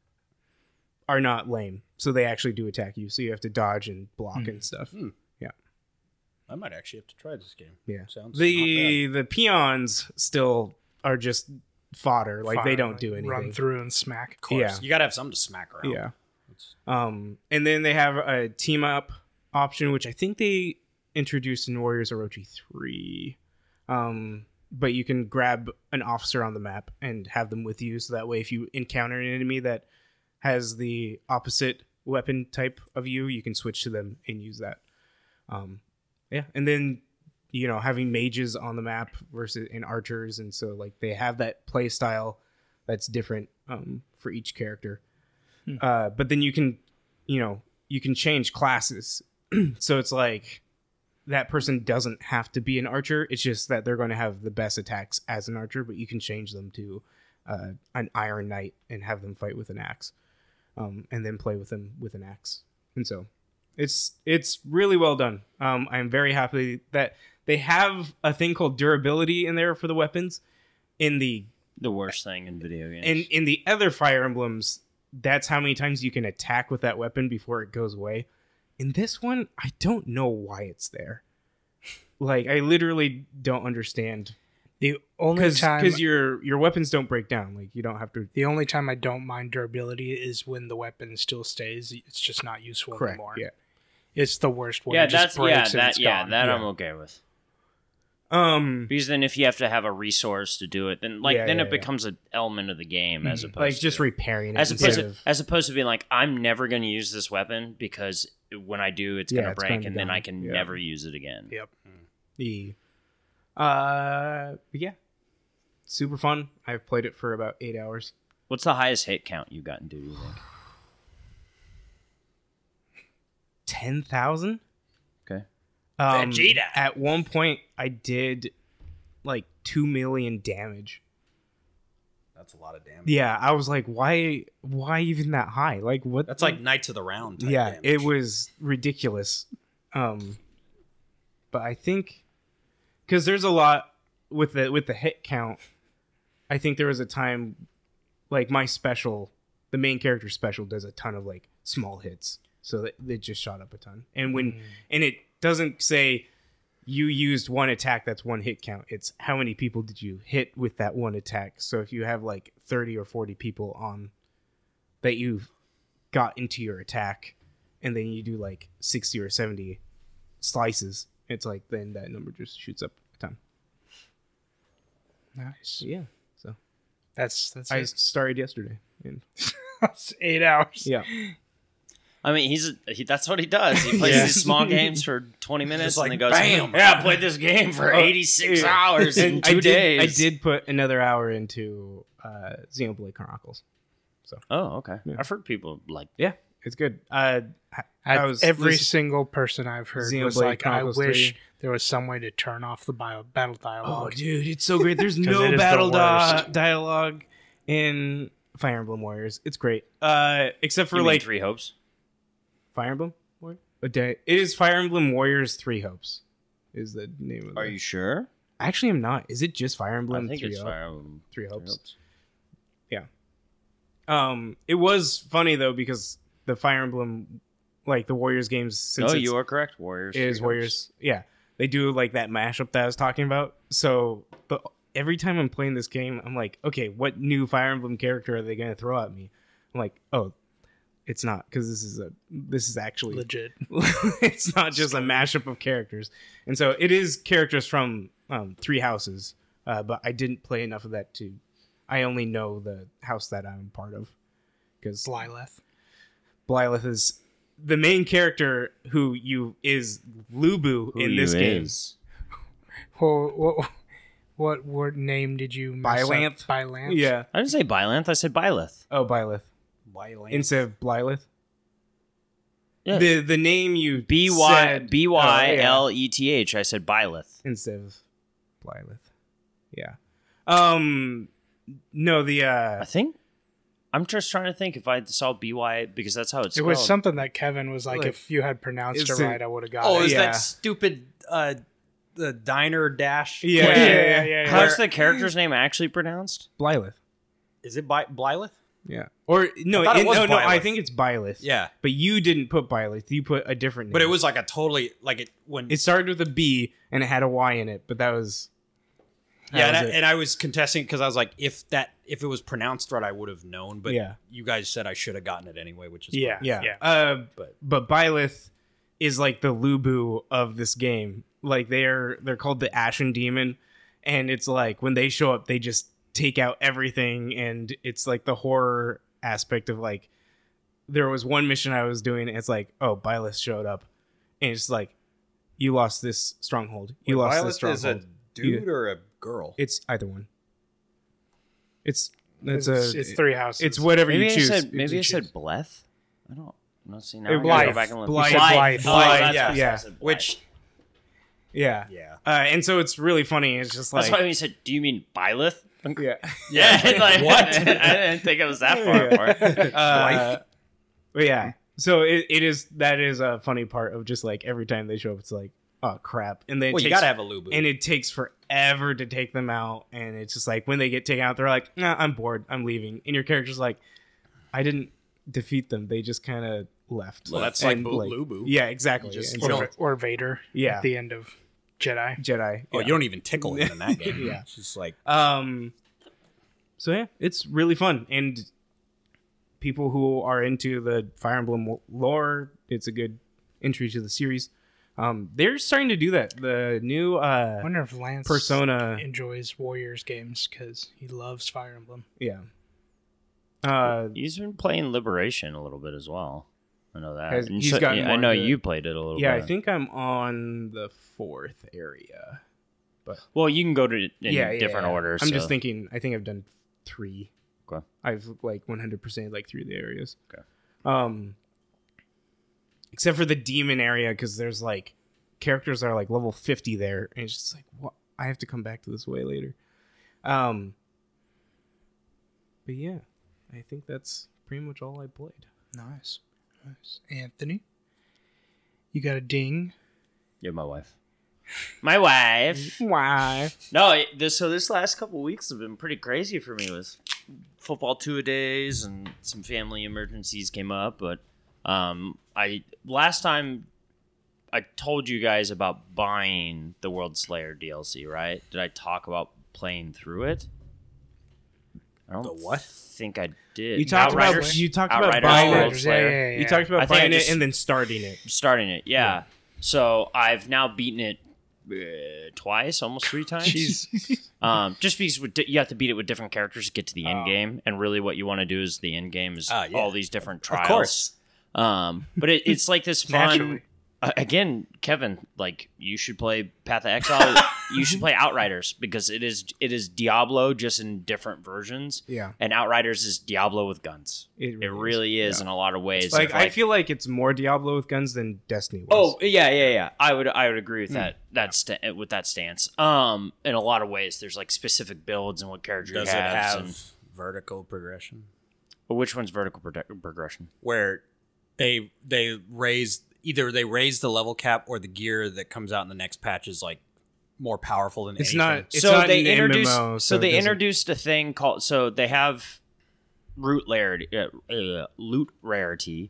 S3: are not lame so they actually do attack you so you have to dodge and block
S1: Hmm.
S3: and stuff
S4: I might actually have to try this game.
S3: Yeah.
S4: Sounds
S3: the the peons still are just fodder like they
S1: Fire,
S3: don't
S1: like,
S3: do anything
S1: Run through and smack.
S4: Of course.
S3: yeah.
S4: You gotta have something to smack around.
S3: yeah
S4: It's-
S3: Um, and then they have a team up option, which I think they introduced in Warriors Orochi 3. Um, but you can grab an officer on the map and have them with you. So that way, if you encounter an enemy that has the opposite weapon type of you, you can switch to them and use that. Um, yeah. And then, you know, having mages on the map versus and archers. And so, like, they have that play style that's different um, for each character. Uh, but then you can you know you can change classes so it's like that person doesn't have to be an archer it's just that they're going to have the best attacks as an archer but you can change them to uh, an iron knight and have them fight with an axe um, and then play with them with an axe and so it's it's really well done um, i'm very happy that they have a thing called durability in there for the weapons in the
S2: The worst thing in video games.
S3: in in the other fire emblems that's how many times you can attack with that weapon before it goes away in this one i don't know why it's there like i literally don't understand
S1: The only
S3: because
S1: time
S3: your your weapons don't break down like you don't have to
S1: the only time I don't mind durability is when the weapon still stays. It's just not useful
S3: correct
S1: anymore.
S3: yeah
S1: It's the worst one.
S2: yeah,
S1: it just
S2: that's yeah,
S1: breaks and
S2: that
S1: it's
S2: yeah,
S1: gone.
S2: that
S3: Yeah.
S2: I'm okay with.
S3: um
S2: Because then, if you have to have a resource to do it, then like
S3: Yeah,
S2: then
S3: yeah, yeah.
S2: it
S3: Mm-hmm.
S2: becomes an element of the game as opposed
S3: like
S2: to-
S3: just repairing it
S2: as opposed
S3: instead
S2: to,
S3: of
S2: as opposed to being like I'm never going to use this weapon because when I do, it's
S3: Yeah,
S2: going to
S3: it's
S2: break
S3: gonna
S2: and
S3: be
S2: then I
S3: gone.
S2: can
S3: Yeah.
S2: never use it again.
S1: Yeah.
S3: the uh but yeah super fun i've played it for about eight hours
S2: What's the highest hit count you got in Duty? You think?
S3: 10,000.
S2: Okay.
S3: Um,
S4: Vegeta.
S3: At one point, I did like 2 million damage.
S4: That's a lot of damage.
S3: Yeah, I was like, why Why even that high? Like, what?
S4: That's like Knights of the Round. Type
S3: yeah,
S4: damage.
S3: it was ridiculous. Um, but I think because there's a lot with the with the hit count. I think there was a time, like my special, the main character special does a ton of like small hits, so that it just shot up a ton. And when
S4: Mm.
S3: and it doesn't say you used one attack that's one hit count it's how many people did you hit with that one attack so if you have like 30 or 40 people on that you've got into your attack and then you do like 60 or 70 slices it's like then that number just shoots up a ton
S1: Nice.
S3: yeah so
S1: That's that's
S3: i
S1: it.
S3: started yesterday and
S1: That's eight hours.
S3: yeah
S2: I mean, he's a, he, that's what he does. He plays
S1: Yeah.
S2: these small games for 20 minutes
S4: like,
S2: and then goes,
S4: "Bam!"
S2: Yeah, I played this game for 86 hours in two
S3: Oh, I did,
S2: days.
S3: i did put another hour into uh xenoblade chronicles
S2: Oh, okay.
S3: Yeah.
S2: I've heard people like
S3: yeah it's good uh
S1: I've-
S3: I was
S1: every
S3: listening-
S1: single person I've heard was
S3: Xenoblade
S1: like, "I
S3: Chronicles
S1: wish
S3: 3.
S1: there was some way to turn off the bio- battle
S3: Oh,
S1: dialogue."
S3: dude, it's so great. There's
S1: 'Cause it is
S3: no
S1: the
S3: battle di-
S1: worst.
S3: dialogue in Fire Emblem Warriors. It's great, uh, except for
S2: you mean
S3: like
S2: Three Hopes.
S3: Fire Emblem Warriors. It is Fire Emblem Warriors Three Hopes. Is the name of it?
S2: sure?
S3: Actually, I'm not. Is it just Fire Emblem
S2: I think
S3: Three
S2: it's
S3: Hopes?
S2: Fire Emblem
S3: Three
S2: Three
S3: Hopes.
S2: Hopes.
S3: Um, it was funny though because the Fire Emblem, like the Warriors games, since
S2: oh,
S3: it's-
S2: you are correct. Warriors.
S3: It is
S2: Three Hopes.
S3: Warriors. Yeah, they do like that mashup that I was talking about. So, but every time I'm playing this game, I'm like, okay, what new Fire Emblem character are they going to throw at me? I'm like, oh, it's not because this is a this is actually
S1: Legit.
S3: it's not just a mashup of characters, and so it is characters from um, three houses. Uh, but I didn't play enough of that to. I only know the house that I'm part of because
S1: Slyleth.
S3: Blyleth is the main character who you is Lubu
S2: Who
S3: in
S2: you
S3: this game.
S2: is?
S1: What, what, what word name did you mess up?
S3: Bylanthe?
S1: Bylanthe.
S3: Yeah.
S2: I didn't say Byleth. I said Byleth.
S3: Oh, Byleth
S4: Wylance.
S3: instead of Blyleth.
S2: Yeah.
S3: The the name you
S2: B Y
S3: said-
S2: B Y
S3: Oh,
S2: L E T H. I said Byleth.
S3: yeah. instead of Blyleth. Yeah. Um. No, the uh
S2: I think. I'm just trying to think if I saw BY because that's how it's.
S1: It was
S2: spelled.
S1: something that Kevin was like,
S3: Like,
S1: if you had pronounced
S3: Oh. is
S1: it
S3: it-
S1: right, I would have got
S4: Oh,
S1: it.
S4: is
S3: yeah.
S4: that stupid uh, the diner dash?
S3: Yeah.
S1: Yeah,
S4: place?
S1: yeah, yeah, yeah, yeah.
S2: How's the character's name actually pronounced?
S3: Blyleth.
S4: Is it By- Blyleth?
S3: Yeah. Or no,
S4: I thought it
S3: it-
S4: was
S3: no, no, I
S4: Byleth.
S3: think it's Byleth.
S4: Yeah,
S3: But you didn't put Byleth. You put a different name.
S4: but it was like a totally like it when
S3: it started with a B and it had a Y in it, but that was that
S4: yeah, and
S3: was
S4: I,
S3: it.
S4: and I was contesting because I was like, if that if it was pronounced right, I would have known. But
S3: Yeah.
S4: you guys said I should have gotten it anyway, which is
S1: Yeah,
S3: yeah.
S1: yeah.
S3: Uh,
S4: But-
S3: but but Byleth is like the Lubu of this game. Like they're they're called the Ashen Demon, and it's like when they show up, they just take out everything, and it's like the horror aspect of like there was one mission I was doing, and it's like oh Byleth showed up, and it's like you lost this stronghold, you
S4: Wait,
S3: lost
S4: Violet
S3: this stronghold.
S4: is a dude or a girl?
S3: It's either one. It's it's,
S1: it's,
S3: a
S1: it's three houses.
S3: it's whatever
S2: Maybe
S3: you
S2: I
S3: choose.
S2: said maybe I
S3: It's-
S2: said Bleth. I don't. I don't see now.
S1: Or
S2: I gotta go
S1: Blythe.
S2: back and look.
S3: Blythe.
S1: Blythe.
S2: Oh, that's
S3: yeah,
S2: what I
S3: yeah.
S2: said, Blythe.
S4: Which
S3: yeah.
S4: yeah,
S3: Uh, and so it's really funny. It's just
S2: that's
S3: like
S2: why when you said, "Do you mean Byleth?"
S3: yeah.
S2: Yeah, like
S4: What?
S2: I didn't think it was that far apart.
S3: Uh, but yeah. So it, it is that is a funny part of just like every time they show up, it's like oh crap, and then it
S4: well, you
S3: takes-
S4: gotta have a lubu.
S3: and it takes forever to take them out, and it's just like when they get taken out, they're like, nah, I'm bored, I'm leaving, and your character's like, I didn't defeat them, they just kind of left.
S4: Well, that's like
S3: And,
S4: Bo- lubu.
S3: Yeah, exactly.
S4: You just-
S3: And
S1: or,
S4: you
S3: so-
S1: Va-
S4: don't-
S1: or Vader
S3: yeah,
S1: at the end of Jedi.
S3: Jedi.
S4: oh,
S3: yeah.
S4: you don't even tickle him in that game.
S3: Yeah.
S4: it's just like
S3: Um, so yeah, it's really fun, and people who are into the Fire Emblem lore, it's a good entry to the series. Um, they're starting to do that. The new
S1: I
S3: uh,
S1: wonder if Lance
S3: Persona,
S1: enjoys Warriors games because he loves Fire Emblem.
S3: yeah, uh,
S2: He's been playing Liberation a little bit as well. I know that.
S3: Has-
S2: And
S3: he's
S2: so-
S3: gotten
S2: yeah,
S3: more
S2: I know
S3: into it.
S2: you played it a little
S3: yeah. I
S2: bit.
S3: think I'm on the fourth area.
S2: Well, you can go to it in
S3: yeah, yeah,
S2: different
S3: yeah.
S2: orders.
S3: I'm
S2: so-
S3: just thinking. I think I've done three.
S2: Okay.
S3: I've like 100 percent like through the areas.
S2: Okay.
S3: Um, except for the demon area because there's like characters that are like level 50 there, and it's just like what I have to come back to this way later. Um, but yeah, I think that's pretty much all I played.
S1: Nice, nice. Anthony, you got a ding.
S2: Yeah, my wife. My wife.
S3: Why?
S2: No, it- this so this last couple weeks have been pretty crazy for me with football two a days and some family emergencies came up, but um I last time I told you guys about buying the World Slayer DLC, right? Did I talk about playing through it? I don't
S4: The what?
S2: think I did.
S3: You talked about
S2: Outriders?
S3: you talked about
S2: Outriders,
S3: buying
S2: World
S3: it.
S1: Outriders, yeah,
S2: Slayer.
S1: yeah, yeah.
S3: You talked
S2: I
S3: about
S2: think I
S3: buying it
S2: just-
S3: and then starting it.
S2: starting it. Yeah. So I've now beaten it uh, twice, almost three times. Um, just because with di- you have to beat it with different characters to get to the end
S3: Oh.
S2: game, and really what you want to do is the end game is
S4: Ah, yeah.
S2: all these different trials.
S4: of course.
S2: Um, but it, it's like this fun.
S1: Naturally.
S2: Uh, again, Kevin, like you should play Path of Exile. you should play Outriders because it is it is Diablo just in different versions,
S3: Yeah,
S2: and Outriders is Diablo with guns. It
S3: is.
S2: really is
S3: Yeah.
S2: in a lot of ways.
S3: It's like,
S2: If,
S3: I feel like it's more Diablo with guns than Destiny was.
S2: Oh yeah, yeah, yeah. I would I would agree with that that sta- eh, with that stance. Um, in a lot of ways, there's like specific builds and what character
S4: Does
S2: you
S4: it
S2: have.
S4: have
S2: and-
S4: vertical progression?
S2: but which one's vertical prode- progression?
S4: where they they raise either they raise the level cap or the gear that comes out in the next patch is like more powerful than
S3: It's
S4: anything.
S3: not- It's
S2: so they
S3: an
S2: introduced
S3: MMO,
S2: so,
S3: so it
S2: they
S3: doesn't-
S2: introduced a thing called so they have root rarity, uh, uh, loot rarity,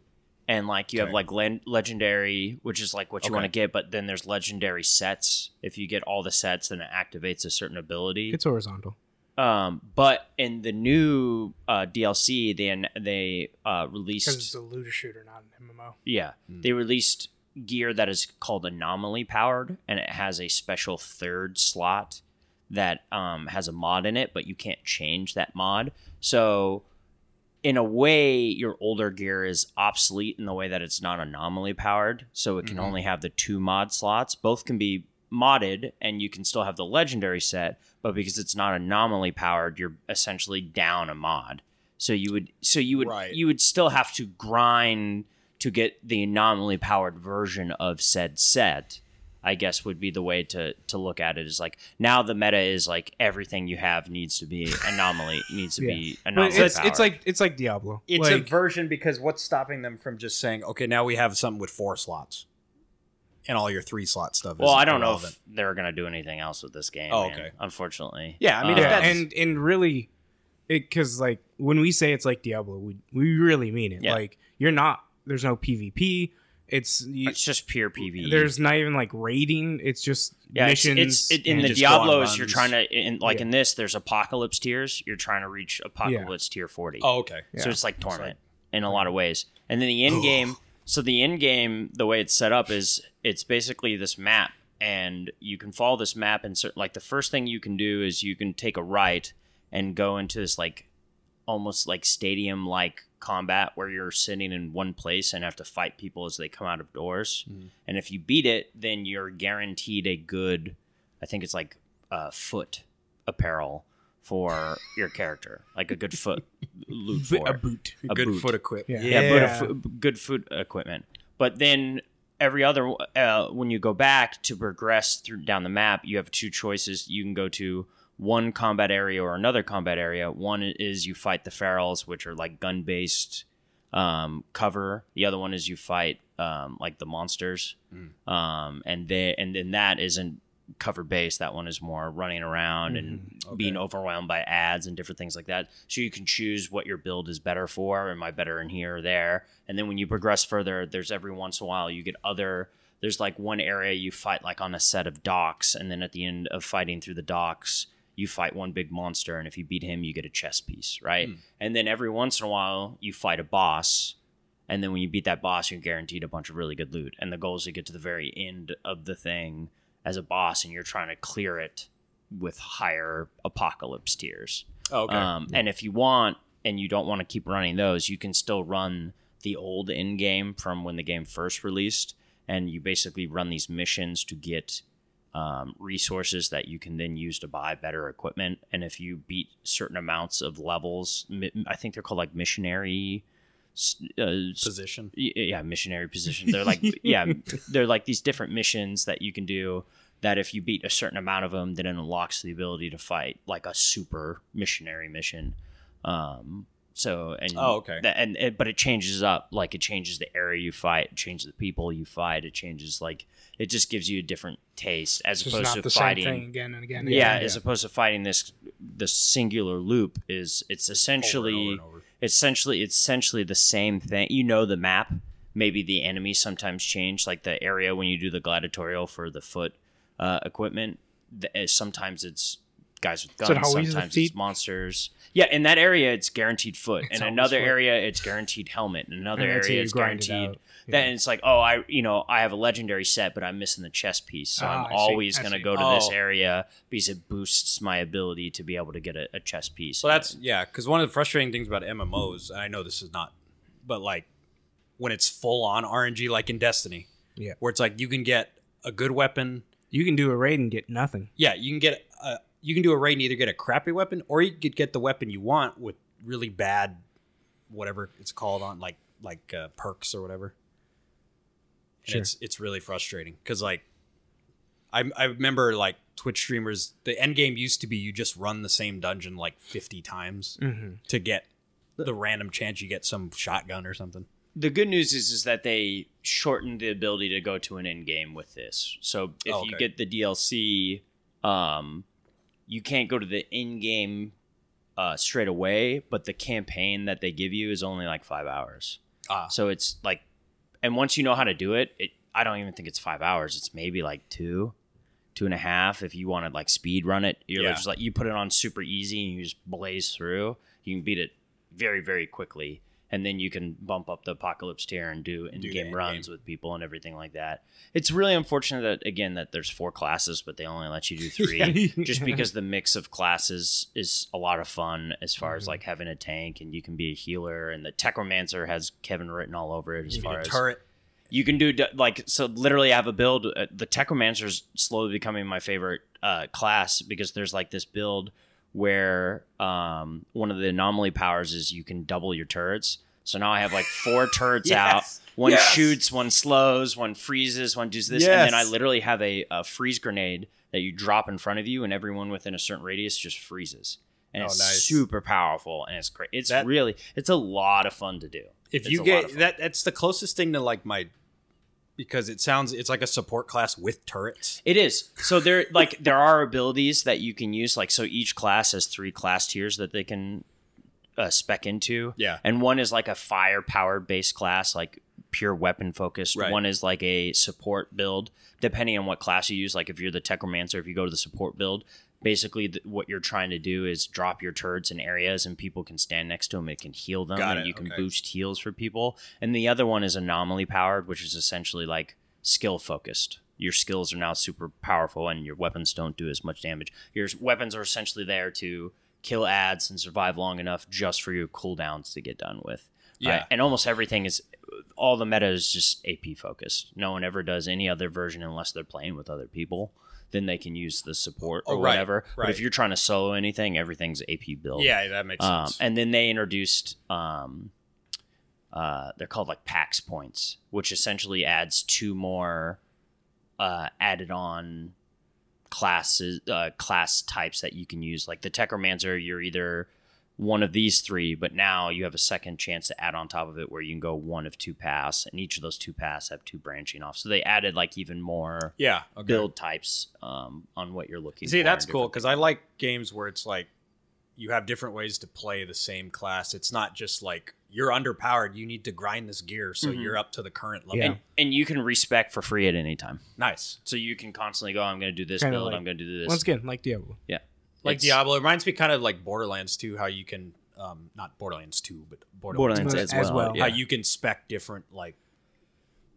S2: and like you have
S4: Okay.
S2: like len- legendary, which is like what you
S4: Okay.
S2: want to get, but then there's legendary sets. If you get all the sets, then it activates a certain ability.
S3: It's horizontal.
S2: Um, but in the new uh, DLC, then they uh,
S1: because it's
S2: released
S1: a looter shooter, not an MMO.
S2: yeah they released gear that is called anomaly powered, and it has a special third slot that um, has a mod in it, but you can't change that mod. So in a way, your older gear is obsolete in the way that it's not anomaly powered, so it can
S4: Mhm.
S2: only have the two mod slots. Both can be modded, and you can still have the legendary set, but because it's not anomaly powered, you're essentially down a mod. So you would, so you would,
S4: Right.
S2: you would still have to grind to get the anomaly powered version of said set. I guess would be the way to to look at it is like now the meta is like everything you have needs to be anomaly needs to
S3: Yeah.
S2: be
S3: But
S2: anomaly.
S3: it's,
S2: powered.
S3: it's like it's like Diablo.
S4: It's a
S3: like,
S4: version because what's stopping them from just saying, okay, now we have something with four slots, and all your three slot stuff.
S2: well,
S4: isn't
S2: I don't know
S4: irrelevant.
S2: if they're gonna do anything else with this game.
S4: Oh,
S2: man,
S4: okay.
S2: unfortunately.
S4: Yeah, I mean,
S2: Uh,
S4: if
S3: yeah,
S4: that's-
S3: and and really, it because like when we say it's like Diablo, we we really mean it.
S2: Yeah.
S3: Like you're not. There's no PvP. It's you,
S2: it's just pure E.
S4: E.
S2: PVE.
S3: there's not even like raiding. It's just
S2: yeah, it's-
S3: missions.
S2: It's, it, in
S4: and
S2: the
S4: just go on
S2: Diablos, you're
S4: runs.
S2: trying to in, like
S3: Yeah.
S2: in this. There's apocalypse tiers. You're trying to reach apocalypse tier forty.
S4: oh, okay.
S2: So
S3: Yeah.
S2: it's like
S4: like-
S2: torment in a lot of ways. And then the end game. So the end game, the way it's set up is it's basically this map, and you can follow this map. And cer like the first thing you can do is you can take a right and go into this like almost like stadium like combat where you're sitting in one place and have to fight people as they come out of doors.
S4: Mhm.
S2: And if you beat it, then you're guaranteed a good, I think it's like uh, foot apparel for your character, like a good foot loot
S3: vi-
S2: for
S3: a
S2: it.
S3: boot.
S2: A
S4: Good
S2: boot.
S4: foot equip.
S3: Yeah.
S2: Yeah, But a fo- good food equipment. But then every other uh, when you go back to progress through down the map, you have two choices. You can go to one combat area or another combat area. One is you fight the ferals, which are like gun based um, cover. The other one is you fight um, like the monsters,
S4: Mm.
S2: um, and they and then that isn't cover based. That one is more running around and
S4: Mhm.
S2: being
S4: Okay.
S2: overwhelmed by ads and different things like that. So you can choose what your build is better for. Am I better in here or there? And then when you progress further, there's every once in a while you get other. There's like one area you fight like on a set of docks, and then at the end of fighting through the docks, you fight one big monster, and if you beat him, you get a chess piece, right?
S4: Hmm.
S2: And then every once in a while, you fight a boss, and then when you beat that boss, you're guaranteed a bunch of really good loot. And the goal is to get to the very end of the thing as a boss, and you're trying to clear it with higher apocalypse tiers.
S4: Oh, okay.
S2: Um, and if you want, and you don't want to keep running those, you can still run the old end game from when the game first released, and you basically run these missions to get um, resources that you can then use to buy better equipment. And if you beat certain amounts of levels, mi- I think they're called like missionary. s- Uh, s-
S4: Position.
S2: y- yeah missionary position they're like yeah they're like these different missions that you can do that if you beat a certain amount of them then it unlocks the ability to fight like a super missionary mission um so and
S4: Oh, okay.
S2: tha- and, and but it changes up like it changes the area you fight it changes the people you fight it changes like it just gives you a different taste as
S1: It's just
S2: opposed
S1: not
S2: to
S1: the
S2: fighting
S1: same thing again and again. and
S2: yeah,
S1: again.
S2: as opposed to fighting this this singular loop is it's essentially
S4: Over and over and over.
S2: essentially it's essentially the same thing. You know the map. Maybe the enemies sometimes change, like the area when you do the gladiatorial for the foot uh, equipment. th- uh, sometimes it's guys with
S1: Is
S2: guns.
S1: it always the
S2: sometimes it's
S1: feet?
S2: monsters. Yeah, in that area it's guaranteed foot.
S3: It's
S2: in
S3: always
S2: another
S3: foot.
S2: area it's guaranteed helmet. In another
S3: And that's how
S2: area
S3: you
S2: it's
S3: grind it
S2: guaranteed.
S3: out.
S2: Then
S3: Yeah.
S2: it's like, oh, I you know I have a legendary set, but I'm missing the chess piece, so
S1: Ah,
S2: I'm
S1: I see,
S2: always
S1: I
S2: going to
S1: see.
S2: go to this
S4: Oh.
S2: area because it boosts my ability to be able to get a, a chess piece.
S4: So that's yeah, because one of the frustrating things about MMOs, and I know this is not, but like when it's full on RNG, like in Destiny,
S3: Yeah.
S4: where it's like you can get a good weapon.
S3: You can do a raid and get nothing.
S4: Yeah, you can get a, you can do a raid and either get a crappy weapon or you could get the weapon you want with really bad, whatever it's called on like like uh, perks or whatever. And
S3: Sure.
S4: it's it's really frustrating because like I I remember like Twitch streamers, the end game used to be you just run the same dungeon like fifty times
S3: Mm-hmm.
S4: to get the random chance you get some shotgun or something.
S2: the good news is is that they shortened the ability to go to an end game with this. So if
S4: Oh,
S2: you
S4: okay.
S2: get the DLC, um, you can't go to the end game uh, straight away, but the campaign that they give you is only like five hours.
S4: Ah.
S2: So it's like, and once you know how to do it, it I don't even think it's five hours. It's maybe like two, two and a half. If you want to like speed run it, you're
S4: Yeah.
S2: just like you put it on super easy and you just blaze through. You can beat it very very quickly, and then you can bump up the apocalypse tier and do in
S4: the
S2: game
S4: end
S2: runs with people and everything like that. It's really unfortunate that again that there's four classes, but they only let you do three just because the mix of classes is a lot of fun as far as
S4: Mm-hmm.
S3: Mhm.
S2: like having a tank and you can be a healer and the techromancer has Kevin written all over it as
S4: You
S2: far
S4: need a
S2: as
S4: turret.
S2: you can do d- like so literally I have a build uh, the techromancer is slowly becoming my favorite uh, class because there's like this build where um, one of the anomaly powers is you can double your turrets so now I have like four turrets out one
S4: Yes.
S2: shoots, one slows, one freezes, one does this, and then I
S4: Yes.
S2: literally have a, a freeze grenade that you drop in front of you, and everyone within a certain radius just freezes. And
S4: Oh,
S2: it's
S4: nice.
S2: super powerful, and it's great. It's
S4: That-
S2: really, it's a lot of fun to do. It's
S4: If
S2: a
S4: you
S2: lot of
S4: get
S2: fun.
S4: that, that's the closest thing to like my because it sounds it's like a support class with turrets.
S2: It is. So there like there are abilities that you can use like so each class has three class tiers that they can uh, spec into.
S4: Yeah.
S2: And one is like a fire powered base class like pure weapon focused.
S4: Right.
S2: One is like a support build depending on what class you use like if you're the techromancer if you go to the support build basically th- what you're trying to do is drop your turds in areas and people can stand next to them it can heal them
S4: Got
S2: and
S4: it,
S2: you can
S4: okay.
S2: boost heals for people and the other one is anomaly powered which is essentially like skill focused your skills are now super powerful and your weapons don't do as much damage your weapons are essentially there to kill ads and survive long enough just for your cooldowns to get done with
S4: Yeah.
S2: and almost everything is all the meta is just ap focused no one ever does any other version unless they're playing with other people then they can use the support or
S4: Oh, right,
S2: whatever but if
S4: right.
S2: you're trying to solo anything everything's ap build
S4: Yeah, that makes
S2: um,
S4: sense.
S2: and then they introduced um, uh, they're called like PAX points, which essentially adds two more uh, added on classes uh, class types that you can use. Like the Techromancer, you're either one of these three, but now you have a second chance to add on top of it where you can go one of two paths, and each of those two paths have two branching off. So they added like even more
S4: yeah, okay.
S2: build types um, on what you're looking for.
S4: See, that's
S2: and
S4: cool
S2: different-
S4: because I like games where it's like you have different ways to play the same class. It's not just like you're underpowered. You need to grind this gear so
S2: Mhm.
S4: you're up to the current level.
S3: Yeah.
S2: And, and you can respec for free at any time.
S4: Nice.
S2: So you can constantly go, I'm going to do this
S3: Kinda
S2: build,
S3: like-
S2: I'm going to do this.
S3: Once again, like Diablo.
S4: Like
S2: It's-
S4: Diablo, it reminds me kind of like Borderlands 2, how you can, um, not Borderlands 2, but Borderlands,
S2: Borderlands as
S3: as
S2: well.
S3: well.
S2: yeah.
S4: how Oh, you can spec different, like,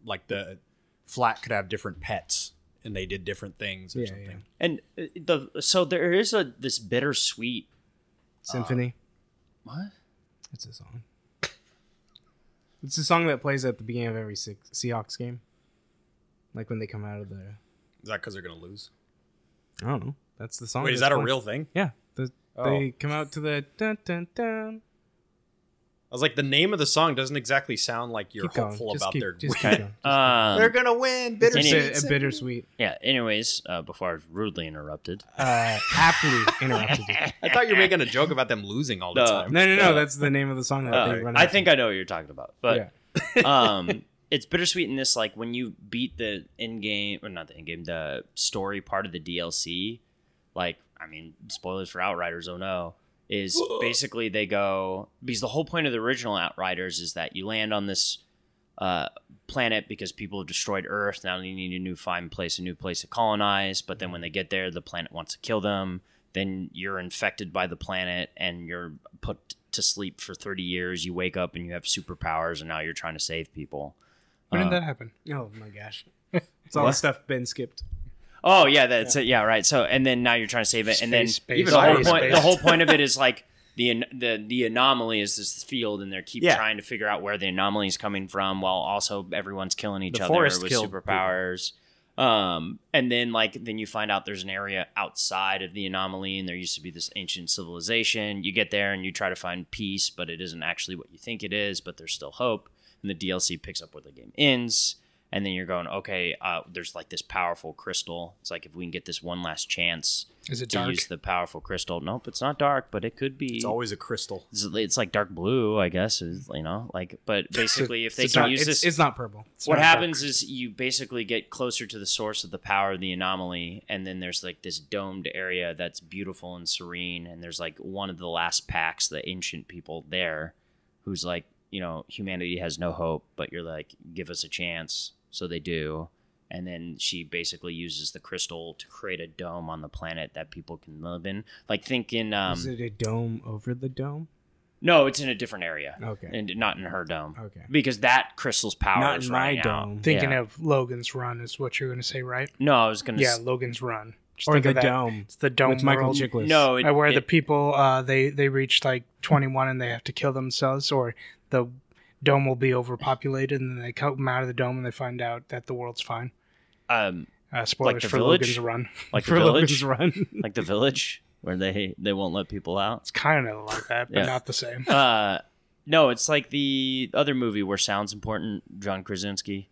S4: like the flat could have different pets and they did different things or
S3: Yeah,
S4: something.
S3: yeah.
S2: and uh, the so there is a this bittersweet
S3: Symphony. Um,
S2: what?
S3: It's a song. It's a song that plays at the beginning of every six, Seahawks game. Like when they come out of the.
S4: Is that because they're going to lose?
S3: I don't know. That's the song.
S4: Wait, is
S3: Oh, that's
S4: that a
S3: playing.
S4: real thing?
S3: Yeah. The,
S4: Oh.
S3: They come out to the. Dun, dun, dun.
S4: I was like, the name of the song doesn't exactly sound like you're
S3: Keep going.
S4: hopeful
S3: Just
S4: about
S3: keep-
S4: their
S3: just
S4: win.
S3: keep going.
S4: They're
S2: Um,
S4: gonna win.
S3: It's
S4: Bittersweet.
S2: Anyway.
S3: a, a bittersweet.
S2: yeah. Anyways, uh, before I was rudely interrupted.
S3: Uh, aptly interrupted. you.
S4: I thought you were making a joke about them losing all the
S2: No.
S4: time.
S3: No, no, no. That's the name of the song that
S2: Uh,
S3: they run.
S2: I
S3: after.
S2: think I know what you're talking about, but um, it's bittersweet in this like when you beat the end game or not the end game, the story part of the DLC. Like, I mean, spoilers for Outriders. Oh no. Is basically they go because the whole point of the original Outriders is that you land on this uh, planet because people have destroyed Earth. Now they need a new find place, a new place to colonize. But then when they get there, the planet wants to kill them. Then you're infected by the planet and you're put to sleep for 30 years. You wake up and you have superpowers, and now you're trying to save people.
S1: When
S2: Uh,
S1: did that happen?
S3: Oh my gosh. It's all the
S2: What?
S3: stuff Ben skipped.
S2: Oh yeah, that's it. Yeah, right. So and then now you're trying to save it, and then
S1: Space, space,
S2: the, whole
S1: space,
S2: point,
S1: space.
S2: the whole point of it is like the an- the the anomaly is this field, and they keep
S4: Yeah.
S2: trying to figure out where the anomaly is coming from, while also everyone's killing each
S4: The
S2: other with
S4: forest killed people.
S2: superpowers. Um, and then like then you find out there's an area outside of the anomaly, and there used to be this ancient civilization. You get there and you try to find peace, but it isn't actually what you think it is. But there's still hope, and the DLC picks up where the game ends and then you're going, okay, uh, there's like this powerful crystal. It's like if we can get this one last chance
S1: Is it
S2: to
S1: dark?
S2: use the powerful crystal. Nope, it's not dark, but it could be.
S4: It's always a crystal.
S2: It's- it's like dark blue, I guess. Is, you know, like, but basically, if they
S3: it's
S2: can
S3: not,
S2: use
S3: it's-
S2: this,
S3: It's not purple. It's
S2: what
S3: not dark.
S2: happens is you basically get closer to the source of the power of the anomaly, and then there's like this domed area that's beautiful and serene, and there's like one of the last packs, the ancient people there, who's like, you know, humanity has no hope, but you're like, give us a chance, so they do. And then she basically uses the crystal to create a dome on the planet that people can live in. Like think in um
S3: Is it a dome over the dome?
S2: no, it's in a different area.
S3: Okay.
S2: And not in her dome.
S3: Okay.
S2: Because that crystal's power
S3: Not
S2: is
S3: in my
S2: running out.
S3: dome.
S1: Thinking
S2: Yeah.
S1: of Logan's Run is what you're going to say, right?
S2: No, I was gonna.
S1: Yeah,
S2: s-
S1: Logan's Run. Just
S3: Or
S1: think
S3: the
S1: of that.
S3: dome.
S1: It's the dome
S3: with Michael
S1: world.
S3: Chiklis.
S2: no, it,
S1: Uh, where the
S2: it-
S1: people uh, they they reach like 21 and they have to kill themselves, or the dome will be overpopulated, and then they come out of the dome and they find out that the world's fine.
S2: um,
S1: Uh, spoilers
S2: Like the
S1: for
S2: village?
S1: Logan's Run.
S2: like the
S3: for Logan's
S2: village,
S3: Run.
S2: like the village, where they they won't let people out.
S1: It's kind of like that, but
S2: Yeah.
S1: not the same.
S2: Uh, No, it's like the other movie where sound's important, John Krasinski.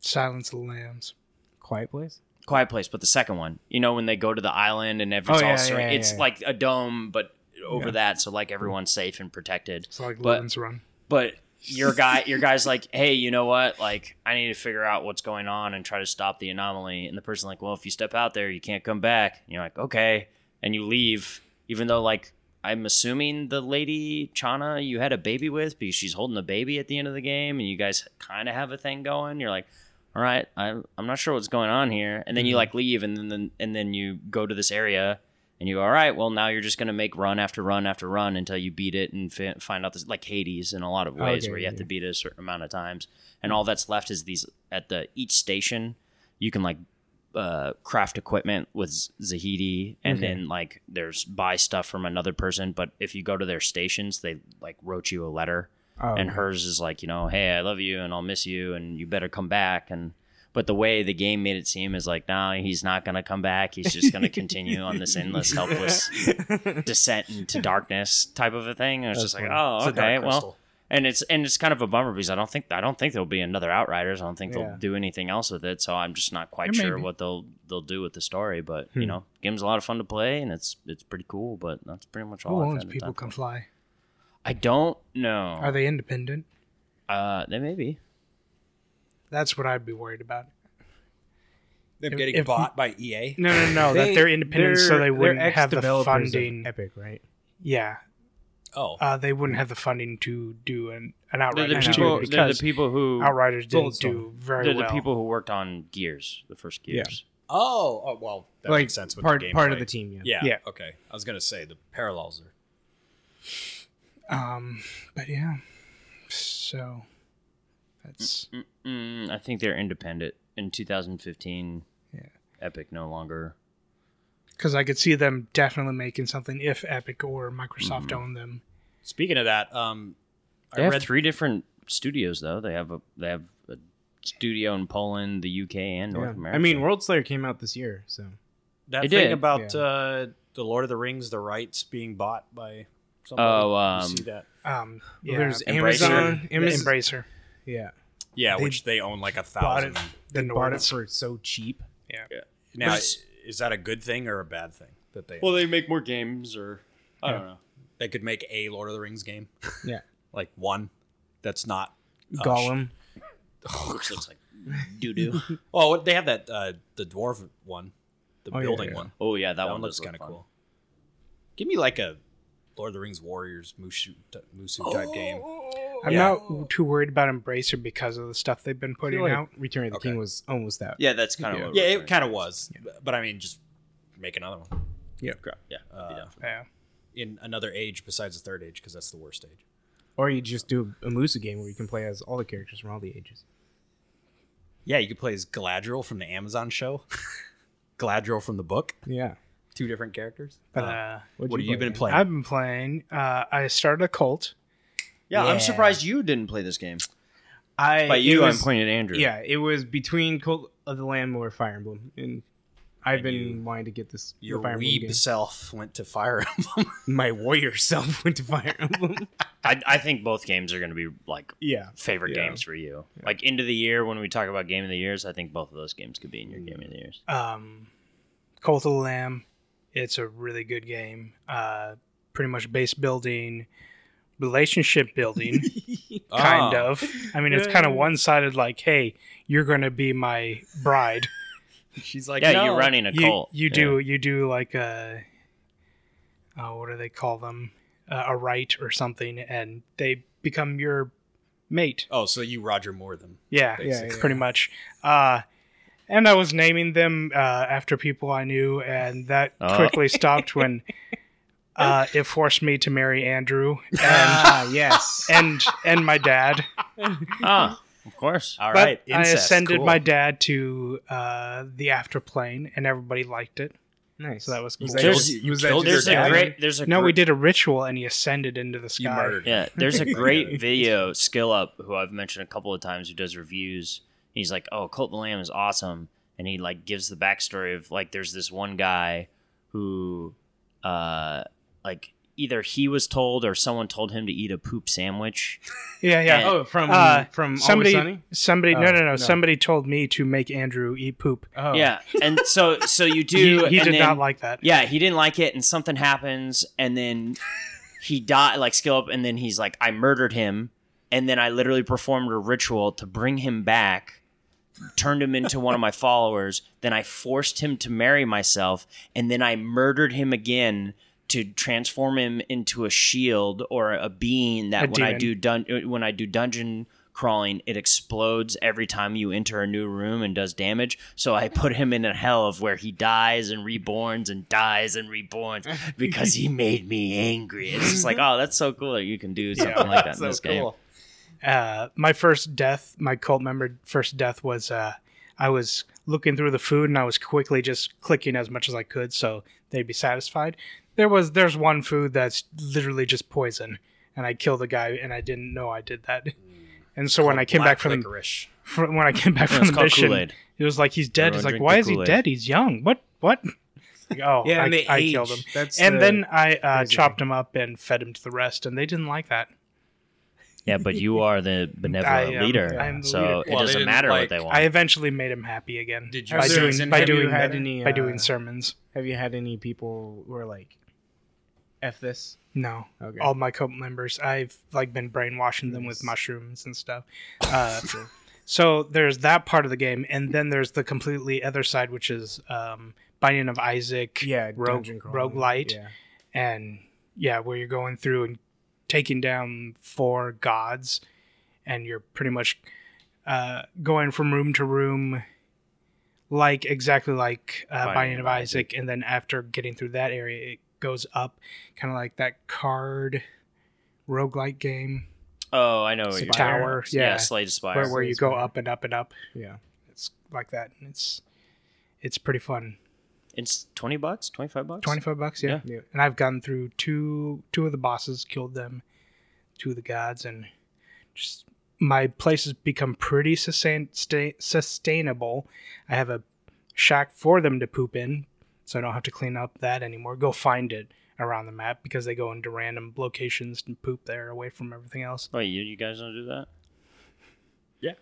S1: Silence of the Lambs.
S3: Quiet Place.
S2: Quiet Place, but the second one. You know, when they go to the island and every,
S3: Oh,
S2: it's, all
S3: yeah,
S2: sur-
S3: yeah, yeah,
S2: it's
S3: yeah.
S2: like a dome, but over
S3: Yeah.
S2: that, so like everyone's safe and protected.
S1: It's like
S2: But-
S1: Logan's Run.
S2: But your guy, your guy's like, hey, you know what? Like, I need to figure out what's going on and try to stop the anomaly. And the person's like, well, if you step out there, you can't come back. And you're like, okay, and you leave, even though like. I'm assuming the lady Chana you had a baby with because she's holding a baby at the end of the game, and you guys kind of have a thing going. You're like, all right, I'm, I'm not sure what's going on here. And then you like leave, and then and then you go to this area, and you go, all right, well now you're just gonna make run after run after run until you beat it and fi- find out this like Hades in a lot of ways
S3: Okay,
S2: where you have
S3: Oh, yeah. Mm-hmm.
S2: to beat it a certain amount of times, and all that's left is these at the each station, you can like uh, craft equipment with Z- Zahidi, and
S3: Okay.
S2: then like there's buy stuff from another person. But if you go to their stations, they like wrote you a letter
S3: Oh,
S1: Um,
S2: and hers is like you know hey i love you and i'll miss you and you better come back and but the way the game made it seem is like no he's not going to come back he's just going to continue on this endless helpless descent into darkness type of a thing and it's just like oh okay well and it's and it's kind of a bummer because i don't think i don't think there'll be another outriders i don't think
S3: Yeah.
S2: they'll do anything else with it so i'm just not quite
S1: There may
S2: sure
S1: be.
S2: what they'll they'll do with the story but you
S3: Hmm.
S2: know game's a lot of fun to play and it's it's pretty cool but that's pretty much all
S1: Who
S2: I've
S1: owns
S2: had the
S1: People
S2: time
S1: Can
S2: for.
S1: Fly?
S2: i don't know
S1: Are they independent?
S2: uh they may be
S1: That's what I'd be worried about.
S4: They're
S1: If-
S4: getting
S1: if-
S4: bought by E EA.
S1: No, no, no. that they're independent, so they
S3: they're
S1: wouldn't have the
S3: ex-developers of
S1: funding.
S3: Epic, right?
S1: Yeah,
S4: Oh,
S1: uh, they wouldn't have the funding to do an an
S2: They're
S1: Outriders
S2: the
S3: Right now,
S2: people.
S1: two
S2: They're the
S1: because
S2: people who.
S1: Outriders didn't
S3: Bulletstorm.
S1: do very
S2: They're
S1: well.
S2: the people who worked on Gears, the first
S3: Yeah.
S2: Gears.
S4: oh, oh, well, that
S3: like
S4: makes sense with
S3: part
S4: the
S3: part of
S4: gameplay.
S3: the team. Yeah.
S4: Yeah.
S1: Yeah.
S4: Okay. I was gonna say the parallels are.
S1: Um, but yeah, so that's
S2: Mm, I think they're independent. In 2015,
S1: Yeah.
S2: Epic no longer.
S1: because I could see them definitely making something if Epic or Microsoft
S2: Mm-hmm.
S1: owned them.
S4: Speaking of that, um,
S2: They
S4: I
S2: have
S4: read
S2: three different studios though. They have a they have a studio in Poland, the UK, and North
S3: Yeah.
S2: America.
S3: I mean, World Slayer came out this year, so
S4: that
S2: It
S4: thing
S2: did.
S4: about
S3: Yeah.
S4: uh, the Lord of the Rings, the rights being bought by. Somebody.
S2: Oh,
S4: You
S2: um,
S4: see that?
S1: Um, yeah,
S3: there's
S2: Embracer.
S3: Amazon,
S1: the
S3: Amazon,
S1: Embracer,
S3: yeah,
S4: Yeah,
S3: they
S4: which they own like a
S3: bought
S4: thousand.
S3: it.
S1: the
S3: They bought it
S1: Nordics.
S3: for so cheap.
S4: Now,
S2: But
S4: is
S2: it's-
S4: that a good thing or a bad thing that they?
S2: they make more games, or I
S3: don't
S2: know.
S4: they could make a Lord of the Rings game.
S3: Yeah.
S4: like one that's not. Oh,
S3: Gollum,
S2: looks like doo doo.
S4: Oh, they have that uh, the dwarf one, the
S3: Oh, yeah,
S4: building
S3: yeah.
S4: one.
S2: Oh yeah, that,
S4: That,
S2: one,
S4: one looks
S2: does
S4: kind
S2: look
S4: of
S2: fun.
S4: cool. Give me like a Lord of the Rings Warriors Mushu Musu type game.
S1: I'm
S4: Yeah.
S1: not too worried about Embracer because of the stuff they've been
S3: I
S1: putting
S3: feel like
S1: out.
S3: Return of the
S4: Okay.
S3: King was almost that.
S2: Yeah, that's kind of
S3: Yeah.
S2: what.
S4: Yeah,
S2: we're
S4: it
S2: doing.
S4: kind of was, but I mean, just make another one
S3: Yeah.
S2: Yeah, I'd be
S4: Uh,
S2: down for
S1: Yeah,
S4: in another age besides the third age because that's the worst age.
S3: Or you just do a Musa game where you can play as all the characters from all the ages.
S4: Yeah, you could play as Galadriel from the Amazon show, Galadriel from the book,
S3: Yeah.
S4: two different characters.
S1: but
S4: Uh,
S1: uh,
S3: What'd
S4: what have you
S3: play?
S4: been playing?
S1: I've been playing. Uh, I started a cult.
S2: Yeah,
S3: Yeah.
S2: I'm surprised you didn't play this game.
S3: I
S2: By you,
S3: it was-
S2: I'm pointing at Andrew.
S3: Yeah, it was between Cult of the Lamb or Fire Emblem, and I've
S4: And
S3: been
S4: you-
S3: wanting to get this the
S4: Your
S3: Fire Emblem
S4: weeb
S3: game.
S4: self went to Fire Emblem.
S3: My warrior self went to Fire Emblem.
S2: I, I think both games are going to be like
S3: yeah,
S2: favorite
S3: Yeah.
S2: games for you. Like end of the year when we talk about game of the years, I think both of those games could be in your game of the years.
S1: um, Cult of the Lamb. It's a really good game. Uh, pretty much base building, relationship building, kind
S4: Ah.
S1: of. I mean, it's kind of one sided. Like, hey, you're going to be my bride.
S4: She's like,
S2: yeah,
S4: "No."
S2: you're running a
S1: You,
S2: cult.
S1: you do you do like a, uh, what do they call them? Uh, a rite or something, and they become your mate.
S4: Oh, so you Roger Moore them?
S1: Yeah,
S3: Yeah, yeah,
S1: pretty much. Uh, and I was naming them uh, after people I knew, and that
S2: Oh.
S1: quickly stopped when uh, it forced me to marry Andrew and
S3: ah, yes.
S1: and, and my dad.
S2: Ah, of course.
S4: All
S1: But
S4: right,
S1: I
S4: incest,
S1: ascended
S4: cool.
S1: my dad to uh, the afterplane, and everybody liked it.
S3: Nice.
S1: So that was cool.
S3: Was that
S2: There's-
S3: just-
S4: you
S3: was that
S4: killed
S3: just
S2: Oh, There's
S4: your
S2: a
S4: dad?
S2: great. There's a
S1: No, we
S2: gr-
S1: did a ritual, and he ascended into the
S4: You
S1: sky.
S4: murdered. him.
S2: Yeah, there's a
S4: Yeah.
S2: great video skill up who I've mentioned a couple of times who does reviews. He's like, "Oh, Colt the Lamb is awesome," and he like gives the backstory of like there's this one guy who, uh, like either he was told or someone told him to eat a poop sandwich.
S1: Yeah, yeah.
S3: Oh, from
S1: Uh,
S3: from
S1: somebody,
S3: Always Sunny.
S1: somebody, no,
S3: Oh,
S1: no, no,
S3: no.
S1: Somebody told me to make Andrew eat poop.
S3: Oh.
S2: Yeah, and so so you do.
S1: He, he
S2: and
S1: did
S2: then-
S1: not like that.
S2: Yeah, he didn't like it, and something happens, and then he died. Like skill up, and then he's like, "I murdered him," and then I literally performed a ritual to bring him back, turned him into one of my followers. Then I forced him to marry myself, and then I murdered him again to transform him into a shield or a being that
S1: A
S2: when I
S1: demon.
S2: do dun- uh, when I do dungeon crawling, it explodes every time you enter a new room and does damage. So I put him in a hell of where he dies and reborns and dies and reborns because he made me angry. It's just like, oh, that's so cool that you can do something like that in this game.
S1: Uh, my first death, my cult member first death was uh, I was looking through the food and I was quickly just clicking as much as I could so they'd be satisfied. There was there's one food that's literally just poison, and I killed the guy and I didn't know I did that. And so when I came back from,
S4: licorice.
S1: from when I came back
S2: No,
S1: from
S2: it's
S1: the
S2: called
S1: mission,
S2: Kool Aid.
S1: It was like he's dead. It's
S2: Everyone
S1: like,
S2: drink
S1: why
S2: the
S1: is he
S2: Kool-Aid.
S1: dead? He's young. What? What? Like, oh,
S3: Yeah,
S1: I,
S3: and they
S1: I
S3: age.
S1: killed him.
S3: That's
S1: And
S3: the-
S1: then I uh,
S3: crazy
S1: chopped him up and fed him to the rest, and they didn't like that.
S2: Yeah, but you are the benevolent
S1: I am-
S2: leader,
S1: I am the
S2: so
S1: leader.
S2: it
S4: Well, they
S2: doesn't
S4: didn't
S2: matter
S4: like-
S2: what they want.
S1: I eventually made him happy again.
S4: Did you-
S1: by
S4: Was
S3: there-
S1: doing
S3: have
S1: by
S3: you
S1: doing
S3: had any,
S1: by doing
S3: uh,
S1: sermons?
S3: have you had any people who are like, "F this"?
S1: No,
S3: Okay.
S1: all my cult members. I've like been brainwashing them with
S3: Nice.
S1: mushrooms and stuff. Uh, so there's that part of the game, and then there's the completely other side, which is um, Binding of Isaac.
S3: yeah,
S1: rogue
S3: dungeon crawling.
S1: roguelite.
S3: Yeah.
S1: and yeah, where you're going through and taking down four gods, and you're pretty much uh, going from room to room, like exactly like uh, Binding, of Isaac. And then after getting through that area, it goes up, kind of like that card roguelike game
S2: oh, I know. what
S3: It's a
S2: you're talking about.
S1: tower,
S2: Yeah,
S1: yeah,
S2: Slay Spire.
S1: where, where you
S3: It's
S1: go
S3: weird.
S1: up and up and up.
S3: Yeah.
S1: It's like that, and it's it's pretty fun.
S2: It's twenty bucks, twenty five bucks,
S1: Twenty five bucks, yeah.
S3: Yeah. Yeah.
S1: And I've gone through two two of the bosses, killed them, two of the gods, and just my place has become pretty sustain, sta sustainable. I have a shack for them to poop in, so I don't have to clean up that anymore. Go find it around the map because they go into random locations and poop there away from everything else.
S2: Wait, you, you guys don't do that?
S4: Yeah.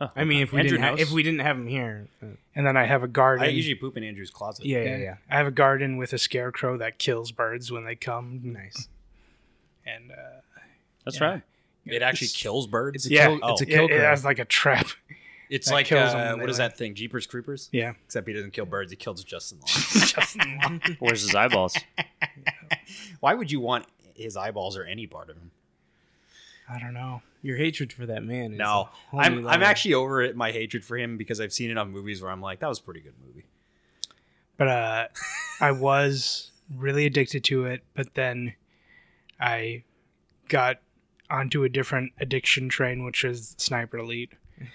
S2: Oh,
S3: I mean, if we
S4: Andrew
S3: didn't ha-
S4: knows.
S3: if we didn't have him here, uh,
S1: And then I have a garden.
S4: I usually poop in Andrew's closet.
S3: yeah, yeah, yeah,
S1: I have a garden with a scarecrow that kills birds when they come.
S3: nice.
S1: And uh,
S2: that's
S1: yeah.
S2: right.
S4: It actually
S1: It's-
S4: kills birds. oh,
S3: It's a
S1: yeah,
S3: kill. It's a
S1: it-
S3: kill.
S1: it has like a trap.
S4: It's
S1: That
S4: like
S1: kills them
S4: uh,
S1: when they
S4: what is
S1: land.
S4: that thing? Jeepers Creepers.
S1: Yeah.
S4: Except he doesn't kill birds. He kills Justin Long.
S2: Where's his eyeballs?
S4: Why would you want his eyeballs or any part of him?
S1: I don't know.
S3: Your hatred for that man. Is
S4: No,
S3: a whole new
S4: I'm I'm
S3: level.
S4: actually over it, my hatred for him because I've seen enough movies where I'm like, that was a pretty good movie.
S1: but uh, I was really addicted to it. But then I got onto a different addiction train, which is Sniper Elite.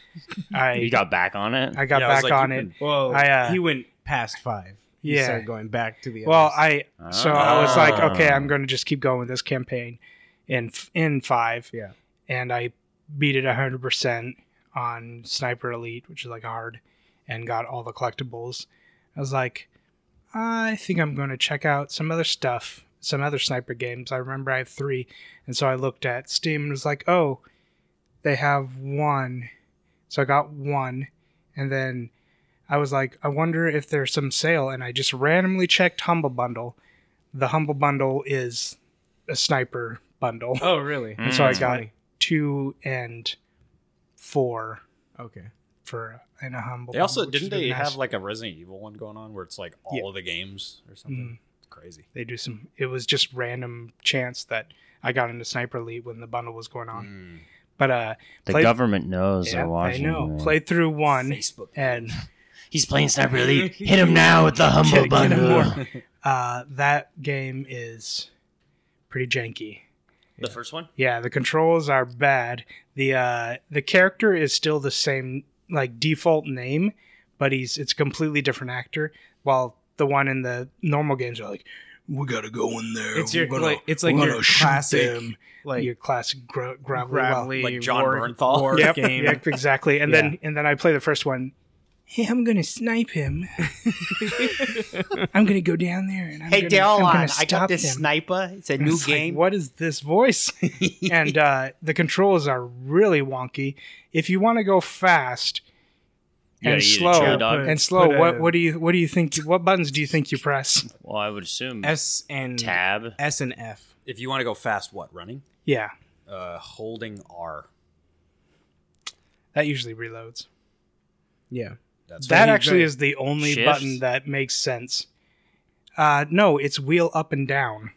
S1: I
S2: you got back on it.
S1: I got
S4: Yeah, I
S1: back
S4: was like,
S1: on
S4: you've
S1: it.
S4: been-
S3: Whoa,
S1: I, uh,
S3: he went past five. He
S1: Yeah.
S3: started going back to the.
S1: Well,
S3: others.
S1: I so I was like, okay,
S2: Ah.
S1: I'm going to just keep going with this campaign in f- in five.
S3: Yeah.
S1: and I beat it 100 percent on Sniper Elite, which is like hard, and got all the collectibles. I was like, I think I'm going to check out some other stuff, some other sniper games. I remember I have three, and so I looked at Steam and was like, oh, they have one, so I got one, and then I was like, I wonder if there's some sale, and I just randomly checked Humble Bundle. The Humble Bundle is a sniper bundle.
S3: oh really?
S2: Mm.
S1: So I
S2: That's
S1: got
S3: funny.
S1: two and four
S3: Okay.
S1: for in a humble.
S4: They also
S1: Bundle, which
S4: didn't
S1: is
S4: they
S1: nice.
S4: have like a Resident Evil one going on where it's like all
S1: Yeah.
S4: of the games or
S1: Mm,
S4: something? It's crazy.
S1: they do some. It was just random chance that I got into Sniper Elite when the bundle was going on.
S4: Mm.
S1: But uh,
S2: Mm. the
S1: played-
S2: government knows
S1: yeah,
S2: they're
S1: I
S2: watching.
S1: know.
S2: man.
S1: Played through one
S4: Facebook.
S1: and
S2: He's playing Sniper Elite. Hit him now with the humble
S1: Get- get him
S2: bundle.
S1: more. uh, that game is pretty janky.
S2: The first one.
S1: Yeah, the controls are bad. The uh the character is still the same like default name, but he's it's a completely different actor. While the one in the normal games are like, we gotta go in there.
S3: It's your
S1: we're gonna-
S3: like it's
S1: we're
S3: like your
S1: gonna shoot
S3: classic
S1: them."
S3: like
S1: your classic gro- gravelly. well.
S3: gravelly
S4: Like John
S3: war-
S4: Bernthal.
S3: war
S1: Yep,
S3: game.
S1: yep, exactly. And then and then I play the first one, hey, I'm gonna snipe him. I'm gonna go down there and I'm
S5: Hey,
S1: gonna,
S5: Dale,
S1: I'm gonna
S5: I got
S1: stop
S5: this
S1: them."
S5: sniper. It's a new
S1: It's like,
S5: game.
S1: what is this voice? and uh, the controls are really wonky. If you want to go fast
S2: You
S1: and
S2: gotta eat a
S1: slow,
S2: chili
S3: dog.
S1: and slow,
S3: Put a-
S1: what what do you what do you think? What buttons do you think you press?
S2: Well, I would assume
S3: S and
S2: tab.
S3: S and F.
S4: If you want to go fast, what running?
S1: Yeah,
S4: Uh, holding R.
S1: that usually reloads.
S3: Yeah.
S4: That's
S1: that
S3: you
S1: actually
S3: go-
S1: is the only
S2: Shift?
S1: button that makes sense. Uh, no, it's wheel up and down.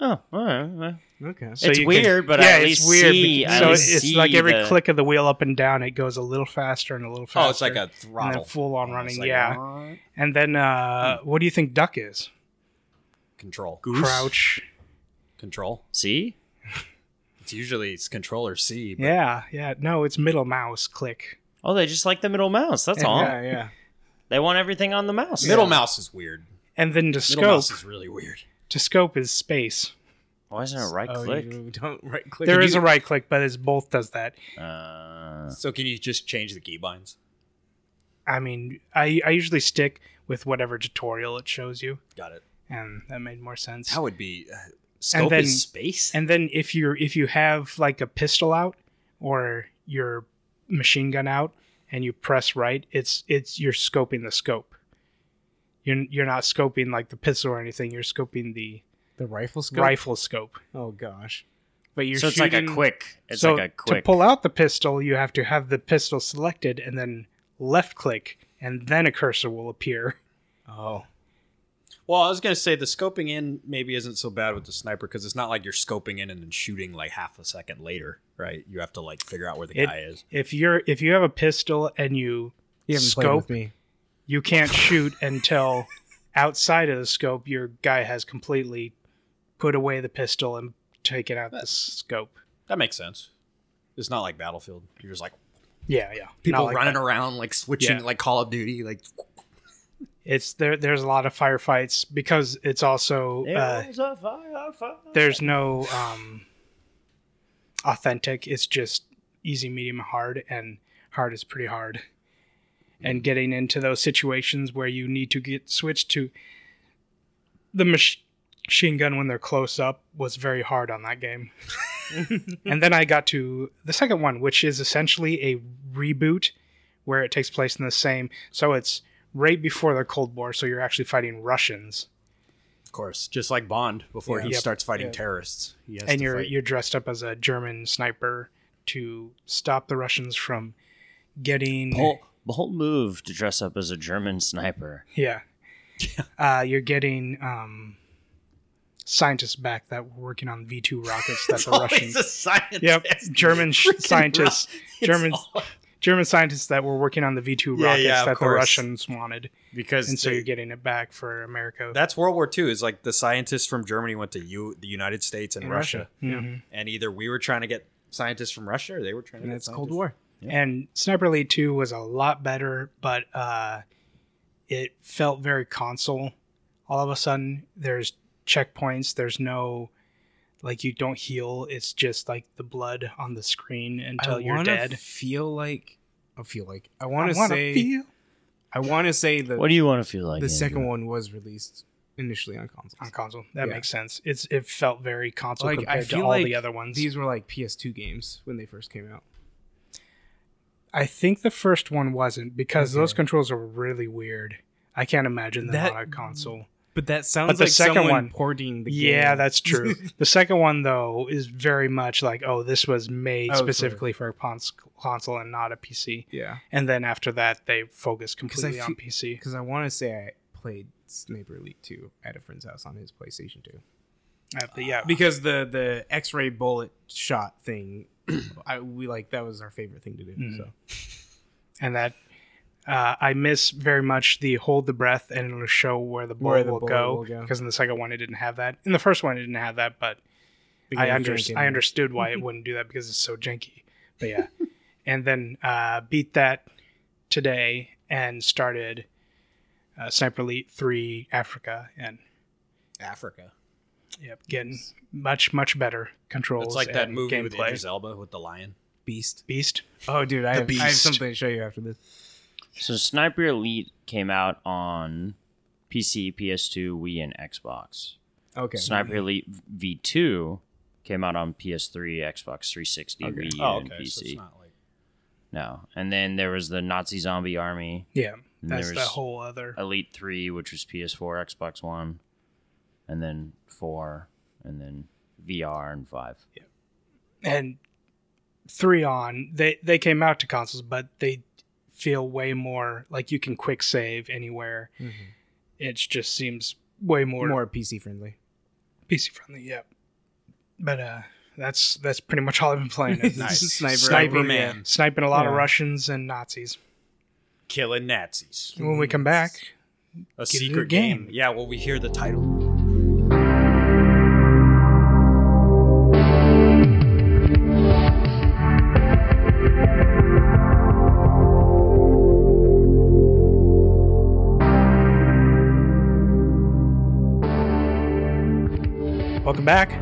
S2: Oh, all right.
S3: Okay.
S1: So
S2: it's
S1: you can-
S2: weird, but I at least see.
S1: because-
S2: I at
S1: So
S2: least
S1: it's
S2: see
S1: like every
S2: the-
S1: click of the wheel up and down, it goes a little faster and a little faster.
S4: Oh, it's like a
S1: and then
S4: throttle. Oh,
S1: full on
S4: It's
S1: running.
S4: like, Hmm.
S1: yeah.
S4: "Alright."
S1: And then uh, what do you think duck is?
S4: Control.
S1: Crouch.
S4: Control.
S2: See,
S4: It's usually it's control or C. But
S1: Yeah, yeah. No, it's middle mouse click.
S2: oh, they just like the middle mouse. That's all.
S3: Yeah, yeah.
S2: They want everything on the mouse.
S4: Middle mouse is weird.
S1: And then to
S4: Middle
S1: scope,
S4: mouse is really weird.
S1: to scope is space.
S2: Why isn't it right
S3: Oh,
S2: click?
S3: you don't right click.
S1: There
S3: You-
S1: is a right click, but it's both does that.
S2: Uh,
S4: So can you just change the keybinds?
S1: I mean, I I usually stick with whatever tutorial it shows you,
S4: Got it.
S1: and that made more sense.
S4: That would be uh, scope
S1: then-
S4: is space.
S1: And then if you're if you have like a pistol out or your machine gun out and you press right, it's it's you're scoping the scope. You're you're not scoping like the pistol or anything. You're scoping the
S3: the rifle scope.
S1: rifle scope.
S3: Oh gosh. But you're
S2: so it's like a
S3: shooting
S2: quick. It's
S1: so
S2: like a quick.
S1: to pull out the pistol, you have to have the pistol selected and then left click, and then a cursor will appear.
S3: Oh.
S4: Well, I was gonna say the scoping in maybe isn't so bad with the sniper because it's not like you're scoping in and then shooting like half a second later, right? You have to like figure out where the
S1: It-
S4: guy is.
S1: If you're if you have a pistol and you
S3: You haven't played
S1: Scope.
S3: with me.
S1: you can't shoot until outside of the scope, your guy has completely put away the pistol and taken out the scope.
S4: That makes sense. It's not like Battlefield. You're just like
S1: Yeah, yeah.
S4: people
S1: Not like
S4: running
S1: that.
S4: around like switching
S1: Yeah.
S4: like Call of Duty. Like
S1: It's there. There's a lot of firefights because it's also uh,
S2: There's a fire, fire.
S1: there's no um authentic it's just easy medium and hard and hard is pretty hard and getting into those situations where you need to get switched to the mach- machine gun when they're close up was very hard on that game and then i got to the second one which is essentially a reboot where it takes place in the same so it's right before the cold war so you're actually fighting russians
S4: of course, just like Bond before
S3: Yeah.
S4: he
S1: Yep.
S4: starts fighting
S3: Yeah.
S4: terrorists. He has
S1: and
S4: to
S1: you're
S4: fight.
S1: you're dressed up as a German sniper to stop the Russians from getting
S2: Bold, bold move to dress up as a German sniper.
S1: yeah. Uh, you're getting um, scientists back that were working on V two rockets that
S4: It's
S1: the
S4: always
S1: Russians
S4: Oh, a scientist.
S1: yep German sh-
S4: Freaking
S1: scientists
S4: Ru-
S1: German
S4: It's all-
S1: German scientists that were working on the V two
S4: Yeah,
S1: rockets
S4: yeah, of
S1: that the
S4: course.
S1: Russians wanted,
S4: because
S1: and so
S4: they-
S1: you're getting it back for America.
S4: that's World War II. Is like the scientists from Germany went to U- the United States and
S3: In
S4: Russia. Mm-hmm.
S3: Russia.
S1: Mhm.
S4: and either we were trying to get scientists from Russia, or they were trying to
S3: And
S4: get
S3: that's Cold
S4: scientists-
S3: War.
S1: And Sniper Elite 2 was a lot better, but uh, it felt very console. All of a sudden, there's checkpoints. There's no, like, you don't heal. It's just like the blood on the screen until
S3: I
S1: you're
S3: wanna
S1: dead.
S3: Feel like I feel like I want to
S1: wanna
S3: say
S1: feel
S3: I want to say the
S2: What do you want to feel like?
S3: the second
S2: Andrew?
S3: one was released initially on consoles.
S1: on console. That
S3: Yeah.
S1: makes sense. It's it felt very console
S3: Like, I
S1: compared to
S3: feel
S1: all
S3: like
S1: the other ones.
S3: These were like PS2 games when they first came out.
S1: I think the first one wasn't because those
S3: Okay.
S1: controls are really weird. I can't imagine them
S3: That-
S1: on a console.
S3: But that sounds
S1: But the
S3: like
S1: second
S3: someone
S1: one-
S3: porting the game.
S1: yeah, that's true. the second one though is very much like, oh, this was made
S3: Oh, for-
S1: specifically for a cons- console and not a PC.
S3: yeah.
S1: And then after that, they focused
S3: 'Cause I
S1: completely on
S3: fe-
S1: PC.
S3: Because I want to say I played Sniper Elite 2 at a friend's house on his PlayStation 2.
S1: Uh,
S3: Ah,
S1: but yeah,
S3: Because the the X-ray bullet shot thing, I we like that was our favorite thing to do.
S1: Mhm.
S3: So
S1: and that uh, I miss very much the hold the breath and it'll show where the bullet,
S3: Where the
S1: will,
S3: bullet
S1: go,
S3: will go.
S1: Because in the second one, it didn't have that. In the first one, it didn't have that, but
S3: The
S1: I
S3: game's
S1: under-
S3: drinking.
S1: I understood why it wouldn't do that because it's so janky. But yeah, and then uh, beat that today and started uh, Sniper Elite Three Africa and
S4: Africa.
S1: yep, getting much much better controls.
S4: It's like that
S1: and
S4: movie with
S1: gameplay.
S4: Idris Elba with the lion.
S3: Beast.
S1: Beast.
S3: Oh, dude, I have, I have
S4: Beast.
S3: something to show you after this.
S2: So Sniper Elite came out on PC, PS2, Wii, and Xbox.
S3: Okay.
S2: Sniper Elite V2 came out on PS3, Xbox 360,
S3: Okay.
S2: Wii,
S4: Oh,
S2: and
S4: okay. So
S2: PC.
S4: it's not like
S2: no, and then there was the Nazi Zombie Army.
S1: Yeah,
S2: And
S1: that's
S2: there
S1: the
S2: was
S1: whole other.
S2: Elite Three, which was PS4, Xbox One, and then four, and then VR and five.
S1: and three on they they came out to consoles but they feel way more like you can quick save anywhere it just seems way more,
S3: More, Mm-hmm. more PC friendly.
S1: pc friendly yep but uh that's that's pretty much all i've been playing is
S4: Nice.
S3: Sniper.
S4: Sniper
S1: Sniping,
S4: Man.
S1: yeah, sniping a lot of
S3: Yeah.
S1: russians and nazis
S4: killing Nazis.
S1: when we come back
S4: A
S1: Give it a
S4: secret
S1: game.
S4: game. Yeah, well, we hear the title.
S1: welcome back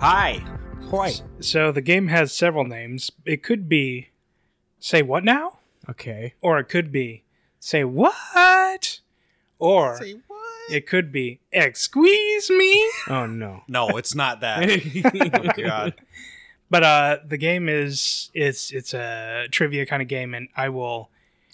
S4: Hi.
S3: Quite.
S1: so the game has several names it could be say what now
S3: Okay.
S1: or it could be say what or
S4: what?
S1: It could be excuse me.
S3: Oh no.
S4: No, it's not that. oh, God.
S1: But uh the game is it's it's a trivia kind of game and I will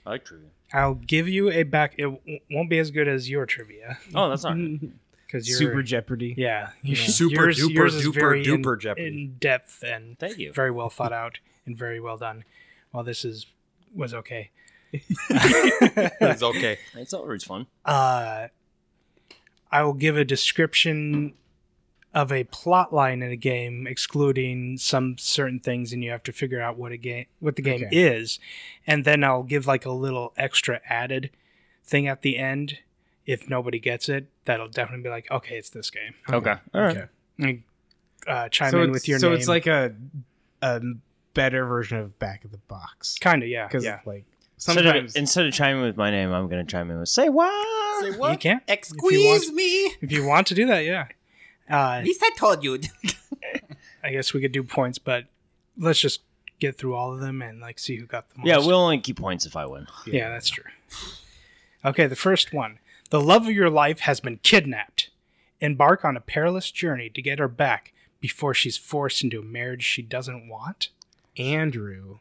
S2: I like trivia.
S1: I'll give you a back it w- won't be as good as your trivia
S2: Oh, that's not.
S1: Mm-hmm. cuz you're
S3: Super Jeopardy.
S1: yeah,
S4: Super duper duper
S1: in-
S4: duper Jeopardy.
S1: in depth and
S2: Thank you.
S1: very well thought out and very well done. While this is was okay.
S4: It's okay.
S2: It's always fun.
S1: uh, I will give a description of a plot line in a game, excluding some certain things, and you have to figure out what a game, what the game
S3: Okay.
S1: is, and then I'll give like a little extra added thing at the end. If nobody gets it, that'll definitely be like, okay, it's this game.
S2: Okay.
S3: All right.
S4: Okay.
S1: And, uh, chime
S3: Oh. so
S1: in
S3: it's-
S1: with your
S3: so
S1: name.
S3: it's like a a better version of back of the box
S1: kind of yeah,
S3: because
S1: yeah.
S3: like
S2: Instead
S3: sometimes
S2: of, instead of chiming with my name, I'm going to chime in with say what.
S5: Say
S1: You can
S5: Excuse me.
S1: if you want to do that, yeah. Uh,
S5: At least I told you.
S1: I guess we could do points, but let's just get through all of them and like see who got the most.
S2: Yeah, we'll only keep points if I win.
S1: Yeah, that's true. Okay, the first one. The love of your life has been kidnapped. Embark on a perilous journey to get her back before she's forced into a marriage she doesn't want.
S3: Andrew,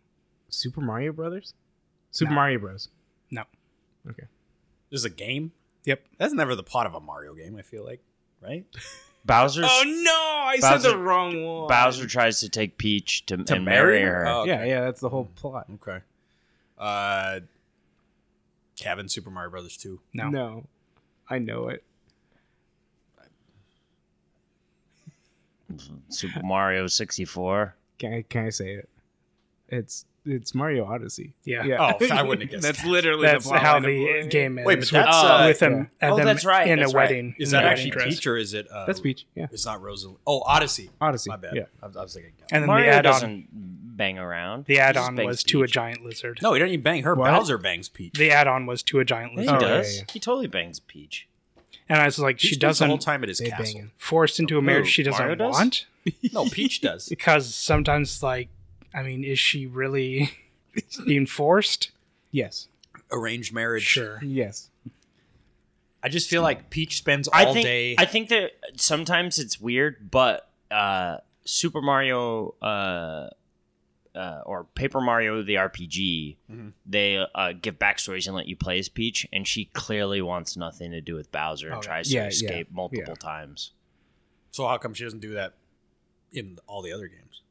S3: Super Mario Brothers, Super
S1: No.
S3: Mario Bros.
S1: No.
S4: This is a game?
S1: Yep.
S4: That's never the plot of a Mario game, I feel like, right?
S2: Bowser's,
S3: Oh, no! I
S2: said the
S3: wrong one.
S2: Bowser tries to take Peach to, and marry her.
S4: Oh,
S3: Yeah, yeah, that's the whole plot.
S4: Okay. Uh, Cabin Super Mario Brothers 2.
S1: No.
S3: no, I know it.
S2: Super Mario 64.
S3: Can I can I say it? It's it's Mario Odyssey.
S1: Yeah.
S4: Oh, I wouldn't have guessed
S3: That's
S4: that.
S3: literally
S1: That's
S3: the
S1: how the game ends.
S4: Wait, but that's,
S2: uh,
S4: uh,
S1: with them,
S2: Oh,
S1: them
S2: that's right,
S1: in
S2: that's
S1: a
S2: right.
S1: wedding.
S4: is
S1: in a
S4: that
S1: wedding
S4: actually
S1: dress.
S4: Peach or is it? Uh,
S3: That's Peach. Yeah,
S4: It's not Rosalie. Oh, Odyssey.
S3: Odyssey.
S4: My bad.
S3: Yeah.
S4: I, was- I was thinking.
S1: And then
S2: Mario
S1: the add-on.
S2: doesn't bang around.
S1: The
S2: He just
S1: add-on
S2: bangs
S1: was to a
S2: Peach.
S1: giant lizard.
S4: No, he doesn't even bang her.
S3: What?
S4: Bowser bangs Peach.
S1: The add-on was to a giant
S2: He
S1: lizard.
S3: Oh, yeah,
S2: does.
S3: yeah.
S2: He totally bangs Peach.
S1: And I was like,
S4: Peach
S1: she
S4: spends the whole
S1: doesn't
S4: time Oh, at his
S3: They
S4: castle.
S3: banging.
S1: forced into a marriage she
S2: Mario
S1: doesn't
S2: does?
S1: want.
S4: No, Peach does.
S1: Because sometimes, like, I mean, is she really being forced?
S3: Yes,
S4: Arranged marriage.
S1: Sure.
S3: yes.
S4: I just feel like Peach spends all
S2: I think
S4: day.
S2: I think that sometimes it's weird, but uh, Super Mario uh, uh, or Paper Mario the RPG,
S3: Mm-hmm.
S4: Mhm.
S2: they uh, give backstories and let you play as Peach, and she clearly wants nothing to do with Bowser and
S1: Okay.
S2: tries
S3: Oh, Yeah, yeah,
S2: to escape multiple times.
S4: so how come she doesn't do that in all the other games?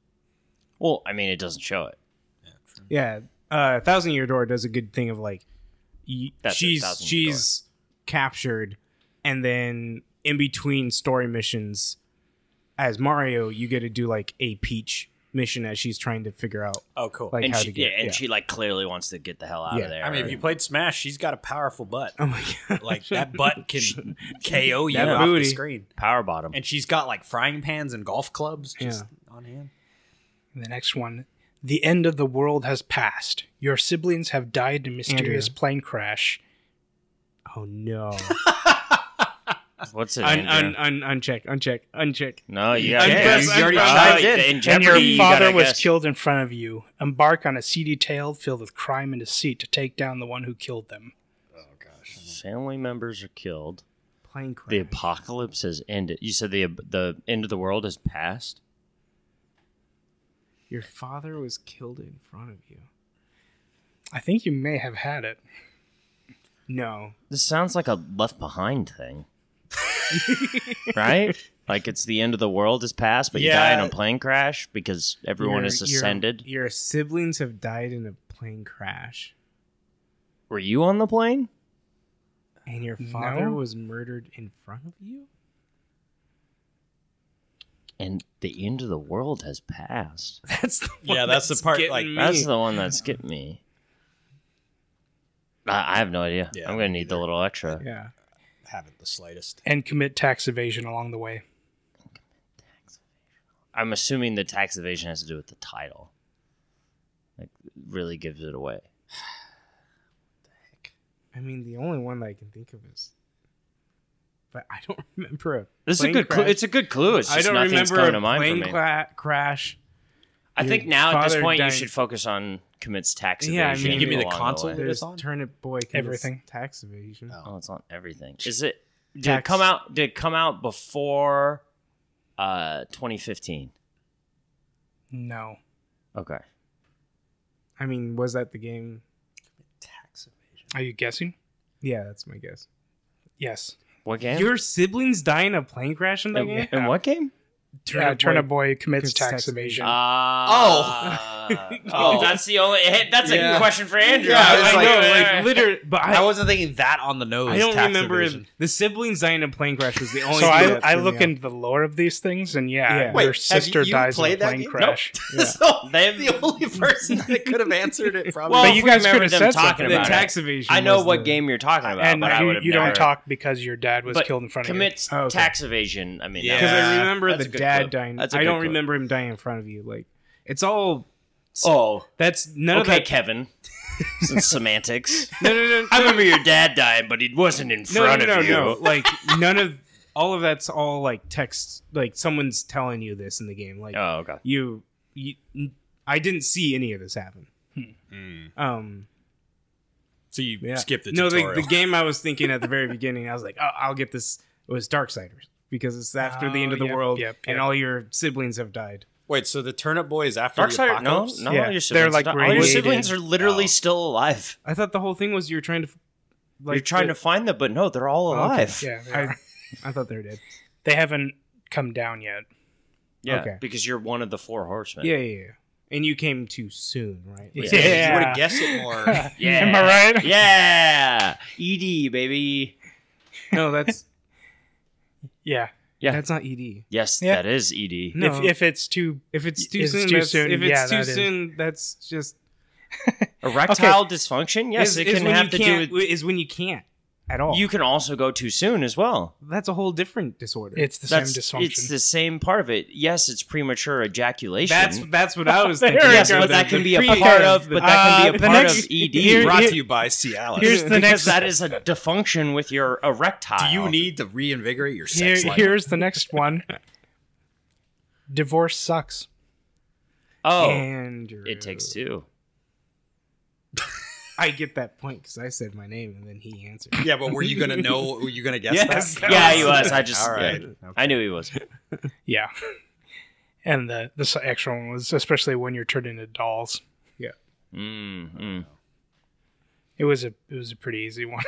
S2: Well, I mean, it doesn't show it.
S4: Yeah, true.
S3: Yeah, uh, Thousand Year Door does a good thing of like, y-
S2: That's it,
S3: she's
S2: Thousand Year
S3: she's captured, and then in between story missions, as Mario, you get to do like a Peach mission as she's trying to figure out
S4: Oh, cool.
S3: like
S2: and
S3: how
S2: she,
S3: to get.
S2: yeah, and she like clearly wants to get the hell out
S3: Yeah.
S2: of there.
S4: I mean, if you played Smash, she's got a powerful butt.
S3: oh my god,
S4: Like that butt can KO you
S3: That
S4: off
S3: booty.
S4: the screen.
S2: power bottom,
S4: And she's got like frying pans and golf clubs just on hand.
S1: The next one. The end of the world has passed. Your siblings have died in mysterious
S3: Andrea.
S1: plane crash.
S3: oh no,
S2: What's it?
S3: Oh, Un,
S2: Andrew?
S3: un, un, uncheck, uncheck, uncheck.
S2: no, you, got,
S3: Unpress,
S2: you already
S3: unpress.
S2: dived
S3: Uh,
S2: in. In
S1: And
S2: Jeopardy,
S1: your
S2: you
S1: father
S2: gotta
S1: was
S2: guess.
S1: killed in front of you. Embark on a seedy tale filled with crime and deceit to take down the one who killed them.
S2: Family members are killed.
S3: Plane
S2: The
S3: crash.
S2: apocalypse has ended. You said the the end of the world has passed.
S3: Your father was killed in front of you.
S1: I think you may have had it.
S3: No.
S2: This sounds like a Left Behind thing, right? Like it's the end of the world has passed, but you die
S4: Yeah.
S2: in a plane crash because everyone is ascended.
S3: Your, siblings have died in a plane crash,
S2: Were you on the plane?
S3: and your father
S1: No.
S3: was murdered in front of you.
S2: And the end of the world has passed.
S3: That's the
S4: Yeah, that's the part,
S3: getting
S4: like-
S3: me.
S2: That's the one that skipped me. I, I have no idea.
S4: Yeah,
S2: I'm gonna need the little extra.
S3: yeah.
S4: Haven't the slightest.
S1: And commit tax evasion along the way.
S2: I'm assuming the tax evasion has to do with the title. Like, really gives it away.
S3: I mean, the only one that I can think of is, but I don't remember a.
S2: This is a
S3: plane
S2: good. Clue.
S3: crash.
S2: It's a good clue. It's just
S3: I don't
S2: nothing's
S3: remember
S2: coming
S3: a
S2: to mind for
S3: plane
S2: me.
S3: cla- crash.
S2: I think
S3: Your
S2: now at this
S3: father
S2: point you
S3: dying-
S2: should focus on commits tax evasion.
S3: Yeah, I mean-
S4: Give me the
S2: along
S4: console?
S2: way.
S4: What is
S3: There's
S4: on?
S3: Turnip Boy. commits
S1: Everything.
S3: Tax evasion.
S4: Oh.
S2: Oh, it's on everything. Is it? Did it
S3: Tax.
S2: come out? Did it come out before uh 2015?
S1: No.
S2: Okay.
S3: I mean, was that the game?
S4: Tax evasion.
S1: Are you guessing?
S3: Yeah, that's my guess.
S1: Yes.
S2: What game?
S3: Your siblings die in a plane crash in that
S2: in,
S3: game.
S2: in what game?
S1: Turnip, uh, Turnip Boy commits
S3: commits
S1: tax,
S3: tax
S1: evasion.
S2: Uh, Ah. oh, that's the only. hey, That's
S4: Yeah.
S2: a question for Andrew.
S4: Yeah, I was
S3: I,
S4: like-
S3: know,
S2: all
S3: like
S2: right.
S3: literally, but I,
S4: I wasn't thinking that on the nose.
S3: I don't
S4: tax
S3: remember if
S4: evasion.
S3: the siblings dying in a plane crash was the only.
S1: so
S3: thing
S1: I,
S3: that
S1: I
S3: threw
S1: look
S3: me
S1: into the lore of these things, and
S3: Yeah.
S1: yeah,
S4: Wait,
S1: your
S4: have
S1: sister
S4: you- you
S1: dies in a
S4: played that
S1: plane
S4: game?
S1: crash.
S3: Yeah.
S4: so
S2: They-
S4: the only person that could have answered it probably.
S2: Well,
S1: But
S2: if
S1: you
S2: we
S1: guys
S2: remember
S1: could've
S2: them
S1: said
S2: talking
S1: something.
S3: off.
S2: about
S3: the
S2: it.
S3: tax evasion.
S2: I know
S3: was
S2: what
S3: the-
S2: game you're talking about,
S1: and
S2: Uh, but I
S1: you,
S2: would have
S1: you don't
S2: never-
S1: talk because your dad was
S2: But
S1: killed in front of you. Uh,
S2: commits
S3: Oh, okay.
S2: tax evasion. I mean, that
S3: because
S2: was-
S4: Yeah,
S3: I remember
S2: that's
S3: the
S2: a good
S3: dad
S2: clue.
S3: dying.
S2: That's a
S3: I
S2: good
S3: don't
S2: clue.
S3: remember him dying in front of you. Like it's all.
S2: Oh,
S3: That's none of
S2: okay,
S3: that.
S2: Kevin. Some semantics.
S3: No, no, no,
S2: I remember your dad died, but he wasn't in
S3: no,
S2: front
S3: no, no,
S2: of you.
S3: no. Like none of all of that's all like text. Like someone's telling you this in the game. Like
S2: Oh, okay.
S3: you, you, I didn't see any of this happen. Um,
S4: hmm. So you
S3: yeah.
S4: skipped the
S3: no,
S4: tutorial.
S3: the, the game I was thinking at the very beginning, I was like, oh, I'll get this. It was Darksiders because it's after the end
S1: Oh,
S3: of the
S1: yep,
S3: world
S1: yep,
S3: and
S1: yep.
S3: all your siblings have died.
S4: Wait, so the Turnip Boy is after
S2: Dark
S4: the
S2: side. No,
S4: apocalypse?
S2: no.
S3: Yeah.
S2: Your
S3: They're,
S2: siblings
S1: like,
S2: are not- all your
S1: radiated.
S2: siblings are literally
S4: Oh.
S2: still alive.
S3: I thought the whole thing was you're trying to, like,
S2: You're trying to find them, but no, they're all
S3: Okay,
S2: alive.
S1: Yeah, they,
S3: I,
S1: are.
S3: I thought they were dead.
S1: they haven't come down yet.
S2: Yeah,
S3: Okay.
S2: because you're one of the four horsemen.
S3: Yeah, yeah, yeah. And you came too soon, right?
S2: Yeah.
S4: You would have guessed it more.
S2: Yeah.
S1: Am I right?
S2: Yeah. ED, baby.
S3: No, that's
S1: Yeah.
S2: Yeah.
S3: that's not ED.
S2: Yes,
S1: Yeah.
S2: that is E ED.
S3: No.
S1: If, if it's too
S3: If it's too
S1: It's
S3: soon,
S1: too
S3: that's,
S1: soon,
S3: if
S1: yeah,
S3: it's
S1: that
S3: too
S1: is.
S3: soon, that's just
S2: Erectile dysfunction? Yes,
S3: is-
S2: it
S3: is
S2: can
S3: when
S2: have
S3: you
S2: to
S3: can't-
S2: do with.
S3: is when you can't at all.
S2: You can also go too soon as well.
S3: that's a whole different disorder.
S1: It's the
S2: That's
S1: same dysfunction.
S2: it's the same part of it. Yes, it's premature ejaculation.
S3: that's that's what I was
S1: There
S3: thinking.
S1: it
S2: yes,
S1: goes.
S2: but that can be a
S3: pre-
S2: part of. But that can
S1: Uh,
S2: be
S1: the
S2: a part
S1: next-
S2: of E ED.
S1: here-
S4: Brought
S1: here-
S4: to you by Cialis.
S1: Here's the
S2: because
S1: next.
S2: that is a dysfunction with your erectile.
S4: Do you need to reinvigorate your
S1: here,
S4: sex life?
S1: here's the next one. Divorce sucks.
S2: Oh,
S3: Andrew.
S2: it takes two.
S3: I get that point because I said my name and then he answered.
S4: Yeah, but were you gonna know? Were you gonna guess
S2: Yes.
S4: that?
S2: Yeah, he was. I just.
S4: All right.
S2: yeah. I knew he was.
S1: Yeah. And the this extra one was especially when you're turned into dolls.
S2: Mm, mm.
S1: It was a it was a pretty easy one.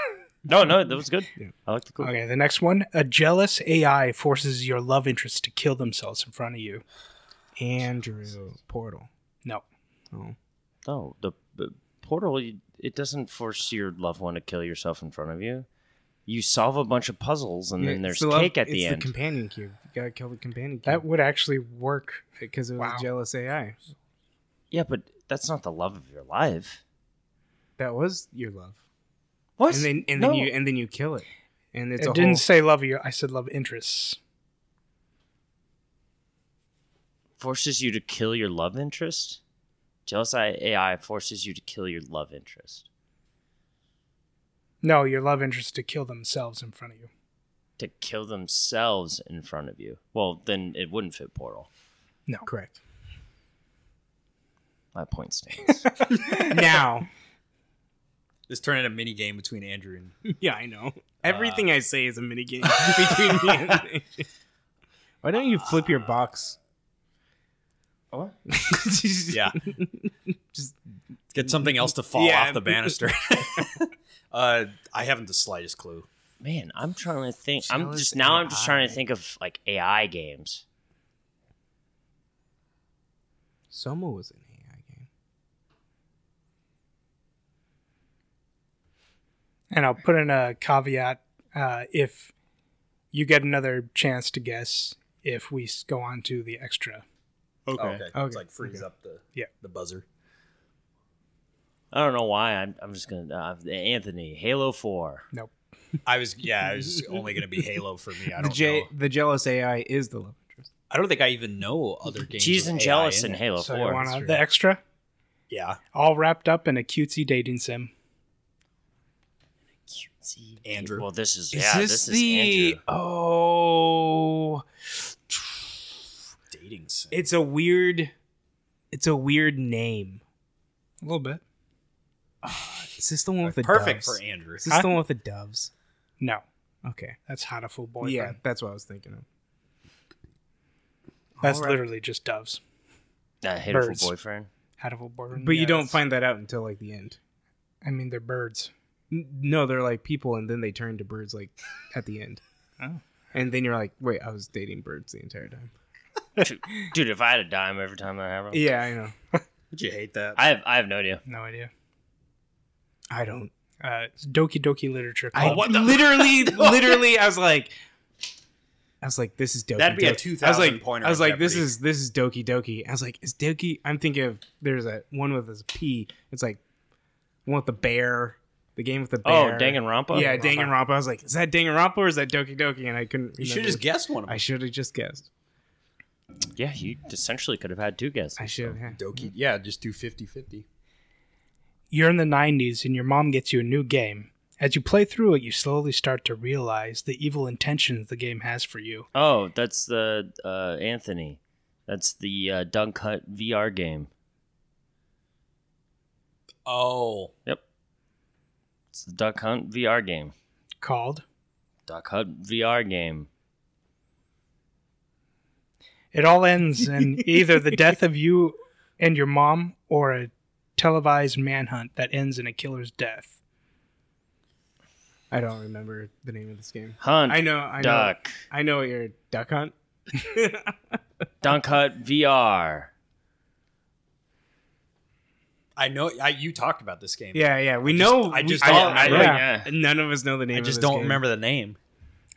S2: No, no, that was good.
S3: Yeah.
S2: I like the cool.
S1: Okay, the next one. A jealous AI forces your love interest to kill themselves in front of you.
S3: Andrew Portal.
S1: No.
S3: Oh.
S2: No, the, the portal you- it doesn't force your loved one to kill yourself in front of you. You solve a bunch of puzzles and then
S3: Yeah,
S2: there's
S3: it's love-
S2: cake at the
S3: it's
S2: end.
S3: The companion cube. You gotta kill the companion cube.
S1: That would actually work.
S3: because Hmm. it was
S1: Wow.
S3: a jealous AI.
S2: yeah, but that's not the love of your life.
S3: That was your love.
S2: What?
S3: And then and
S2: no.
S3: then you and then you kill it. And it's
S1: it
S3: a
S1: didn't
S3: whole,
S1: say love you. I said love interests.
S2: forces you to kill your love interest. Jealous AI forces you to kill your love interest.
S1: No, your love interest to kill themselves in front of you.
S2: to kill themselves in front of you. Well, then it wouldn't fit Portal.
S3: Correct.
S2: My point stands.
S3: Now,
S4: This turned into a mini game between Andrew and
S3: yeah, I know. Everything
S2: Uh.
S3: I say is a mini game between me and. Uh. Why don't you flip your box?
S2: What?
S4: yeah.
S3: Just-
S4: get something else to fall
S3: Yeah.
S4: off the banister. uh, I haven't the slightest clue.
S2: Man, I'm trying to think. I'm
S3: Jealous
S2: just now. I'm just trying to
S3: AI.
S2: think of like AI games.
S3: Soma was an AI game.
S1: And I'll put in a caveat uh, if you get another chance to guess if we s- go on to the extra.
S4: Oh, Okay.
S3: Okay.
S4: It's like frees up the
S1: Yeah.
S4: the buzzer.
S2: I don't know why. I'm, I'm just gonna uh, Anthony Halo Four.
S4: I was yeah, I was only gonna be Halo for me.
S3: The
S4: I don't
S3: J-
S4: know.
S3: the jealous AI is the love interest.
S4: I don't think I even know other games.
S2: Cheese
S4: with
S2: and
S4: AI
S2: Jealous
S4: in
S2: in
S4: it.
S2: Halo
S1: So you
S2: Four.
S1: want
S3: true.
S1: the extra?
S4: Yeah.
S1: All wrapped up in a cutesy dating sim.
S2: Cutesy.
S4: Andrew.
S2: Well, this is, yeah. This, is Andrew.
S3: oh?
S4: Dating sim.
S3: It's a weird. It's a weird name.
S1: A little bit.
S3: Is this the one with the
S4: perfect
S3: doves?
S4: for Andrew.
S3: Is this the one with the doves?
S1: No,
S3: Okay.
S1: that's How to Fool Boyfriend.
S3: Yeah, that's what I was thinking of.
S1: That's
S3: All right.
S1: literally just doves.
S2: That hateful
S1: Birds.
S2: boyfriend.
S1: How to Fool Boyfriend.
S3: But
S1: Yeah,
S3: you don't
S1: it's-
S3: find that out until like the end.
S1: I mean, they're birds.
S3: N- No, they're like people, and then they turn to birds like at the end.
S1: Oh.
S3: And then you're like, wait, I was dating birds the entire time.
S2: Dude, if I had a dime every time that happened,
S3: Yeah, I know.
S4: Would you hate that?
S2: I have I have no idea.
S1: No idea.
S3: I don't.
S1: Uh, it's Doki Doki Literature
S3: I
S1: Club.
S3: literally, literally, I was like, I was like, this is Doki.
S4: That'd be a
S3: Doki.
S4: 2000
S3: I was like,
S4: pointer
S3: I was
S4: on
S3: like, this
S4: Jeopardy.
S3: is this is Doki Doki. I was like, is Doki? I'm thinking of there's a one with this P. It's like one with the bear. The game with the
S2: Oh,
S3: bear.
S2: Danganronpa.
S3: Yeah, Danganronpa. I was like, is that Danganronpa or is that Doki Doki? And I couldn't.
S4: you should
S3: remember
S4: just
S3: which-
S4: guess one of
S3: I
S4: them.
S3: should have just guessed.
S2: Yeah, you essentially could have had two guesses.
S3: I should have.
S4: Doki. Yeah, just do 50-50.
S1: You're in the 90s and your mom gets you a new game. As you play through it, you slowly start to realize the evil intentions the game has for you.
S2: Oh, that's the uh, Anthony. That's the uh, Dunk Hunt VR game.
S4: Oh.
S2: It's the Duck Hunt VR game.
S1: Called.
S2: Duck Hunt VR game.
S1: It all ends in either the death of you and your mom or a televised manhunt that ends in a killer's death.
S3: I don't remember the name of this game.
S2: Hunt
S3: I know. I know.
S2: Duck.
S3: I know what your duck hunt.
S2: Dunk Hunt VR.
S4: I know I you talked about this game.
S3: Yeah, yeah. We know.
S4: I
S3: we-
S4: just
S2: don't remember.
S3: yeah.
S2: Yeah.
S3: None of us know the name.
S4: I
S3: of
S4: just
S3: this
S4: don't
S3: game.
S4: remember the name.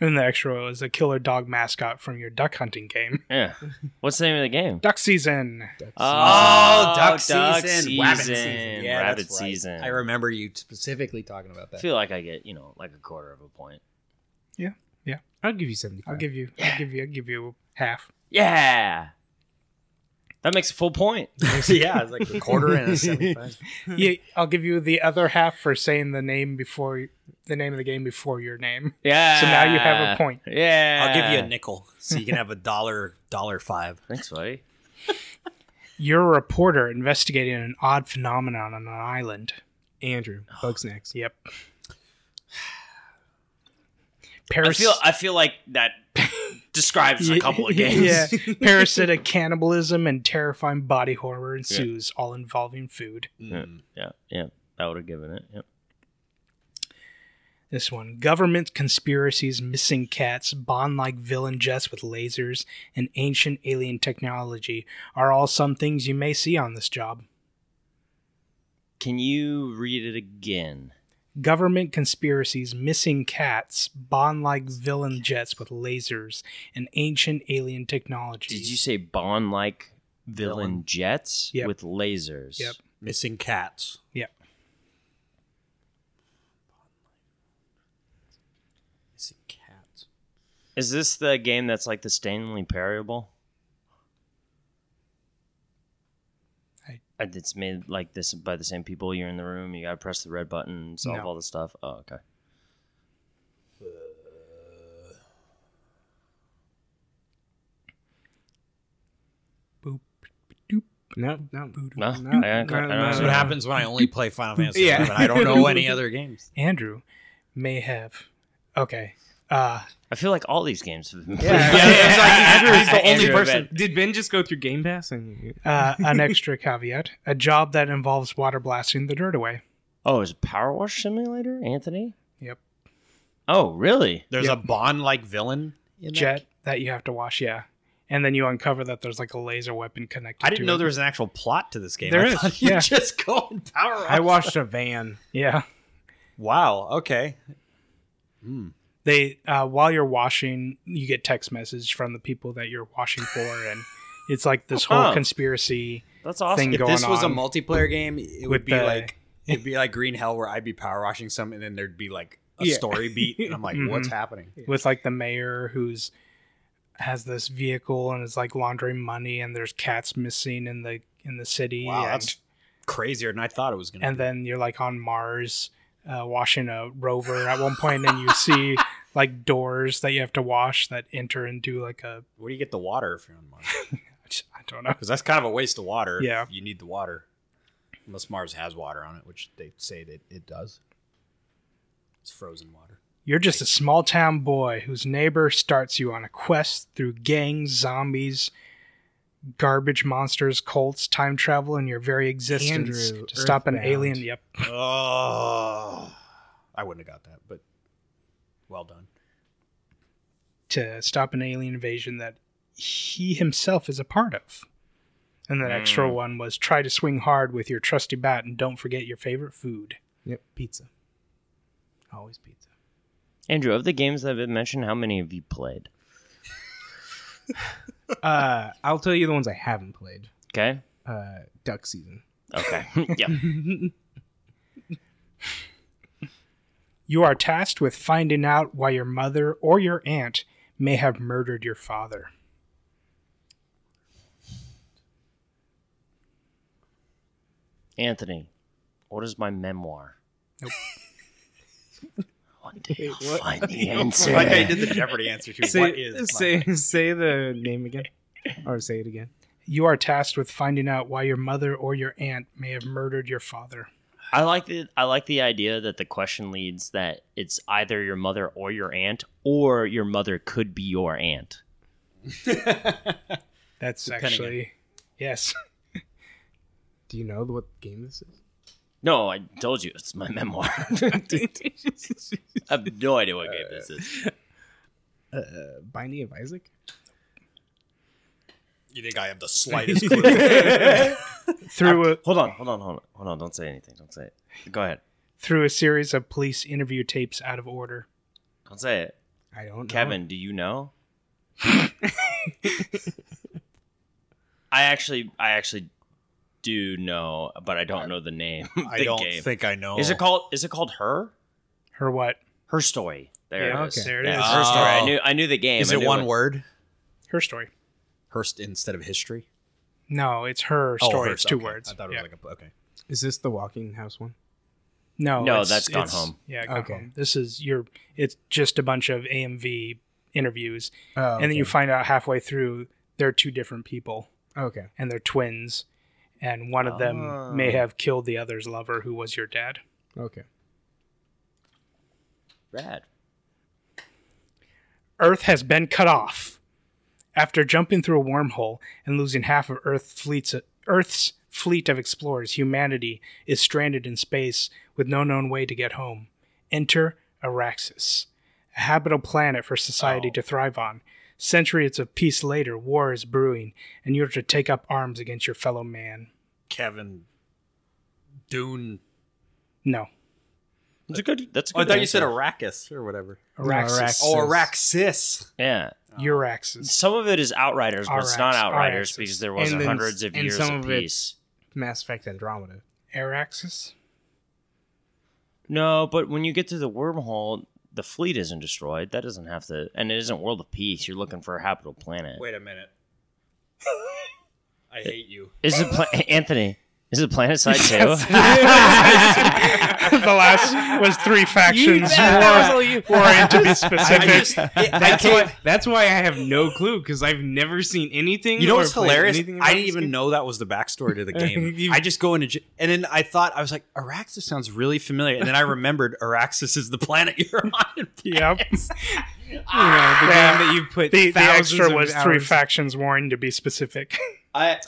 S1: And the extra was a killer dog mascot from your duck hunting game.
S2: Yeah. What's the name of the game?
S1: Duck season.
S4: Oh, duck,
S2: Duck
S4: season, rabbit season.
S2: season,
S4: Yeah,
S2: rabbit
S4: that's right.
S2: season.
S4: I remember you specifically talking about
S2: I
S4: that.
S2: feel like I get, you know, like a quarter of a point.
S3: I'll give you seventy.
S1: I'll give you. I'll give you. I'll give you half.
S2: Yeah. That makes a full point.
S4: yeah, it's like a quarter and a 75.
S1: Yeah, I'll give you the other half for saying the name before the name of the game before your name.
S2: Yeah.
S1: So now you have
S2: Uh,
S1: a point.
S2: Yeah.
S4: I'll give you a nickel so you can have a dollar, dollar five.
S2: Thanks, buddy.
S1: You're a reporter investigating an odd phenomenon on an island.
S3: Andrew Bug Snacks.
S1: Yep.
S2: I
S1: Paras-
S2: feel I feel like that describes a couple of games.
S1: Yeah. Parasitic cannibalism and terrifying body horror ensues, all involving food.
S4: Mm,
S2: Yeah, yeah. I would have given it. Yep.
S1: This one government conspiracies, missing cats, Bond like villain jets with lasers, and ancient alien technology are all some things you may see on this job.
S2: Can you read it again?
S1: Government conspiracies, missing cats, Bond like villain jets with lasers, and ancient alien technology.
S2: Did you say Bond like villain,
S4: Villain.
S2: jets
S1: Yep.
S2: with lasers?
S1: Yep.
S4: Missing cats.
S1: Yep.
S4: Missing cats.
S2: Is this the game that's like the Stanley Parable?
S1: I-
S2: Uh, It's made like this by the same people. You're in the room. You gotta press the red button, solve
S1: No.
S2: all the stuff. Oh, okay.
S3: No, no.
S2: No,
S3: No,
S2: I- I- I
S3: no,
S2: don't
S3: no,
S4: That's
S2: know.
S4: what happens when I only play Final Fantasy
S3: Yeah.
S4: yeah. I don't know any other games.
S1: Andrew may have. Okay. Uh,
S2: I feel like all these games. Have been
S3: Yeah,
S4: Yeah,
S3: it's like Andrew is the
S2: Andrew
S3: only person.
S2: event.
S3: Did Ben just go through Game Pass? And
S1: uh, an extra caveat: a job that involves water blasting the dirt away.
S2: Oh, is it Power Wash Simulator, Anthony?
S1: Yep.
S2: Oh, really?
S4: There's
S1: Yeah.
S4: a Bond like villain. In that
S1: Jet that you have to wash. Yeah, and then you uncover that there's like a laser weapon connected.
S4: I didn't
S1: to
S4: know
S1: it.
S4: there was an actual plot to this game.
S1: There
S4: I
S1: is,
S4: thought you
S1: yeah.
S4: just go and power up.
S3: I washed a van.
S1: Yeah,
S4: wow. Okay.
S1: they uh, while you're washing, you get text message from the people that you're washing for, and it's like this whole
S2: Huh.
S1: conspiracy.
S2: That's awesome.
S1: Thing.
S4: If this
S1: going
S4: was a
S1: on
S4: multiplayer game, it
S1: with
S4: would be
S1: the-
S4: like it'd be like Green Hell, where I'd be power washing some, and then there'd be like a
S3: Yeah.
S4: story beat, and I'm like,
S1: Mhm.
S4: what's happening?
S1: with like the mayor who's has this vehicle and is like laundering money and there's cats missing in the in the city
S4: Wow,
S1: and,
S4: that's crazier than I thought it was gonna.
S1: and
S4: be.
S1: then you're like on mars uh, washing a rover at one point and you see like doors that you have to wash that enter into like a
S4: where do you get the water if you're on Mars?
S1: i don't know
S4: Because that's kind of a waste of water. if
S1: Yeah.
S4: you need the water, unless Mars has water on it, which they say that it does. It's frozen water.
S1: you're just a small town boy whose neighbor starts you on a quest through gangs zombies garbage monsters cults time travel and your very existence
S3: Andrew,
S1: to stop an
S3: Earthbound.
S1: alien yep
S4: oh, I wouldn't have got that, but well done.
S1: to stop an alien invasion that he himself is a part of. And that extra one was try to swing hard with your trusty bat and don't forget your favorite food.
S3: Yep, pizza. Always pizza.
S2: Andrew, of the games that have been mentioned, how many have you played?
S3: Uh, I'll tell you the ones I haven't played.
S2: Okay.
S3: Uh, duck season.
S2: Okay. yeah.
S1: You are tasked with finding out why your mother or your aunt may have murdered your father.
S2: Anthony, what is my memoir?
S1: Nope.
S2: One day I'll
S3: what?
S2: find the answer.
S4: Like I did the Jeopardy answer too.
S3: Say,
S4: what is my-
S3: say, say the name again, or say it again.
S1: You are tasked with finding out why your mother or your aunt may have murdered your father.
S2: I like the I like the idea that the question leads that it's either your mother or your aunt, or your mother could be your aunt.
S1: That's
S4: Depending on-
S1: actually yes.
S3: Do you know what game this
S2: No, I told you it's my memoir. I
S3: is?
S2: have no idea what game this is.
S3: uh, Binding of Isaac.
S4: You think I have the slightest clue?
S1: Through a,
S2: Hold on, hold on, hold on, hold on. Don't say anything. Don't say it. Go ahead.
S1: through a series of police interview tapes out of order.
S2: Don't say it.
S3: I don't. know.
S2: Kevin, do you know? I actually, I actually do know, but I don't know the name. of
S4: I
S2: the
S4: don't
S2: game.
S4: think I know.
S2: Is it called? Is it called her?
S1: Her what?
S2: Her story. There
S1: Yeah,
S2: it is.
S3: okay.
S1: There it is.
S2: Yeah, it's her story. I
S4: Oh.
S2: knew. I knew the game.
S4: Is
S2: I
S4: it
S2: knew
S4: one word?
S1: Her story.
S4: Hearst instead of history.
S1: No, it's her story. it's
S4: Hearst,
S1: two
S4: Oh, okay.
S1: words.
S4: I thought it was
S1: Yeah.
S4: like a okay.
S3: Is this the Walking House one?
S1: no,
S2: No,
S1: it's-
S2: that's Gone
S1: it's-
S2: Home.
S1: Yeah, Gone
S3: Okay.
S1: Home. This is your. It's just a bunch of AMV interviews,
S3: Oh,
S1: and then you find out halfway through they're two different people
S3: okay.
S1: and they're twins, and one of them may
S4: Ah.
S1: have killed the other's lover, who was your dad.
S3: Okay.
S2: Rad.
S1: Earth has been cut off. After jumping through a wormhole and losing half of Earth fleets, Earth's fleet of explorers, humanity is stranded in space with no known way to get home. Enter Araxis, a habitable planet for society
S3: Oh.
S1: to thrive on. Centuries of peace later, war is brewing, and you're to take up arms against your fellow man.
S4: Kevin Dune.
S1: No,
S2: It's a good. That's. A
S4: Oh,
S2: good
S4: I thought you
S2: answer.
S4: said Arrakis or whatever.
S1: Araxis.
S3: Oh,
S4: Oh, Araxis.
S2: Yeah.
S1: Euraxis.
S2: Some of it is Outriders, but it's not
S1: Rx,
S2: Outriders
S1: Rx's.
S2: because there was
S3: And then-
S2: hundreds of
S3: and
S2: years
S3: some
S2: of
S3: of it-
S2: peace.
S3: Mass Effect Andromeda.
S1: Araxis?
S2: No, but when you get to the wormhole, the fleet isn't destroyed. That doesn't have to, and it isn't World of Peace. You're looking for a habitable planet.
S4: Wait a minute. I hate you.
S2: Is it pla- Anthony? Is it Planet Side Two?
S1: the last was three factions war, warring to be specific.
S3: That's, why, that's why I have no clue because I've never seen anything.
S4: You know
S3: or
S4: what's
S3: played
S4: hilarious? I
S3: anything
S4: didn't
S3: about this
S4: even
S3: game.
S4: know that was the backstory to the game.
S3: You-
S4: I just go into and then I thought I was like, Araxis sounds really familiar, and then I remembered Araxis is the planet you're on.
S1: yep.
S3: You know, the
S1: Yeah.
S3: game that you put
S1: The, the
S3: thousands
S1: extra
S3: of
S1: was three
S3: hours-
S1: factions warring to be specific.
S2: I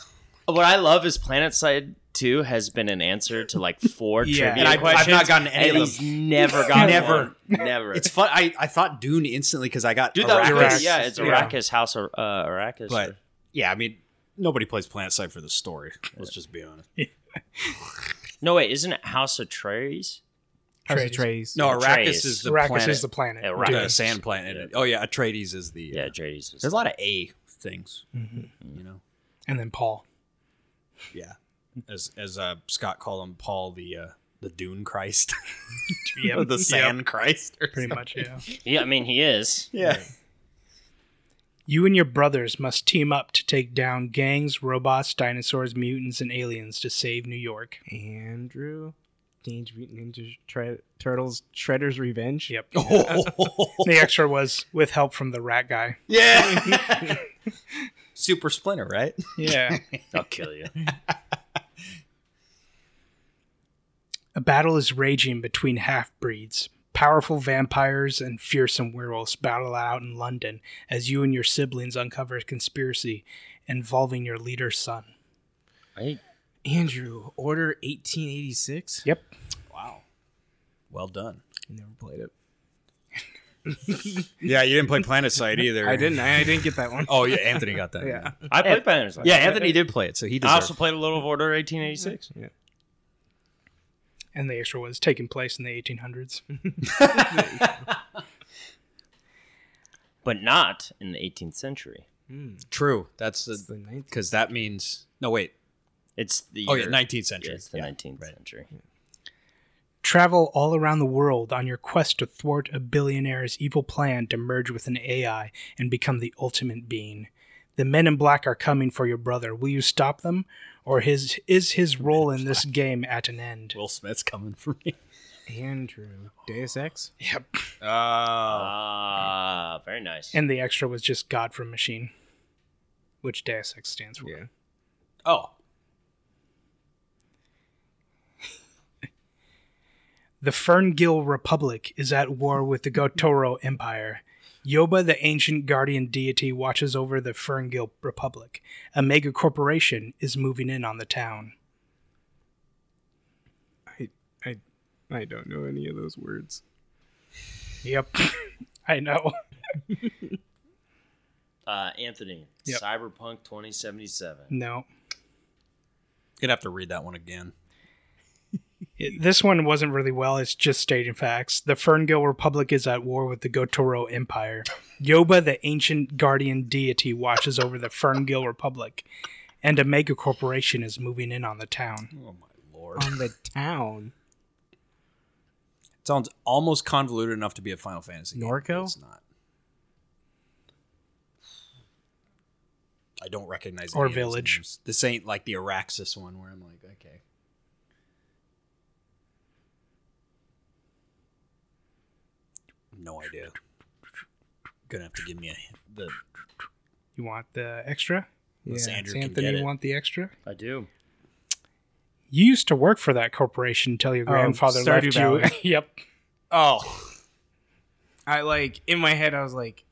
S2: what I love is PlanetSide Two has been an answer to like four
S3: Yeah.
S2: trivia
S4: And I- I've not
S2: questions.
S4: gotten any
S2: and
S4: of
S2: he's never gotten
S4: Never.
S2: one. never.
S4: It's fun. I, I thought Dune instantly because I got
S2: dude. That
S1: Arrakis.
S2: was, yeah, it's
S1: Yeah.
S2: Arrakis House or uh, Arrakis.
S4: But
S2: or-
S4: yeah, I mean, nobody plays Planet Side for the story. Let's just be honest.
S2: no wait, isn't it House Atreides?
S3: House of
S1: Atreides.
S3: Atreides.
S4: No,
S2: Atreides.
S4: Arrakis is the
S1: Arrakis
S4: planet.
S1: is the planet.
S2: Yeah,
S4: the
S2: Arrakis.
S4: sand planet.
S2: Yeah.
S4: Oh yeah, Atreides is the. uh,
S2: Yeah, Atreides. Is
S4: There's a lot of A things.
S1: Mhm.
S4: You know.
S1: And then Paul.
S4: Yeah. As as uh, Scott called him, Paul the uh, the Dune Christ,
S1: Yep.
S4: the Sand Christ. or
S1: Pretty much, yeah.
S2: yeah, I mean he is.
S4: Yeah.
S1: You and your brothers must team up to take down gangs, robots, dinosaurs, mutants, and aliens to save New York.
S3: Andrew, Teenage Mutant Ninja Tre- Turtles, Shredder's Revenge.
S1: Yep.
S4: Oh.
S1: The extra was with help from the rat guy.
S4: yeah. Super Splinter, right?
S1: Yeah.
S2: I'll kill you.
S1: A battle is raging between half breeds. Powerful vampires and fearsome werewolves battle out in London as you and your siblings uncover a conspiracy involving your leader's son.
S2: I,
S3: Andrew, Order 1886.
S1: Yep.
S4: Wow. Well done.
S3: I never played it.
S4: Yeah, you didn't play Planet Side either.
S3: I didn't. I, I didn't get that one.
S4: Oh yeah, Anthony got that.
S3: Yeah.
S2: I played PlanetSide.
S4: Yeah, Anthony did play it, so he
S2: I
S4: deserves.
S2: also played a little of Order 1886.
S1: and the extra was taking place in the 1800s.
S2: but not in the 18th century.
S4: True. That's
S3: It's the
S4: the
S3: ninth.
S4: because that means no wait.
S2: It's the
S4: Oh yeah,
S2: year-
S4: nineteenth century.
S2: yeah, it's the
S4: Yeah.
S2: 19th century.
S1: Travel all around the world on your quest to thwart a billionaire's evil plan to merge with an AI and become the ultimate being. The men in black are coming for your brother. Will you stop them, or his is his role in this game at an end?
S4: Will Smith's coming for me.
S3: Andrew, Deus Ex.
S4: Oh,
S2: Ah, very nice.
S1: And the extra was just God from Machine, which Deus Ex stands for.
S4: oh,
S1: The Ferngill Republic is at war with the Gotoro Empire. Yoba, the ancient guardian deity, watches over the Ferngill Republic. A mega corporation is moving in on the town.
S3: I, I, I don't know any of those words.
S1: Yep. I know.
S2: Uh, Anthony,
S1: Yep.
S2: Cyberpunk 2077.
S1: No.
S4: gonna have to read that one again.
S1: It- this one wasn't really well. It's just stating facts. The Ferngill Republic is at war with the Gotoro Empire. Yoba, the ancient guardian deity, watches over the Ferngill Republic. And a mega corporation is moving in on the town.
S4: Oh my lord,
S3: On the town.
S4: sounds almost convoluted enough to be a Final Fantasy. game, but
S3: Norco?
S4: it's not. I don't recognize
S1: Or
S4: any of these
S1: Village.
S4: names. This ain't like the Araxis one where I'm like, okay, no idea. Gonna have to give me a hint. the
S1: You want the extra?
S4: Unless Andrew
S1: so
S4: can
S1: Anthony,
S4: get
S1: you
S4: it.
S1: want the extra?
S2: I do.
S1: You used to work for that corporation until your
S3: Oh,
S1: grandfather
S3: Stardew
S1: left you.
S3: Valley.
S1: yep.
S4: Oh,
S3: I like in my head. I was like,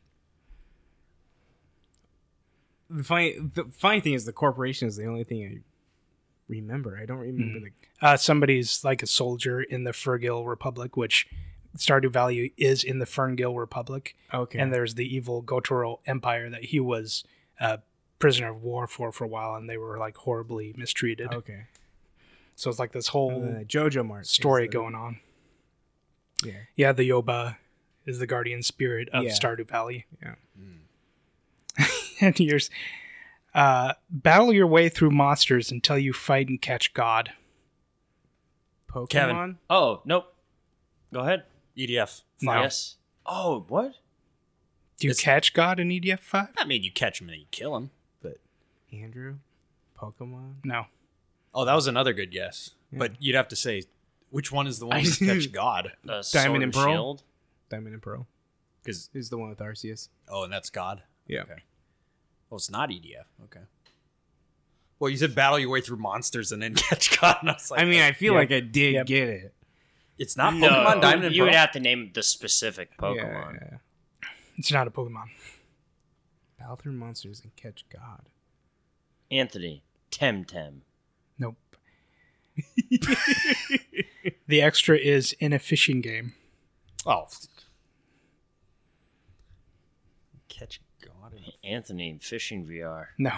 S3: the funny. The funny thing is, the corporation is the only thing I remember. I don't remember the.
S1: Uh, somebody's like a soldier in the Fergil Republic, which Stardew Valley is in the Ferngill Republic.
S3: Okay.
S1: And there's the evil Gotoro Empire that he was a prisoner of war for for a while, and they were like horribly mistreated.
S3: okay.
S1: So it's like this
S3: And then
S1: whole
S3: the Jojo Mart
S1: story
S3: is the-
S1: going on.
S3: Yeah.
S1: Yeah, the Yoba is the guardian spirit of
S3: Yeah.
S1: Stardew Valley.
S3: Yeah.
S1: and yours. Uh, battle your way through monsters until you fight and catch God.
S3: Pokemon.
S2: Kevin. Oh, nope. Go ahead.
S4: EDF.
S1: No.
S2: Yes. Oh, what?
S1: Do you
S4: It's-
S1: catch God in EDF five?
S4: I mean, you catch him and you kill him. But
S3: Andrew. Pokemon.
S1: No.
S4: oh, that was another good guess. But you'd have to say, Which one is the one
S3: I
S4: to
S3: see.
S4: catch God?
S3: Diamond
S2: Uh, Sword
S3: and Pearl?
S2: Shield.
S3: Diamond and Pearl
S4: Because
S3: is the one with Arceus.
S4: oh, and that's God.
S3: Yeah.
S4: Okay. Well, it's not EDF. Okay. Well, you said battle your way through monsters and then catch God. And I was like,
S3: I mean, I feel Yep. like I did Yep. get it.
S4: it's not
S2: No,
S4: Pokemon Diamond and
S2: you
S4: Pearl.
S2: would have to name the specific Pokemon.
S3: Yeah, yeah.
S1: It's not a Pokemon.
S3: Battle through monsters and catch God.
S2: Anthony Temtem.
S1: Nope. the extra is in a fishing game.
S4: oh. Catch God. and-
S2: Anthony Fishing VR.
S1: No,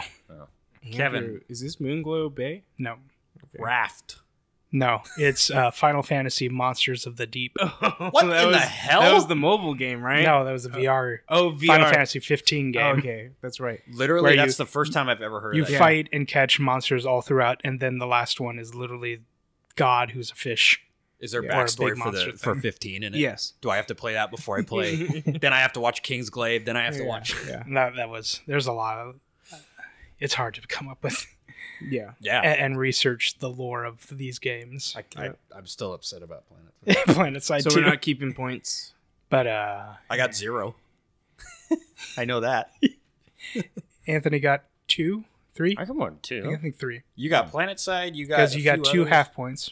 S4: Kevin.
S3: Andrew, is this Moonglow Bay?
S1: no,
S4: Raft.
S1: no. It's uh, Final Fantasy Monsters of the Deep.
S3: Oh,
S4: What
S3: that
S4: in the
S3: was-
S4: hell?
S3: That was the mobile game, right?
S1: No, that was a VR
S3: Oh, VR.
S1: Final Fantasy 15 game.
S3: Oh, okay, that's right.
S1: Where
S4: Literally,
S1: you-
S4: that's the first time I've ever heard
S1: You
S4: of that.
S1: fight and catch monsters all throughout, and then the last one is literally God, who's a fish.
S4: Is there
S1: Yeah. Or a
S4: backstory
S1: big
S4: for the
S1: monster
S4: for
S1: thing.
S4: 15 in it?
S3: Yes.
S4: Do I have to play that before I play? then I have to watch King's Glaive. Then I have to
S3: Yeah,
S4: watch.
S3: Yeah.
S1: And that that was. There's a lot of. It's hard to come up with
S3: Yeah.
S4: Yeah.
S1: and, and research the lore of these games.
S4: I, I, I'm still upset about Planet. Fitness.
S1: Planetside
S3: So
S1: 2.
S3: we're not keeping points.
S1: but uh,
S4: I got zero. I know that.
S1: Anthony got two, three.
S2: I come on
S1: I
S2: too.
S1: think three.
S4: You got Planet Side. You got
S1: Because
S4: a
S1: Hmm. you got
S4: few
S1: two
S4: others.
S1: half points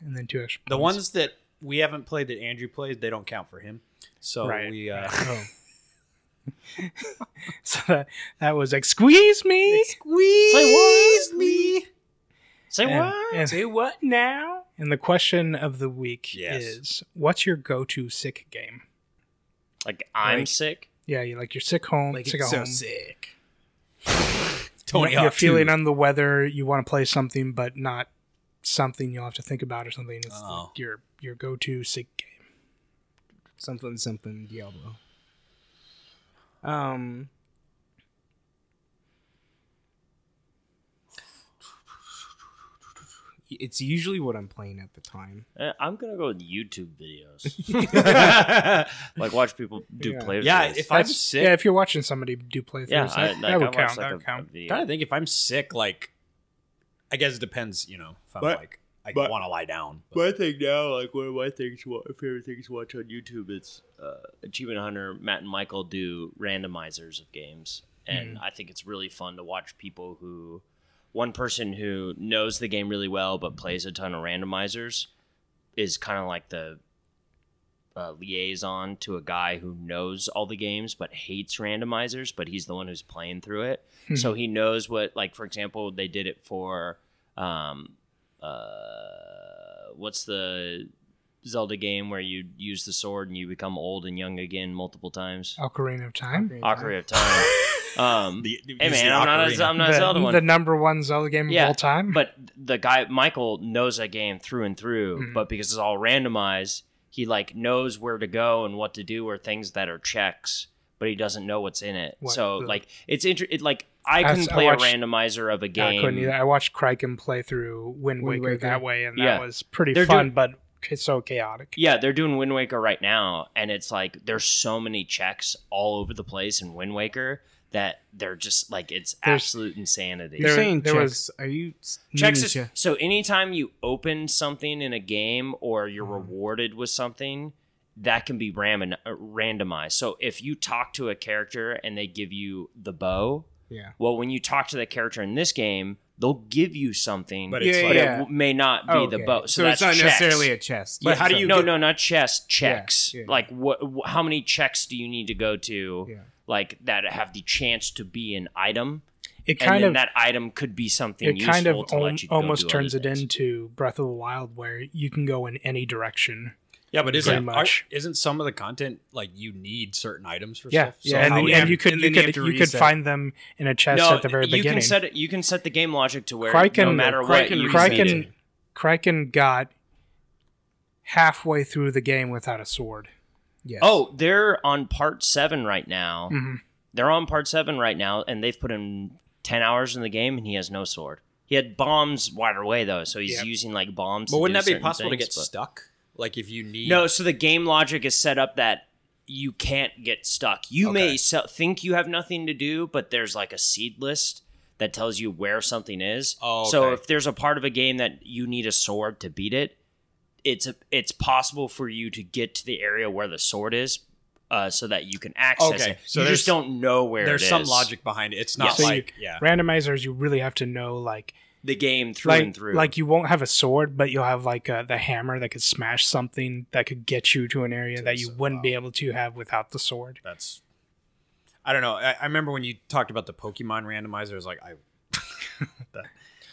S1: and then two extra
S4: The
S1: points.
S4: ones that we haven't played that Andrew plays, they don't count for him. So
S1: Right.
S4: we uh,
S1: Oh. so that, that was like, squeeze me.
S5: Squeeze me.
S2: Say
S1: And-
S2: what?
S1: and-
S3: Say what now?
S1: And the question of the week
S4: Yes.
S1: is what's your go to sick game?
S2: Like I'm
S1: Like-
S2: sick.
S1: Yeah, you like you're sick home,
S3: Like
S1: sick
S3: it's
S1: at
S3: so
S1: home.
S3: sick.
S4: Tony
S1: you're
S4: Hawk
S1: feeling
S4: 2.
S1: on the weather, you want to play something but not something you'll have to think about or something. It's like
S4: Oh.
S1: your your go to sick game.
S3: Something something Diablo. Um. It's usually what I'm playing at the time.
S2: Uh, I'm gonna go with YouTube videos. like watch people do
S3: Yeah.
S2: playthroughs.
S4: yeah, if I'm
S1: That's-
S4: sick,
S1: Yeah, if you're watching somebody do playthroughs,
S2: yeah,
S1: that,
S2: I,
S1: that
S2: like, I
S1: would
S2: watch,
S1: count.
S2: like,
S1: that
S2: a-
S1: would
S2: a
S1: count.
S2: video.
S4: trying to think if I'm sick, like I guess it depends. You know, if I'm
S2: But-
S4: like I
S2: but-
S4: want to lie down.
S2: My
S4: but-
S2: thing now, like one of my things, wa- favorite things to watch on YouTube, it's uh, Achievement Hunter. Matt and Michael do randomizers of games, and I think it's really fun to watch people who, one person who knows the game really well but plays a ton of randomizers, is kind of like the uh, liaison to a guy who knows all the games but hates randomizers, but he's the one who's playing through it, so he knows what. Like for example, they did it for. Um, uh, what's the Zelda game where you use the sword and you become old and young again multiple times?
S1: Ocarina of Time.
S2: Ocarina of Time. Um,
S4: The-
S2: hey
S4: use the
S2: man, I'm not,
S4: ocarina.
S2: a, I'm
S3: Oh,
S2: not a
S1: the,
S2: Zelda one.
S1: the number one Zelda game
S2: Yeah,
S1: of all time.
S2: But the guy Michael knows that game through and through,
S1: Mhm.
S2: but because it's all randomized, he like knows where to go and what to do or things that are checks, but he doesn't know what's in it.
S1: What
S2: so
S1: the-
S2: like it's inter- it, like I
S1: I
S2: can
S1: s- I
S2: play a
S1: watched-
S2: randomizer of a
S1: I couldn't either.
S2: game.
S1: I watched Kraken play through Wind,
S3: Wind
S1: Waker,
S3: Waker.
S1: that way, and
S2: Yeah.
S1: that was pretty
S2: They're
S1: fun, but it's so chaotic.
S2: Yeah, they're doing Wind Waker right now, and it's like there's so many checks all over the place in Wind Waker that they're just like it's
S1: There's-
S2: absolute insanity.
S3: You're
S1: There-
S3: saying
S1: there
S3: checks.
S1: was-
S3: Are you s-
S2: checks
S3: meaning
S2: is,
S3: che-
S2: so anytime you open something in a game or you're
S3: Mm-hmm.
S2: rewarded with something that can be ram- uh, randomized so if you talk to a character and they give you the bow
S3: Yeah.
S2: well when you talk to the character in this game they'll give you something
S4: But
S2: but,
S4: it's
S3: yeah,
S4: like-
S2: it
S3: yeah.
S2: w- may not be
S3: Oh,
S2: the
S3: okay.
S2: bow so,
S3: So, it's
S2: that's
S3: not
S2: checks.
S3: necessarily a chest.
S4: But
S3: Yeah,
S4: how do
S3: so-
S4: you
S2: no
S4: get-
S2: no not chess checks
S3: yeah, yeah.
S2: like what wh- how many checks do you need to go to
S3: Yeah.
S2: like that have the chance to be an item
S1: It
S2: and
S1: kind
S2: then
S1: of
S2: that item could be something
S1: it kind
S2: useful
S1: of
S2: to
S1: al-
S2: let you go
S1: almost
S2: do
S1: turns
S2: other
S1: it
S2: things.
S1: into Breath of the Wild, where you can go in any direction.
S4: Yeah, but isn't
S1: Pretty much.
S4: aren't- isn't some of the content like you need certain items for
S1: Yeah,
S4: stuff?
S1: yeah,
S4: So
S1: and
S4: how
S1: then,
S4: do
S1: and
S4: you-
S1: you could
S3: and
S1: you
S3: then you
S1: could
S3: have to
S1: you could
S3: reset.
S1: find them in a chest at the very
S2: you
S1: beginning.
S2: can set it. You can set the game logic to where
S1: Kraken-
S2: no matter
S1: Kraken-
S2: what, you
S1: Kraken-
S2: need it.
S1: Kraken got halfway through the game without a sword.
S3: Yes.
S2: Oh, they're on part seven right now.
S1: Mhm.
S2: They're on part seven right now, and they've put in ten hours in the game, and he has no sword. He had bombs wide away though, so he's
S1: Yep.
S2: using like bombs.
S4: But
S2: to
S4: wouldn't
S2: do
S4: that be
S2: certain
S4: possible to
S2: things,
S4: get
S2: but-
S4: stuck? Like if you need
S2: No, so the game logic is set up that you can't get stuck. You may
S4: Okay.
S2: se- think you have nothing to do, but there's like a seed list that tells you where something is.
S4: Oh,
S2: So
S4: okay.
S2: if there's a part of a game that you need a sword to beat it, it's a, it's possible for you to get to the area where the sword is, uh, so that you can access
S4: Okay,
S2: it.
S4: so
S2: So you
S4: there's-
S2: just don't know where
S4: There's
S2: it
S4: some
S2: is.
S4: logic behind it. It's not
S1: So you-
S4: like yeah.
S1: Randomizers, you really have to know like
S2: The game through
S1: like
S2: and through.
S1: like you won't have a sword, but you'll have like uh, the hammer that could smash something that could get you to an area that you
S4: so-
S1: wouldn't be
S4: wow.
S1: able to have without the sword.
S4: That's I don't know. I, I remember when you talked about the Pokemon randomizer. It was like I. that,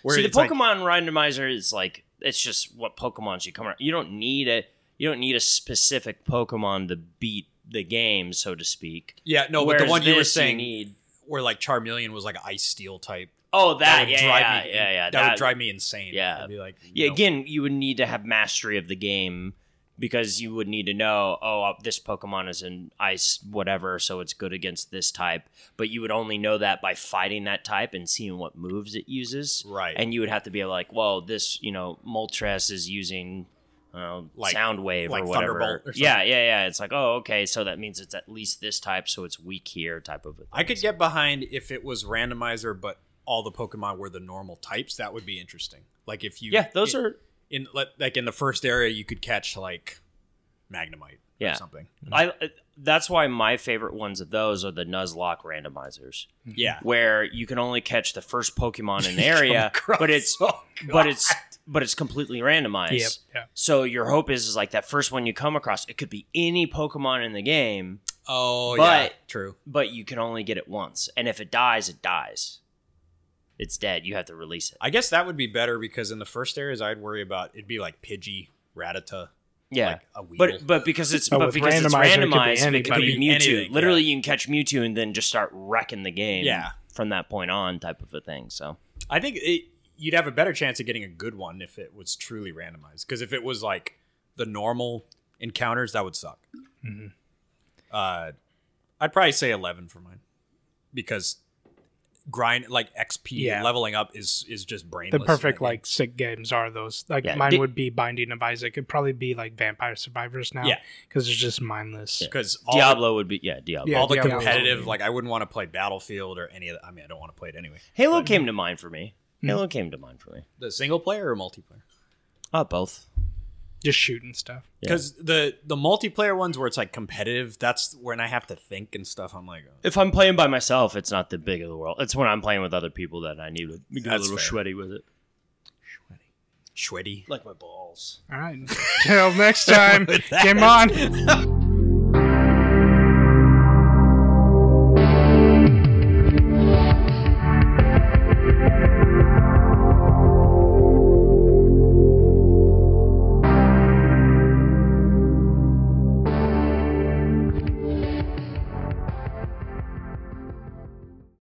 S2: See, the
S4: it's like-
S2: Pokemon randomizer is like it's just what Pokemons you come around. You don't need a you don't need a specific Pokemon to beat the game, so to speak.
S4: yeah, no, but
S2: Whereas
S4: the one you were
S2: this
S4: saying
S2: need.
S4: where like Charmeleon was like ice steel type.
S2: Oh, that,
S4: would
S2: yeah,
S4: drive
S2: yeah,
S4: me,
S2: yeah, yeah.
S4: That, would drive me insane.
S2: yeah.
S4: I'd be like,
S2: Yeah,
S4: no.
S2: again, you would need to have mastery of the game because you would need to know, oh, uh, this Pokemon is an ice whatever, so it's good against this type. But you would only know that by fighting that type and seeing what moves it uses.
S4: Right.
S2: And you would have to be like, well, this, you know, Moltres is using uh,
S4: Like-
S2: sound wave
S4: like
S2: or whatever.
S4: Thunderbolt or
S2: yeah, yeah, yeah. It's like, oh, okay, so that means it's at least this type, so it's weak here type of.
S4: I could get behind if it was randomizer, but all the Pokemon were the normal types. That would be interesting. Like if you,
S2: Yeah, those
S4: in-
S2: are.
S4: in like- like in the first area, you could catch like Magnemite
S2: Yeah.
S4: or something.
S2: I. That's why my favorite ones of those are the Nuzlocke randomizers.
S4: Yeah,
S2: where you can only catch the first Pokemon in the
S4: Come
S2: area,
S4: across-
S2: but it's
S4: oh,
S2: but it's but it's completely randomized.
S1: Yep. Yeah.
S2: So your hope is is like that first one you come across, it could be any Pokemon in the game,
S4: oh yeah,
S2: But-
S4: true.
S2: but you can only get it once. And if it dies, it dies. It's dead. You have to release it.
S4: I guess that would be better because in the first areas, I'd worry about it'd be like Pidgey, Rattata,
S2: Yeah.
S4: like a Weedle.
S2: but but because it's
S1: Oh,
S2: but
S1: with
S2: because it's
S1: randomizer, it could be
S2: randomized, it could
S1: anybody.
S2: be,
S4: Could be
S2: Mewtwo.
S4: anything,
S2: Literally, you can catch Mewtwo and then just start wrecking the game.
S4: Yeah.
S2: From that point on, type of a thing. So
S4: I think it, you'd have a better chance of getting a good one if it was truly randomized. Because if it was like the normal encounters, that would suck.
S1: Mhm.
S4: Uh, I'd probably say eleven for mine because grind like XP
S1: Yeah.
S4: leveling up is is just brainless.
S1: The
S4: in
S1: perfect
S4: that game.
S1: like sick games are those. Like
S2: Yeah,
S1: mine
S2: di-
S1: would be Binding of Isaac. It'd probably be like Vampire Survivors now.
S4: Yeah.
S1: because it's just mindless.
S4: because all
S2: Diablo would be yeah Diablo.
S4: the, all the
S1: Yeah, Diablo.
S4: competitive like I wouldn't want to play Battlefield or any of that. I mean, I don't want to play it anyway.
S2: Halo
S4: But-
S2: came to mind for me.
S1: Hmm.
S2: Halo came to mind for me.
S4: The single player or multiplayer?
S2: Uh,
S4: Ah,
S2: both.
S1: Just shooting stuff.
S2: Yeah.
S4: Because the the multiplayer ones where it's like competitive, that's when I have to think and stuff. I'm like, oh,
S2: If I'm playing by myself, it's not the big of the world. It's when I'm playing with other people that I need to get a
S4: That's
S2: little
S4: fair.
S2: sweaty with it.
S4: sweaty.
S2: Like my balls.
S1: All right. Till next time.
S4: With that-
S1: Game on.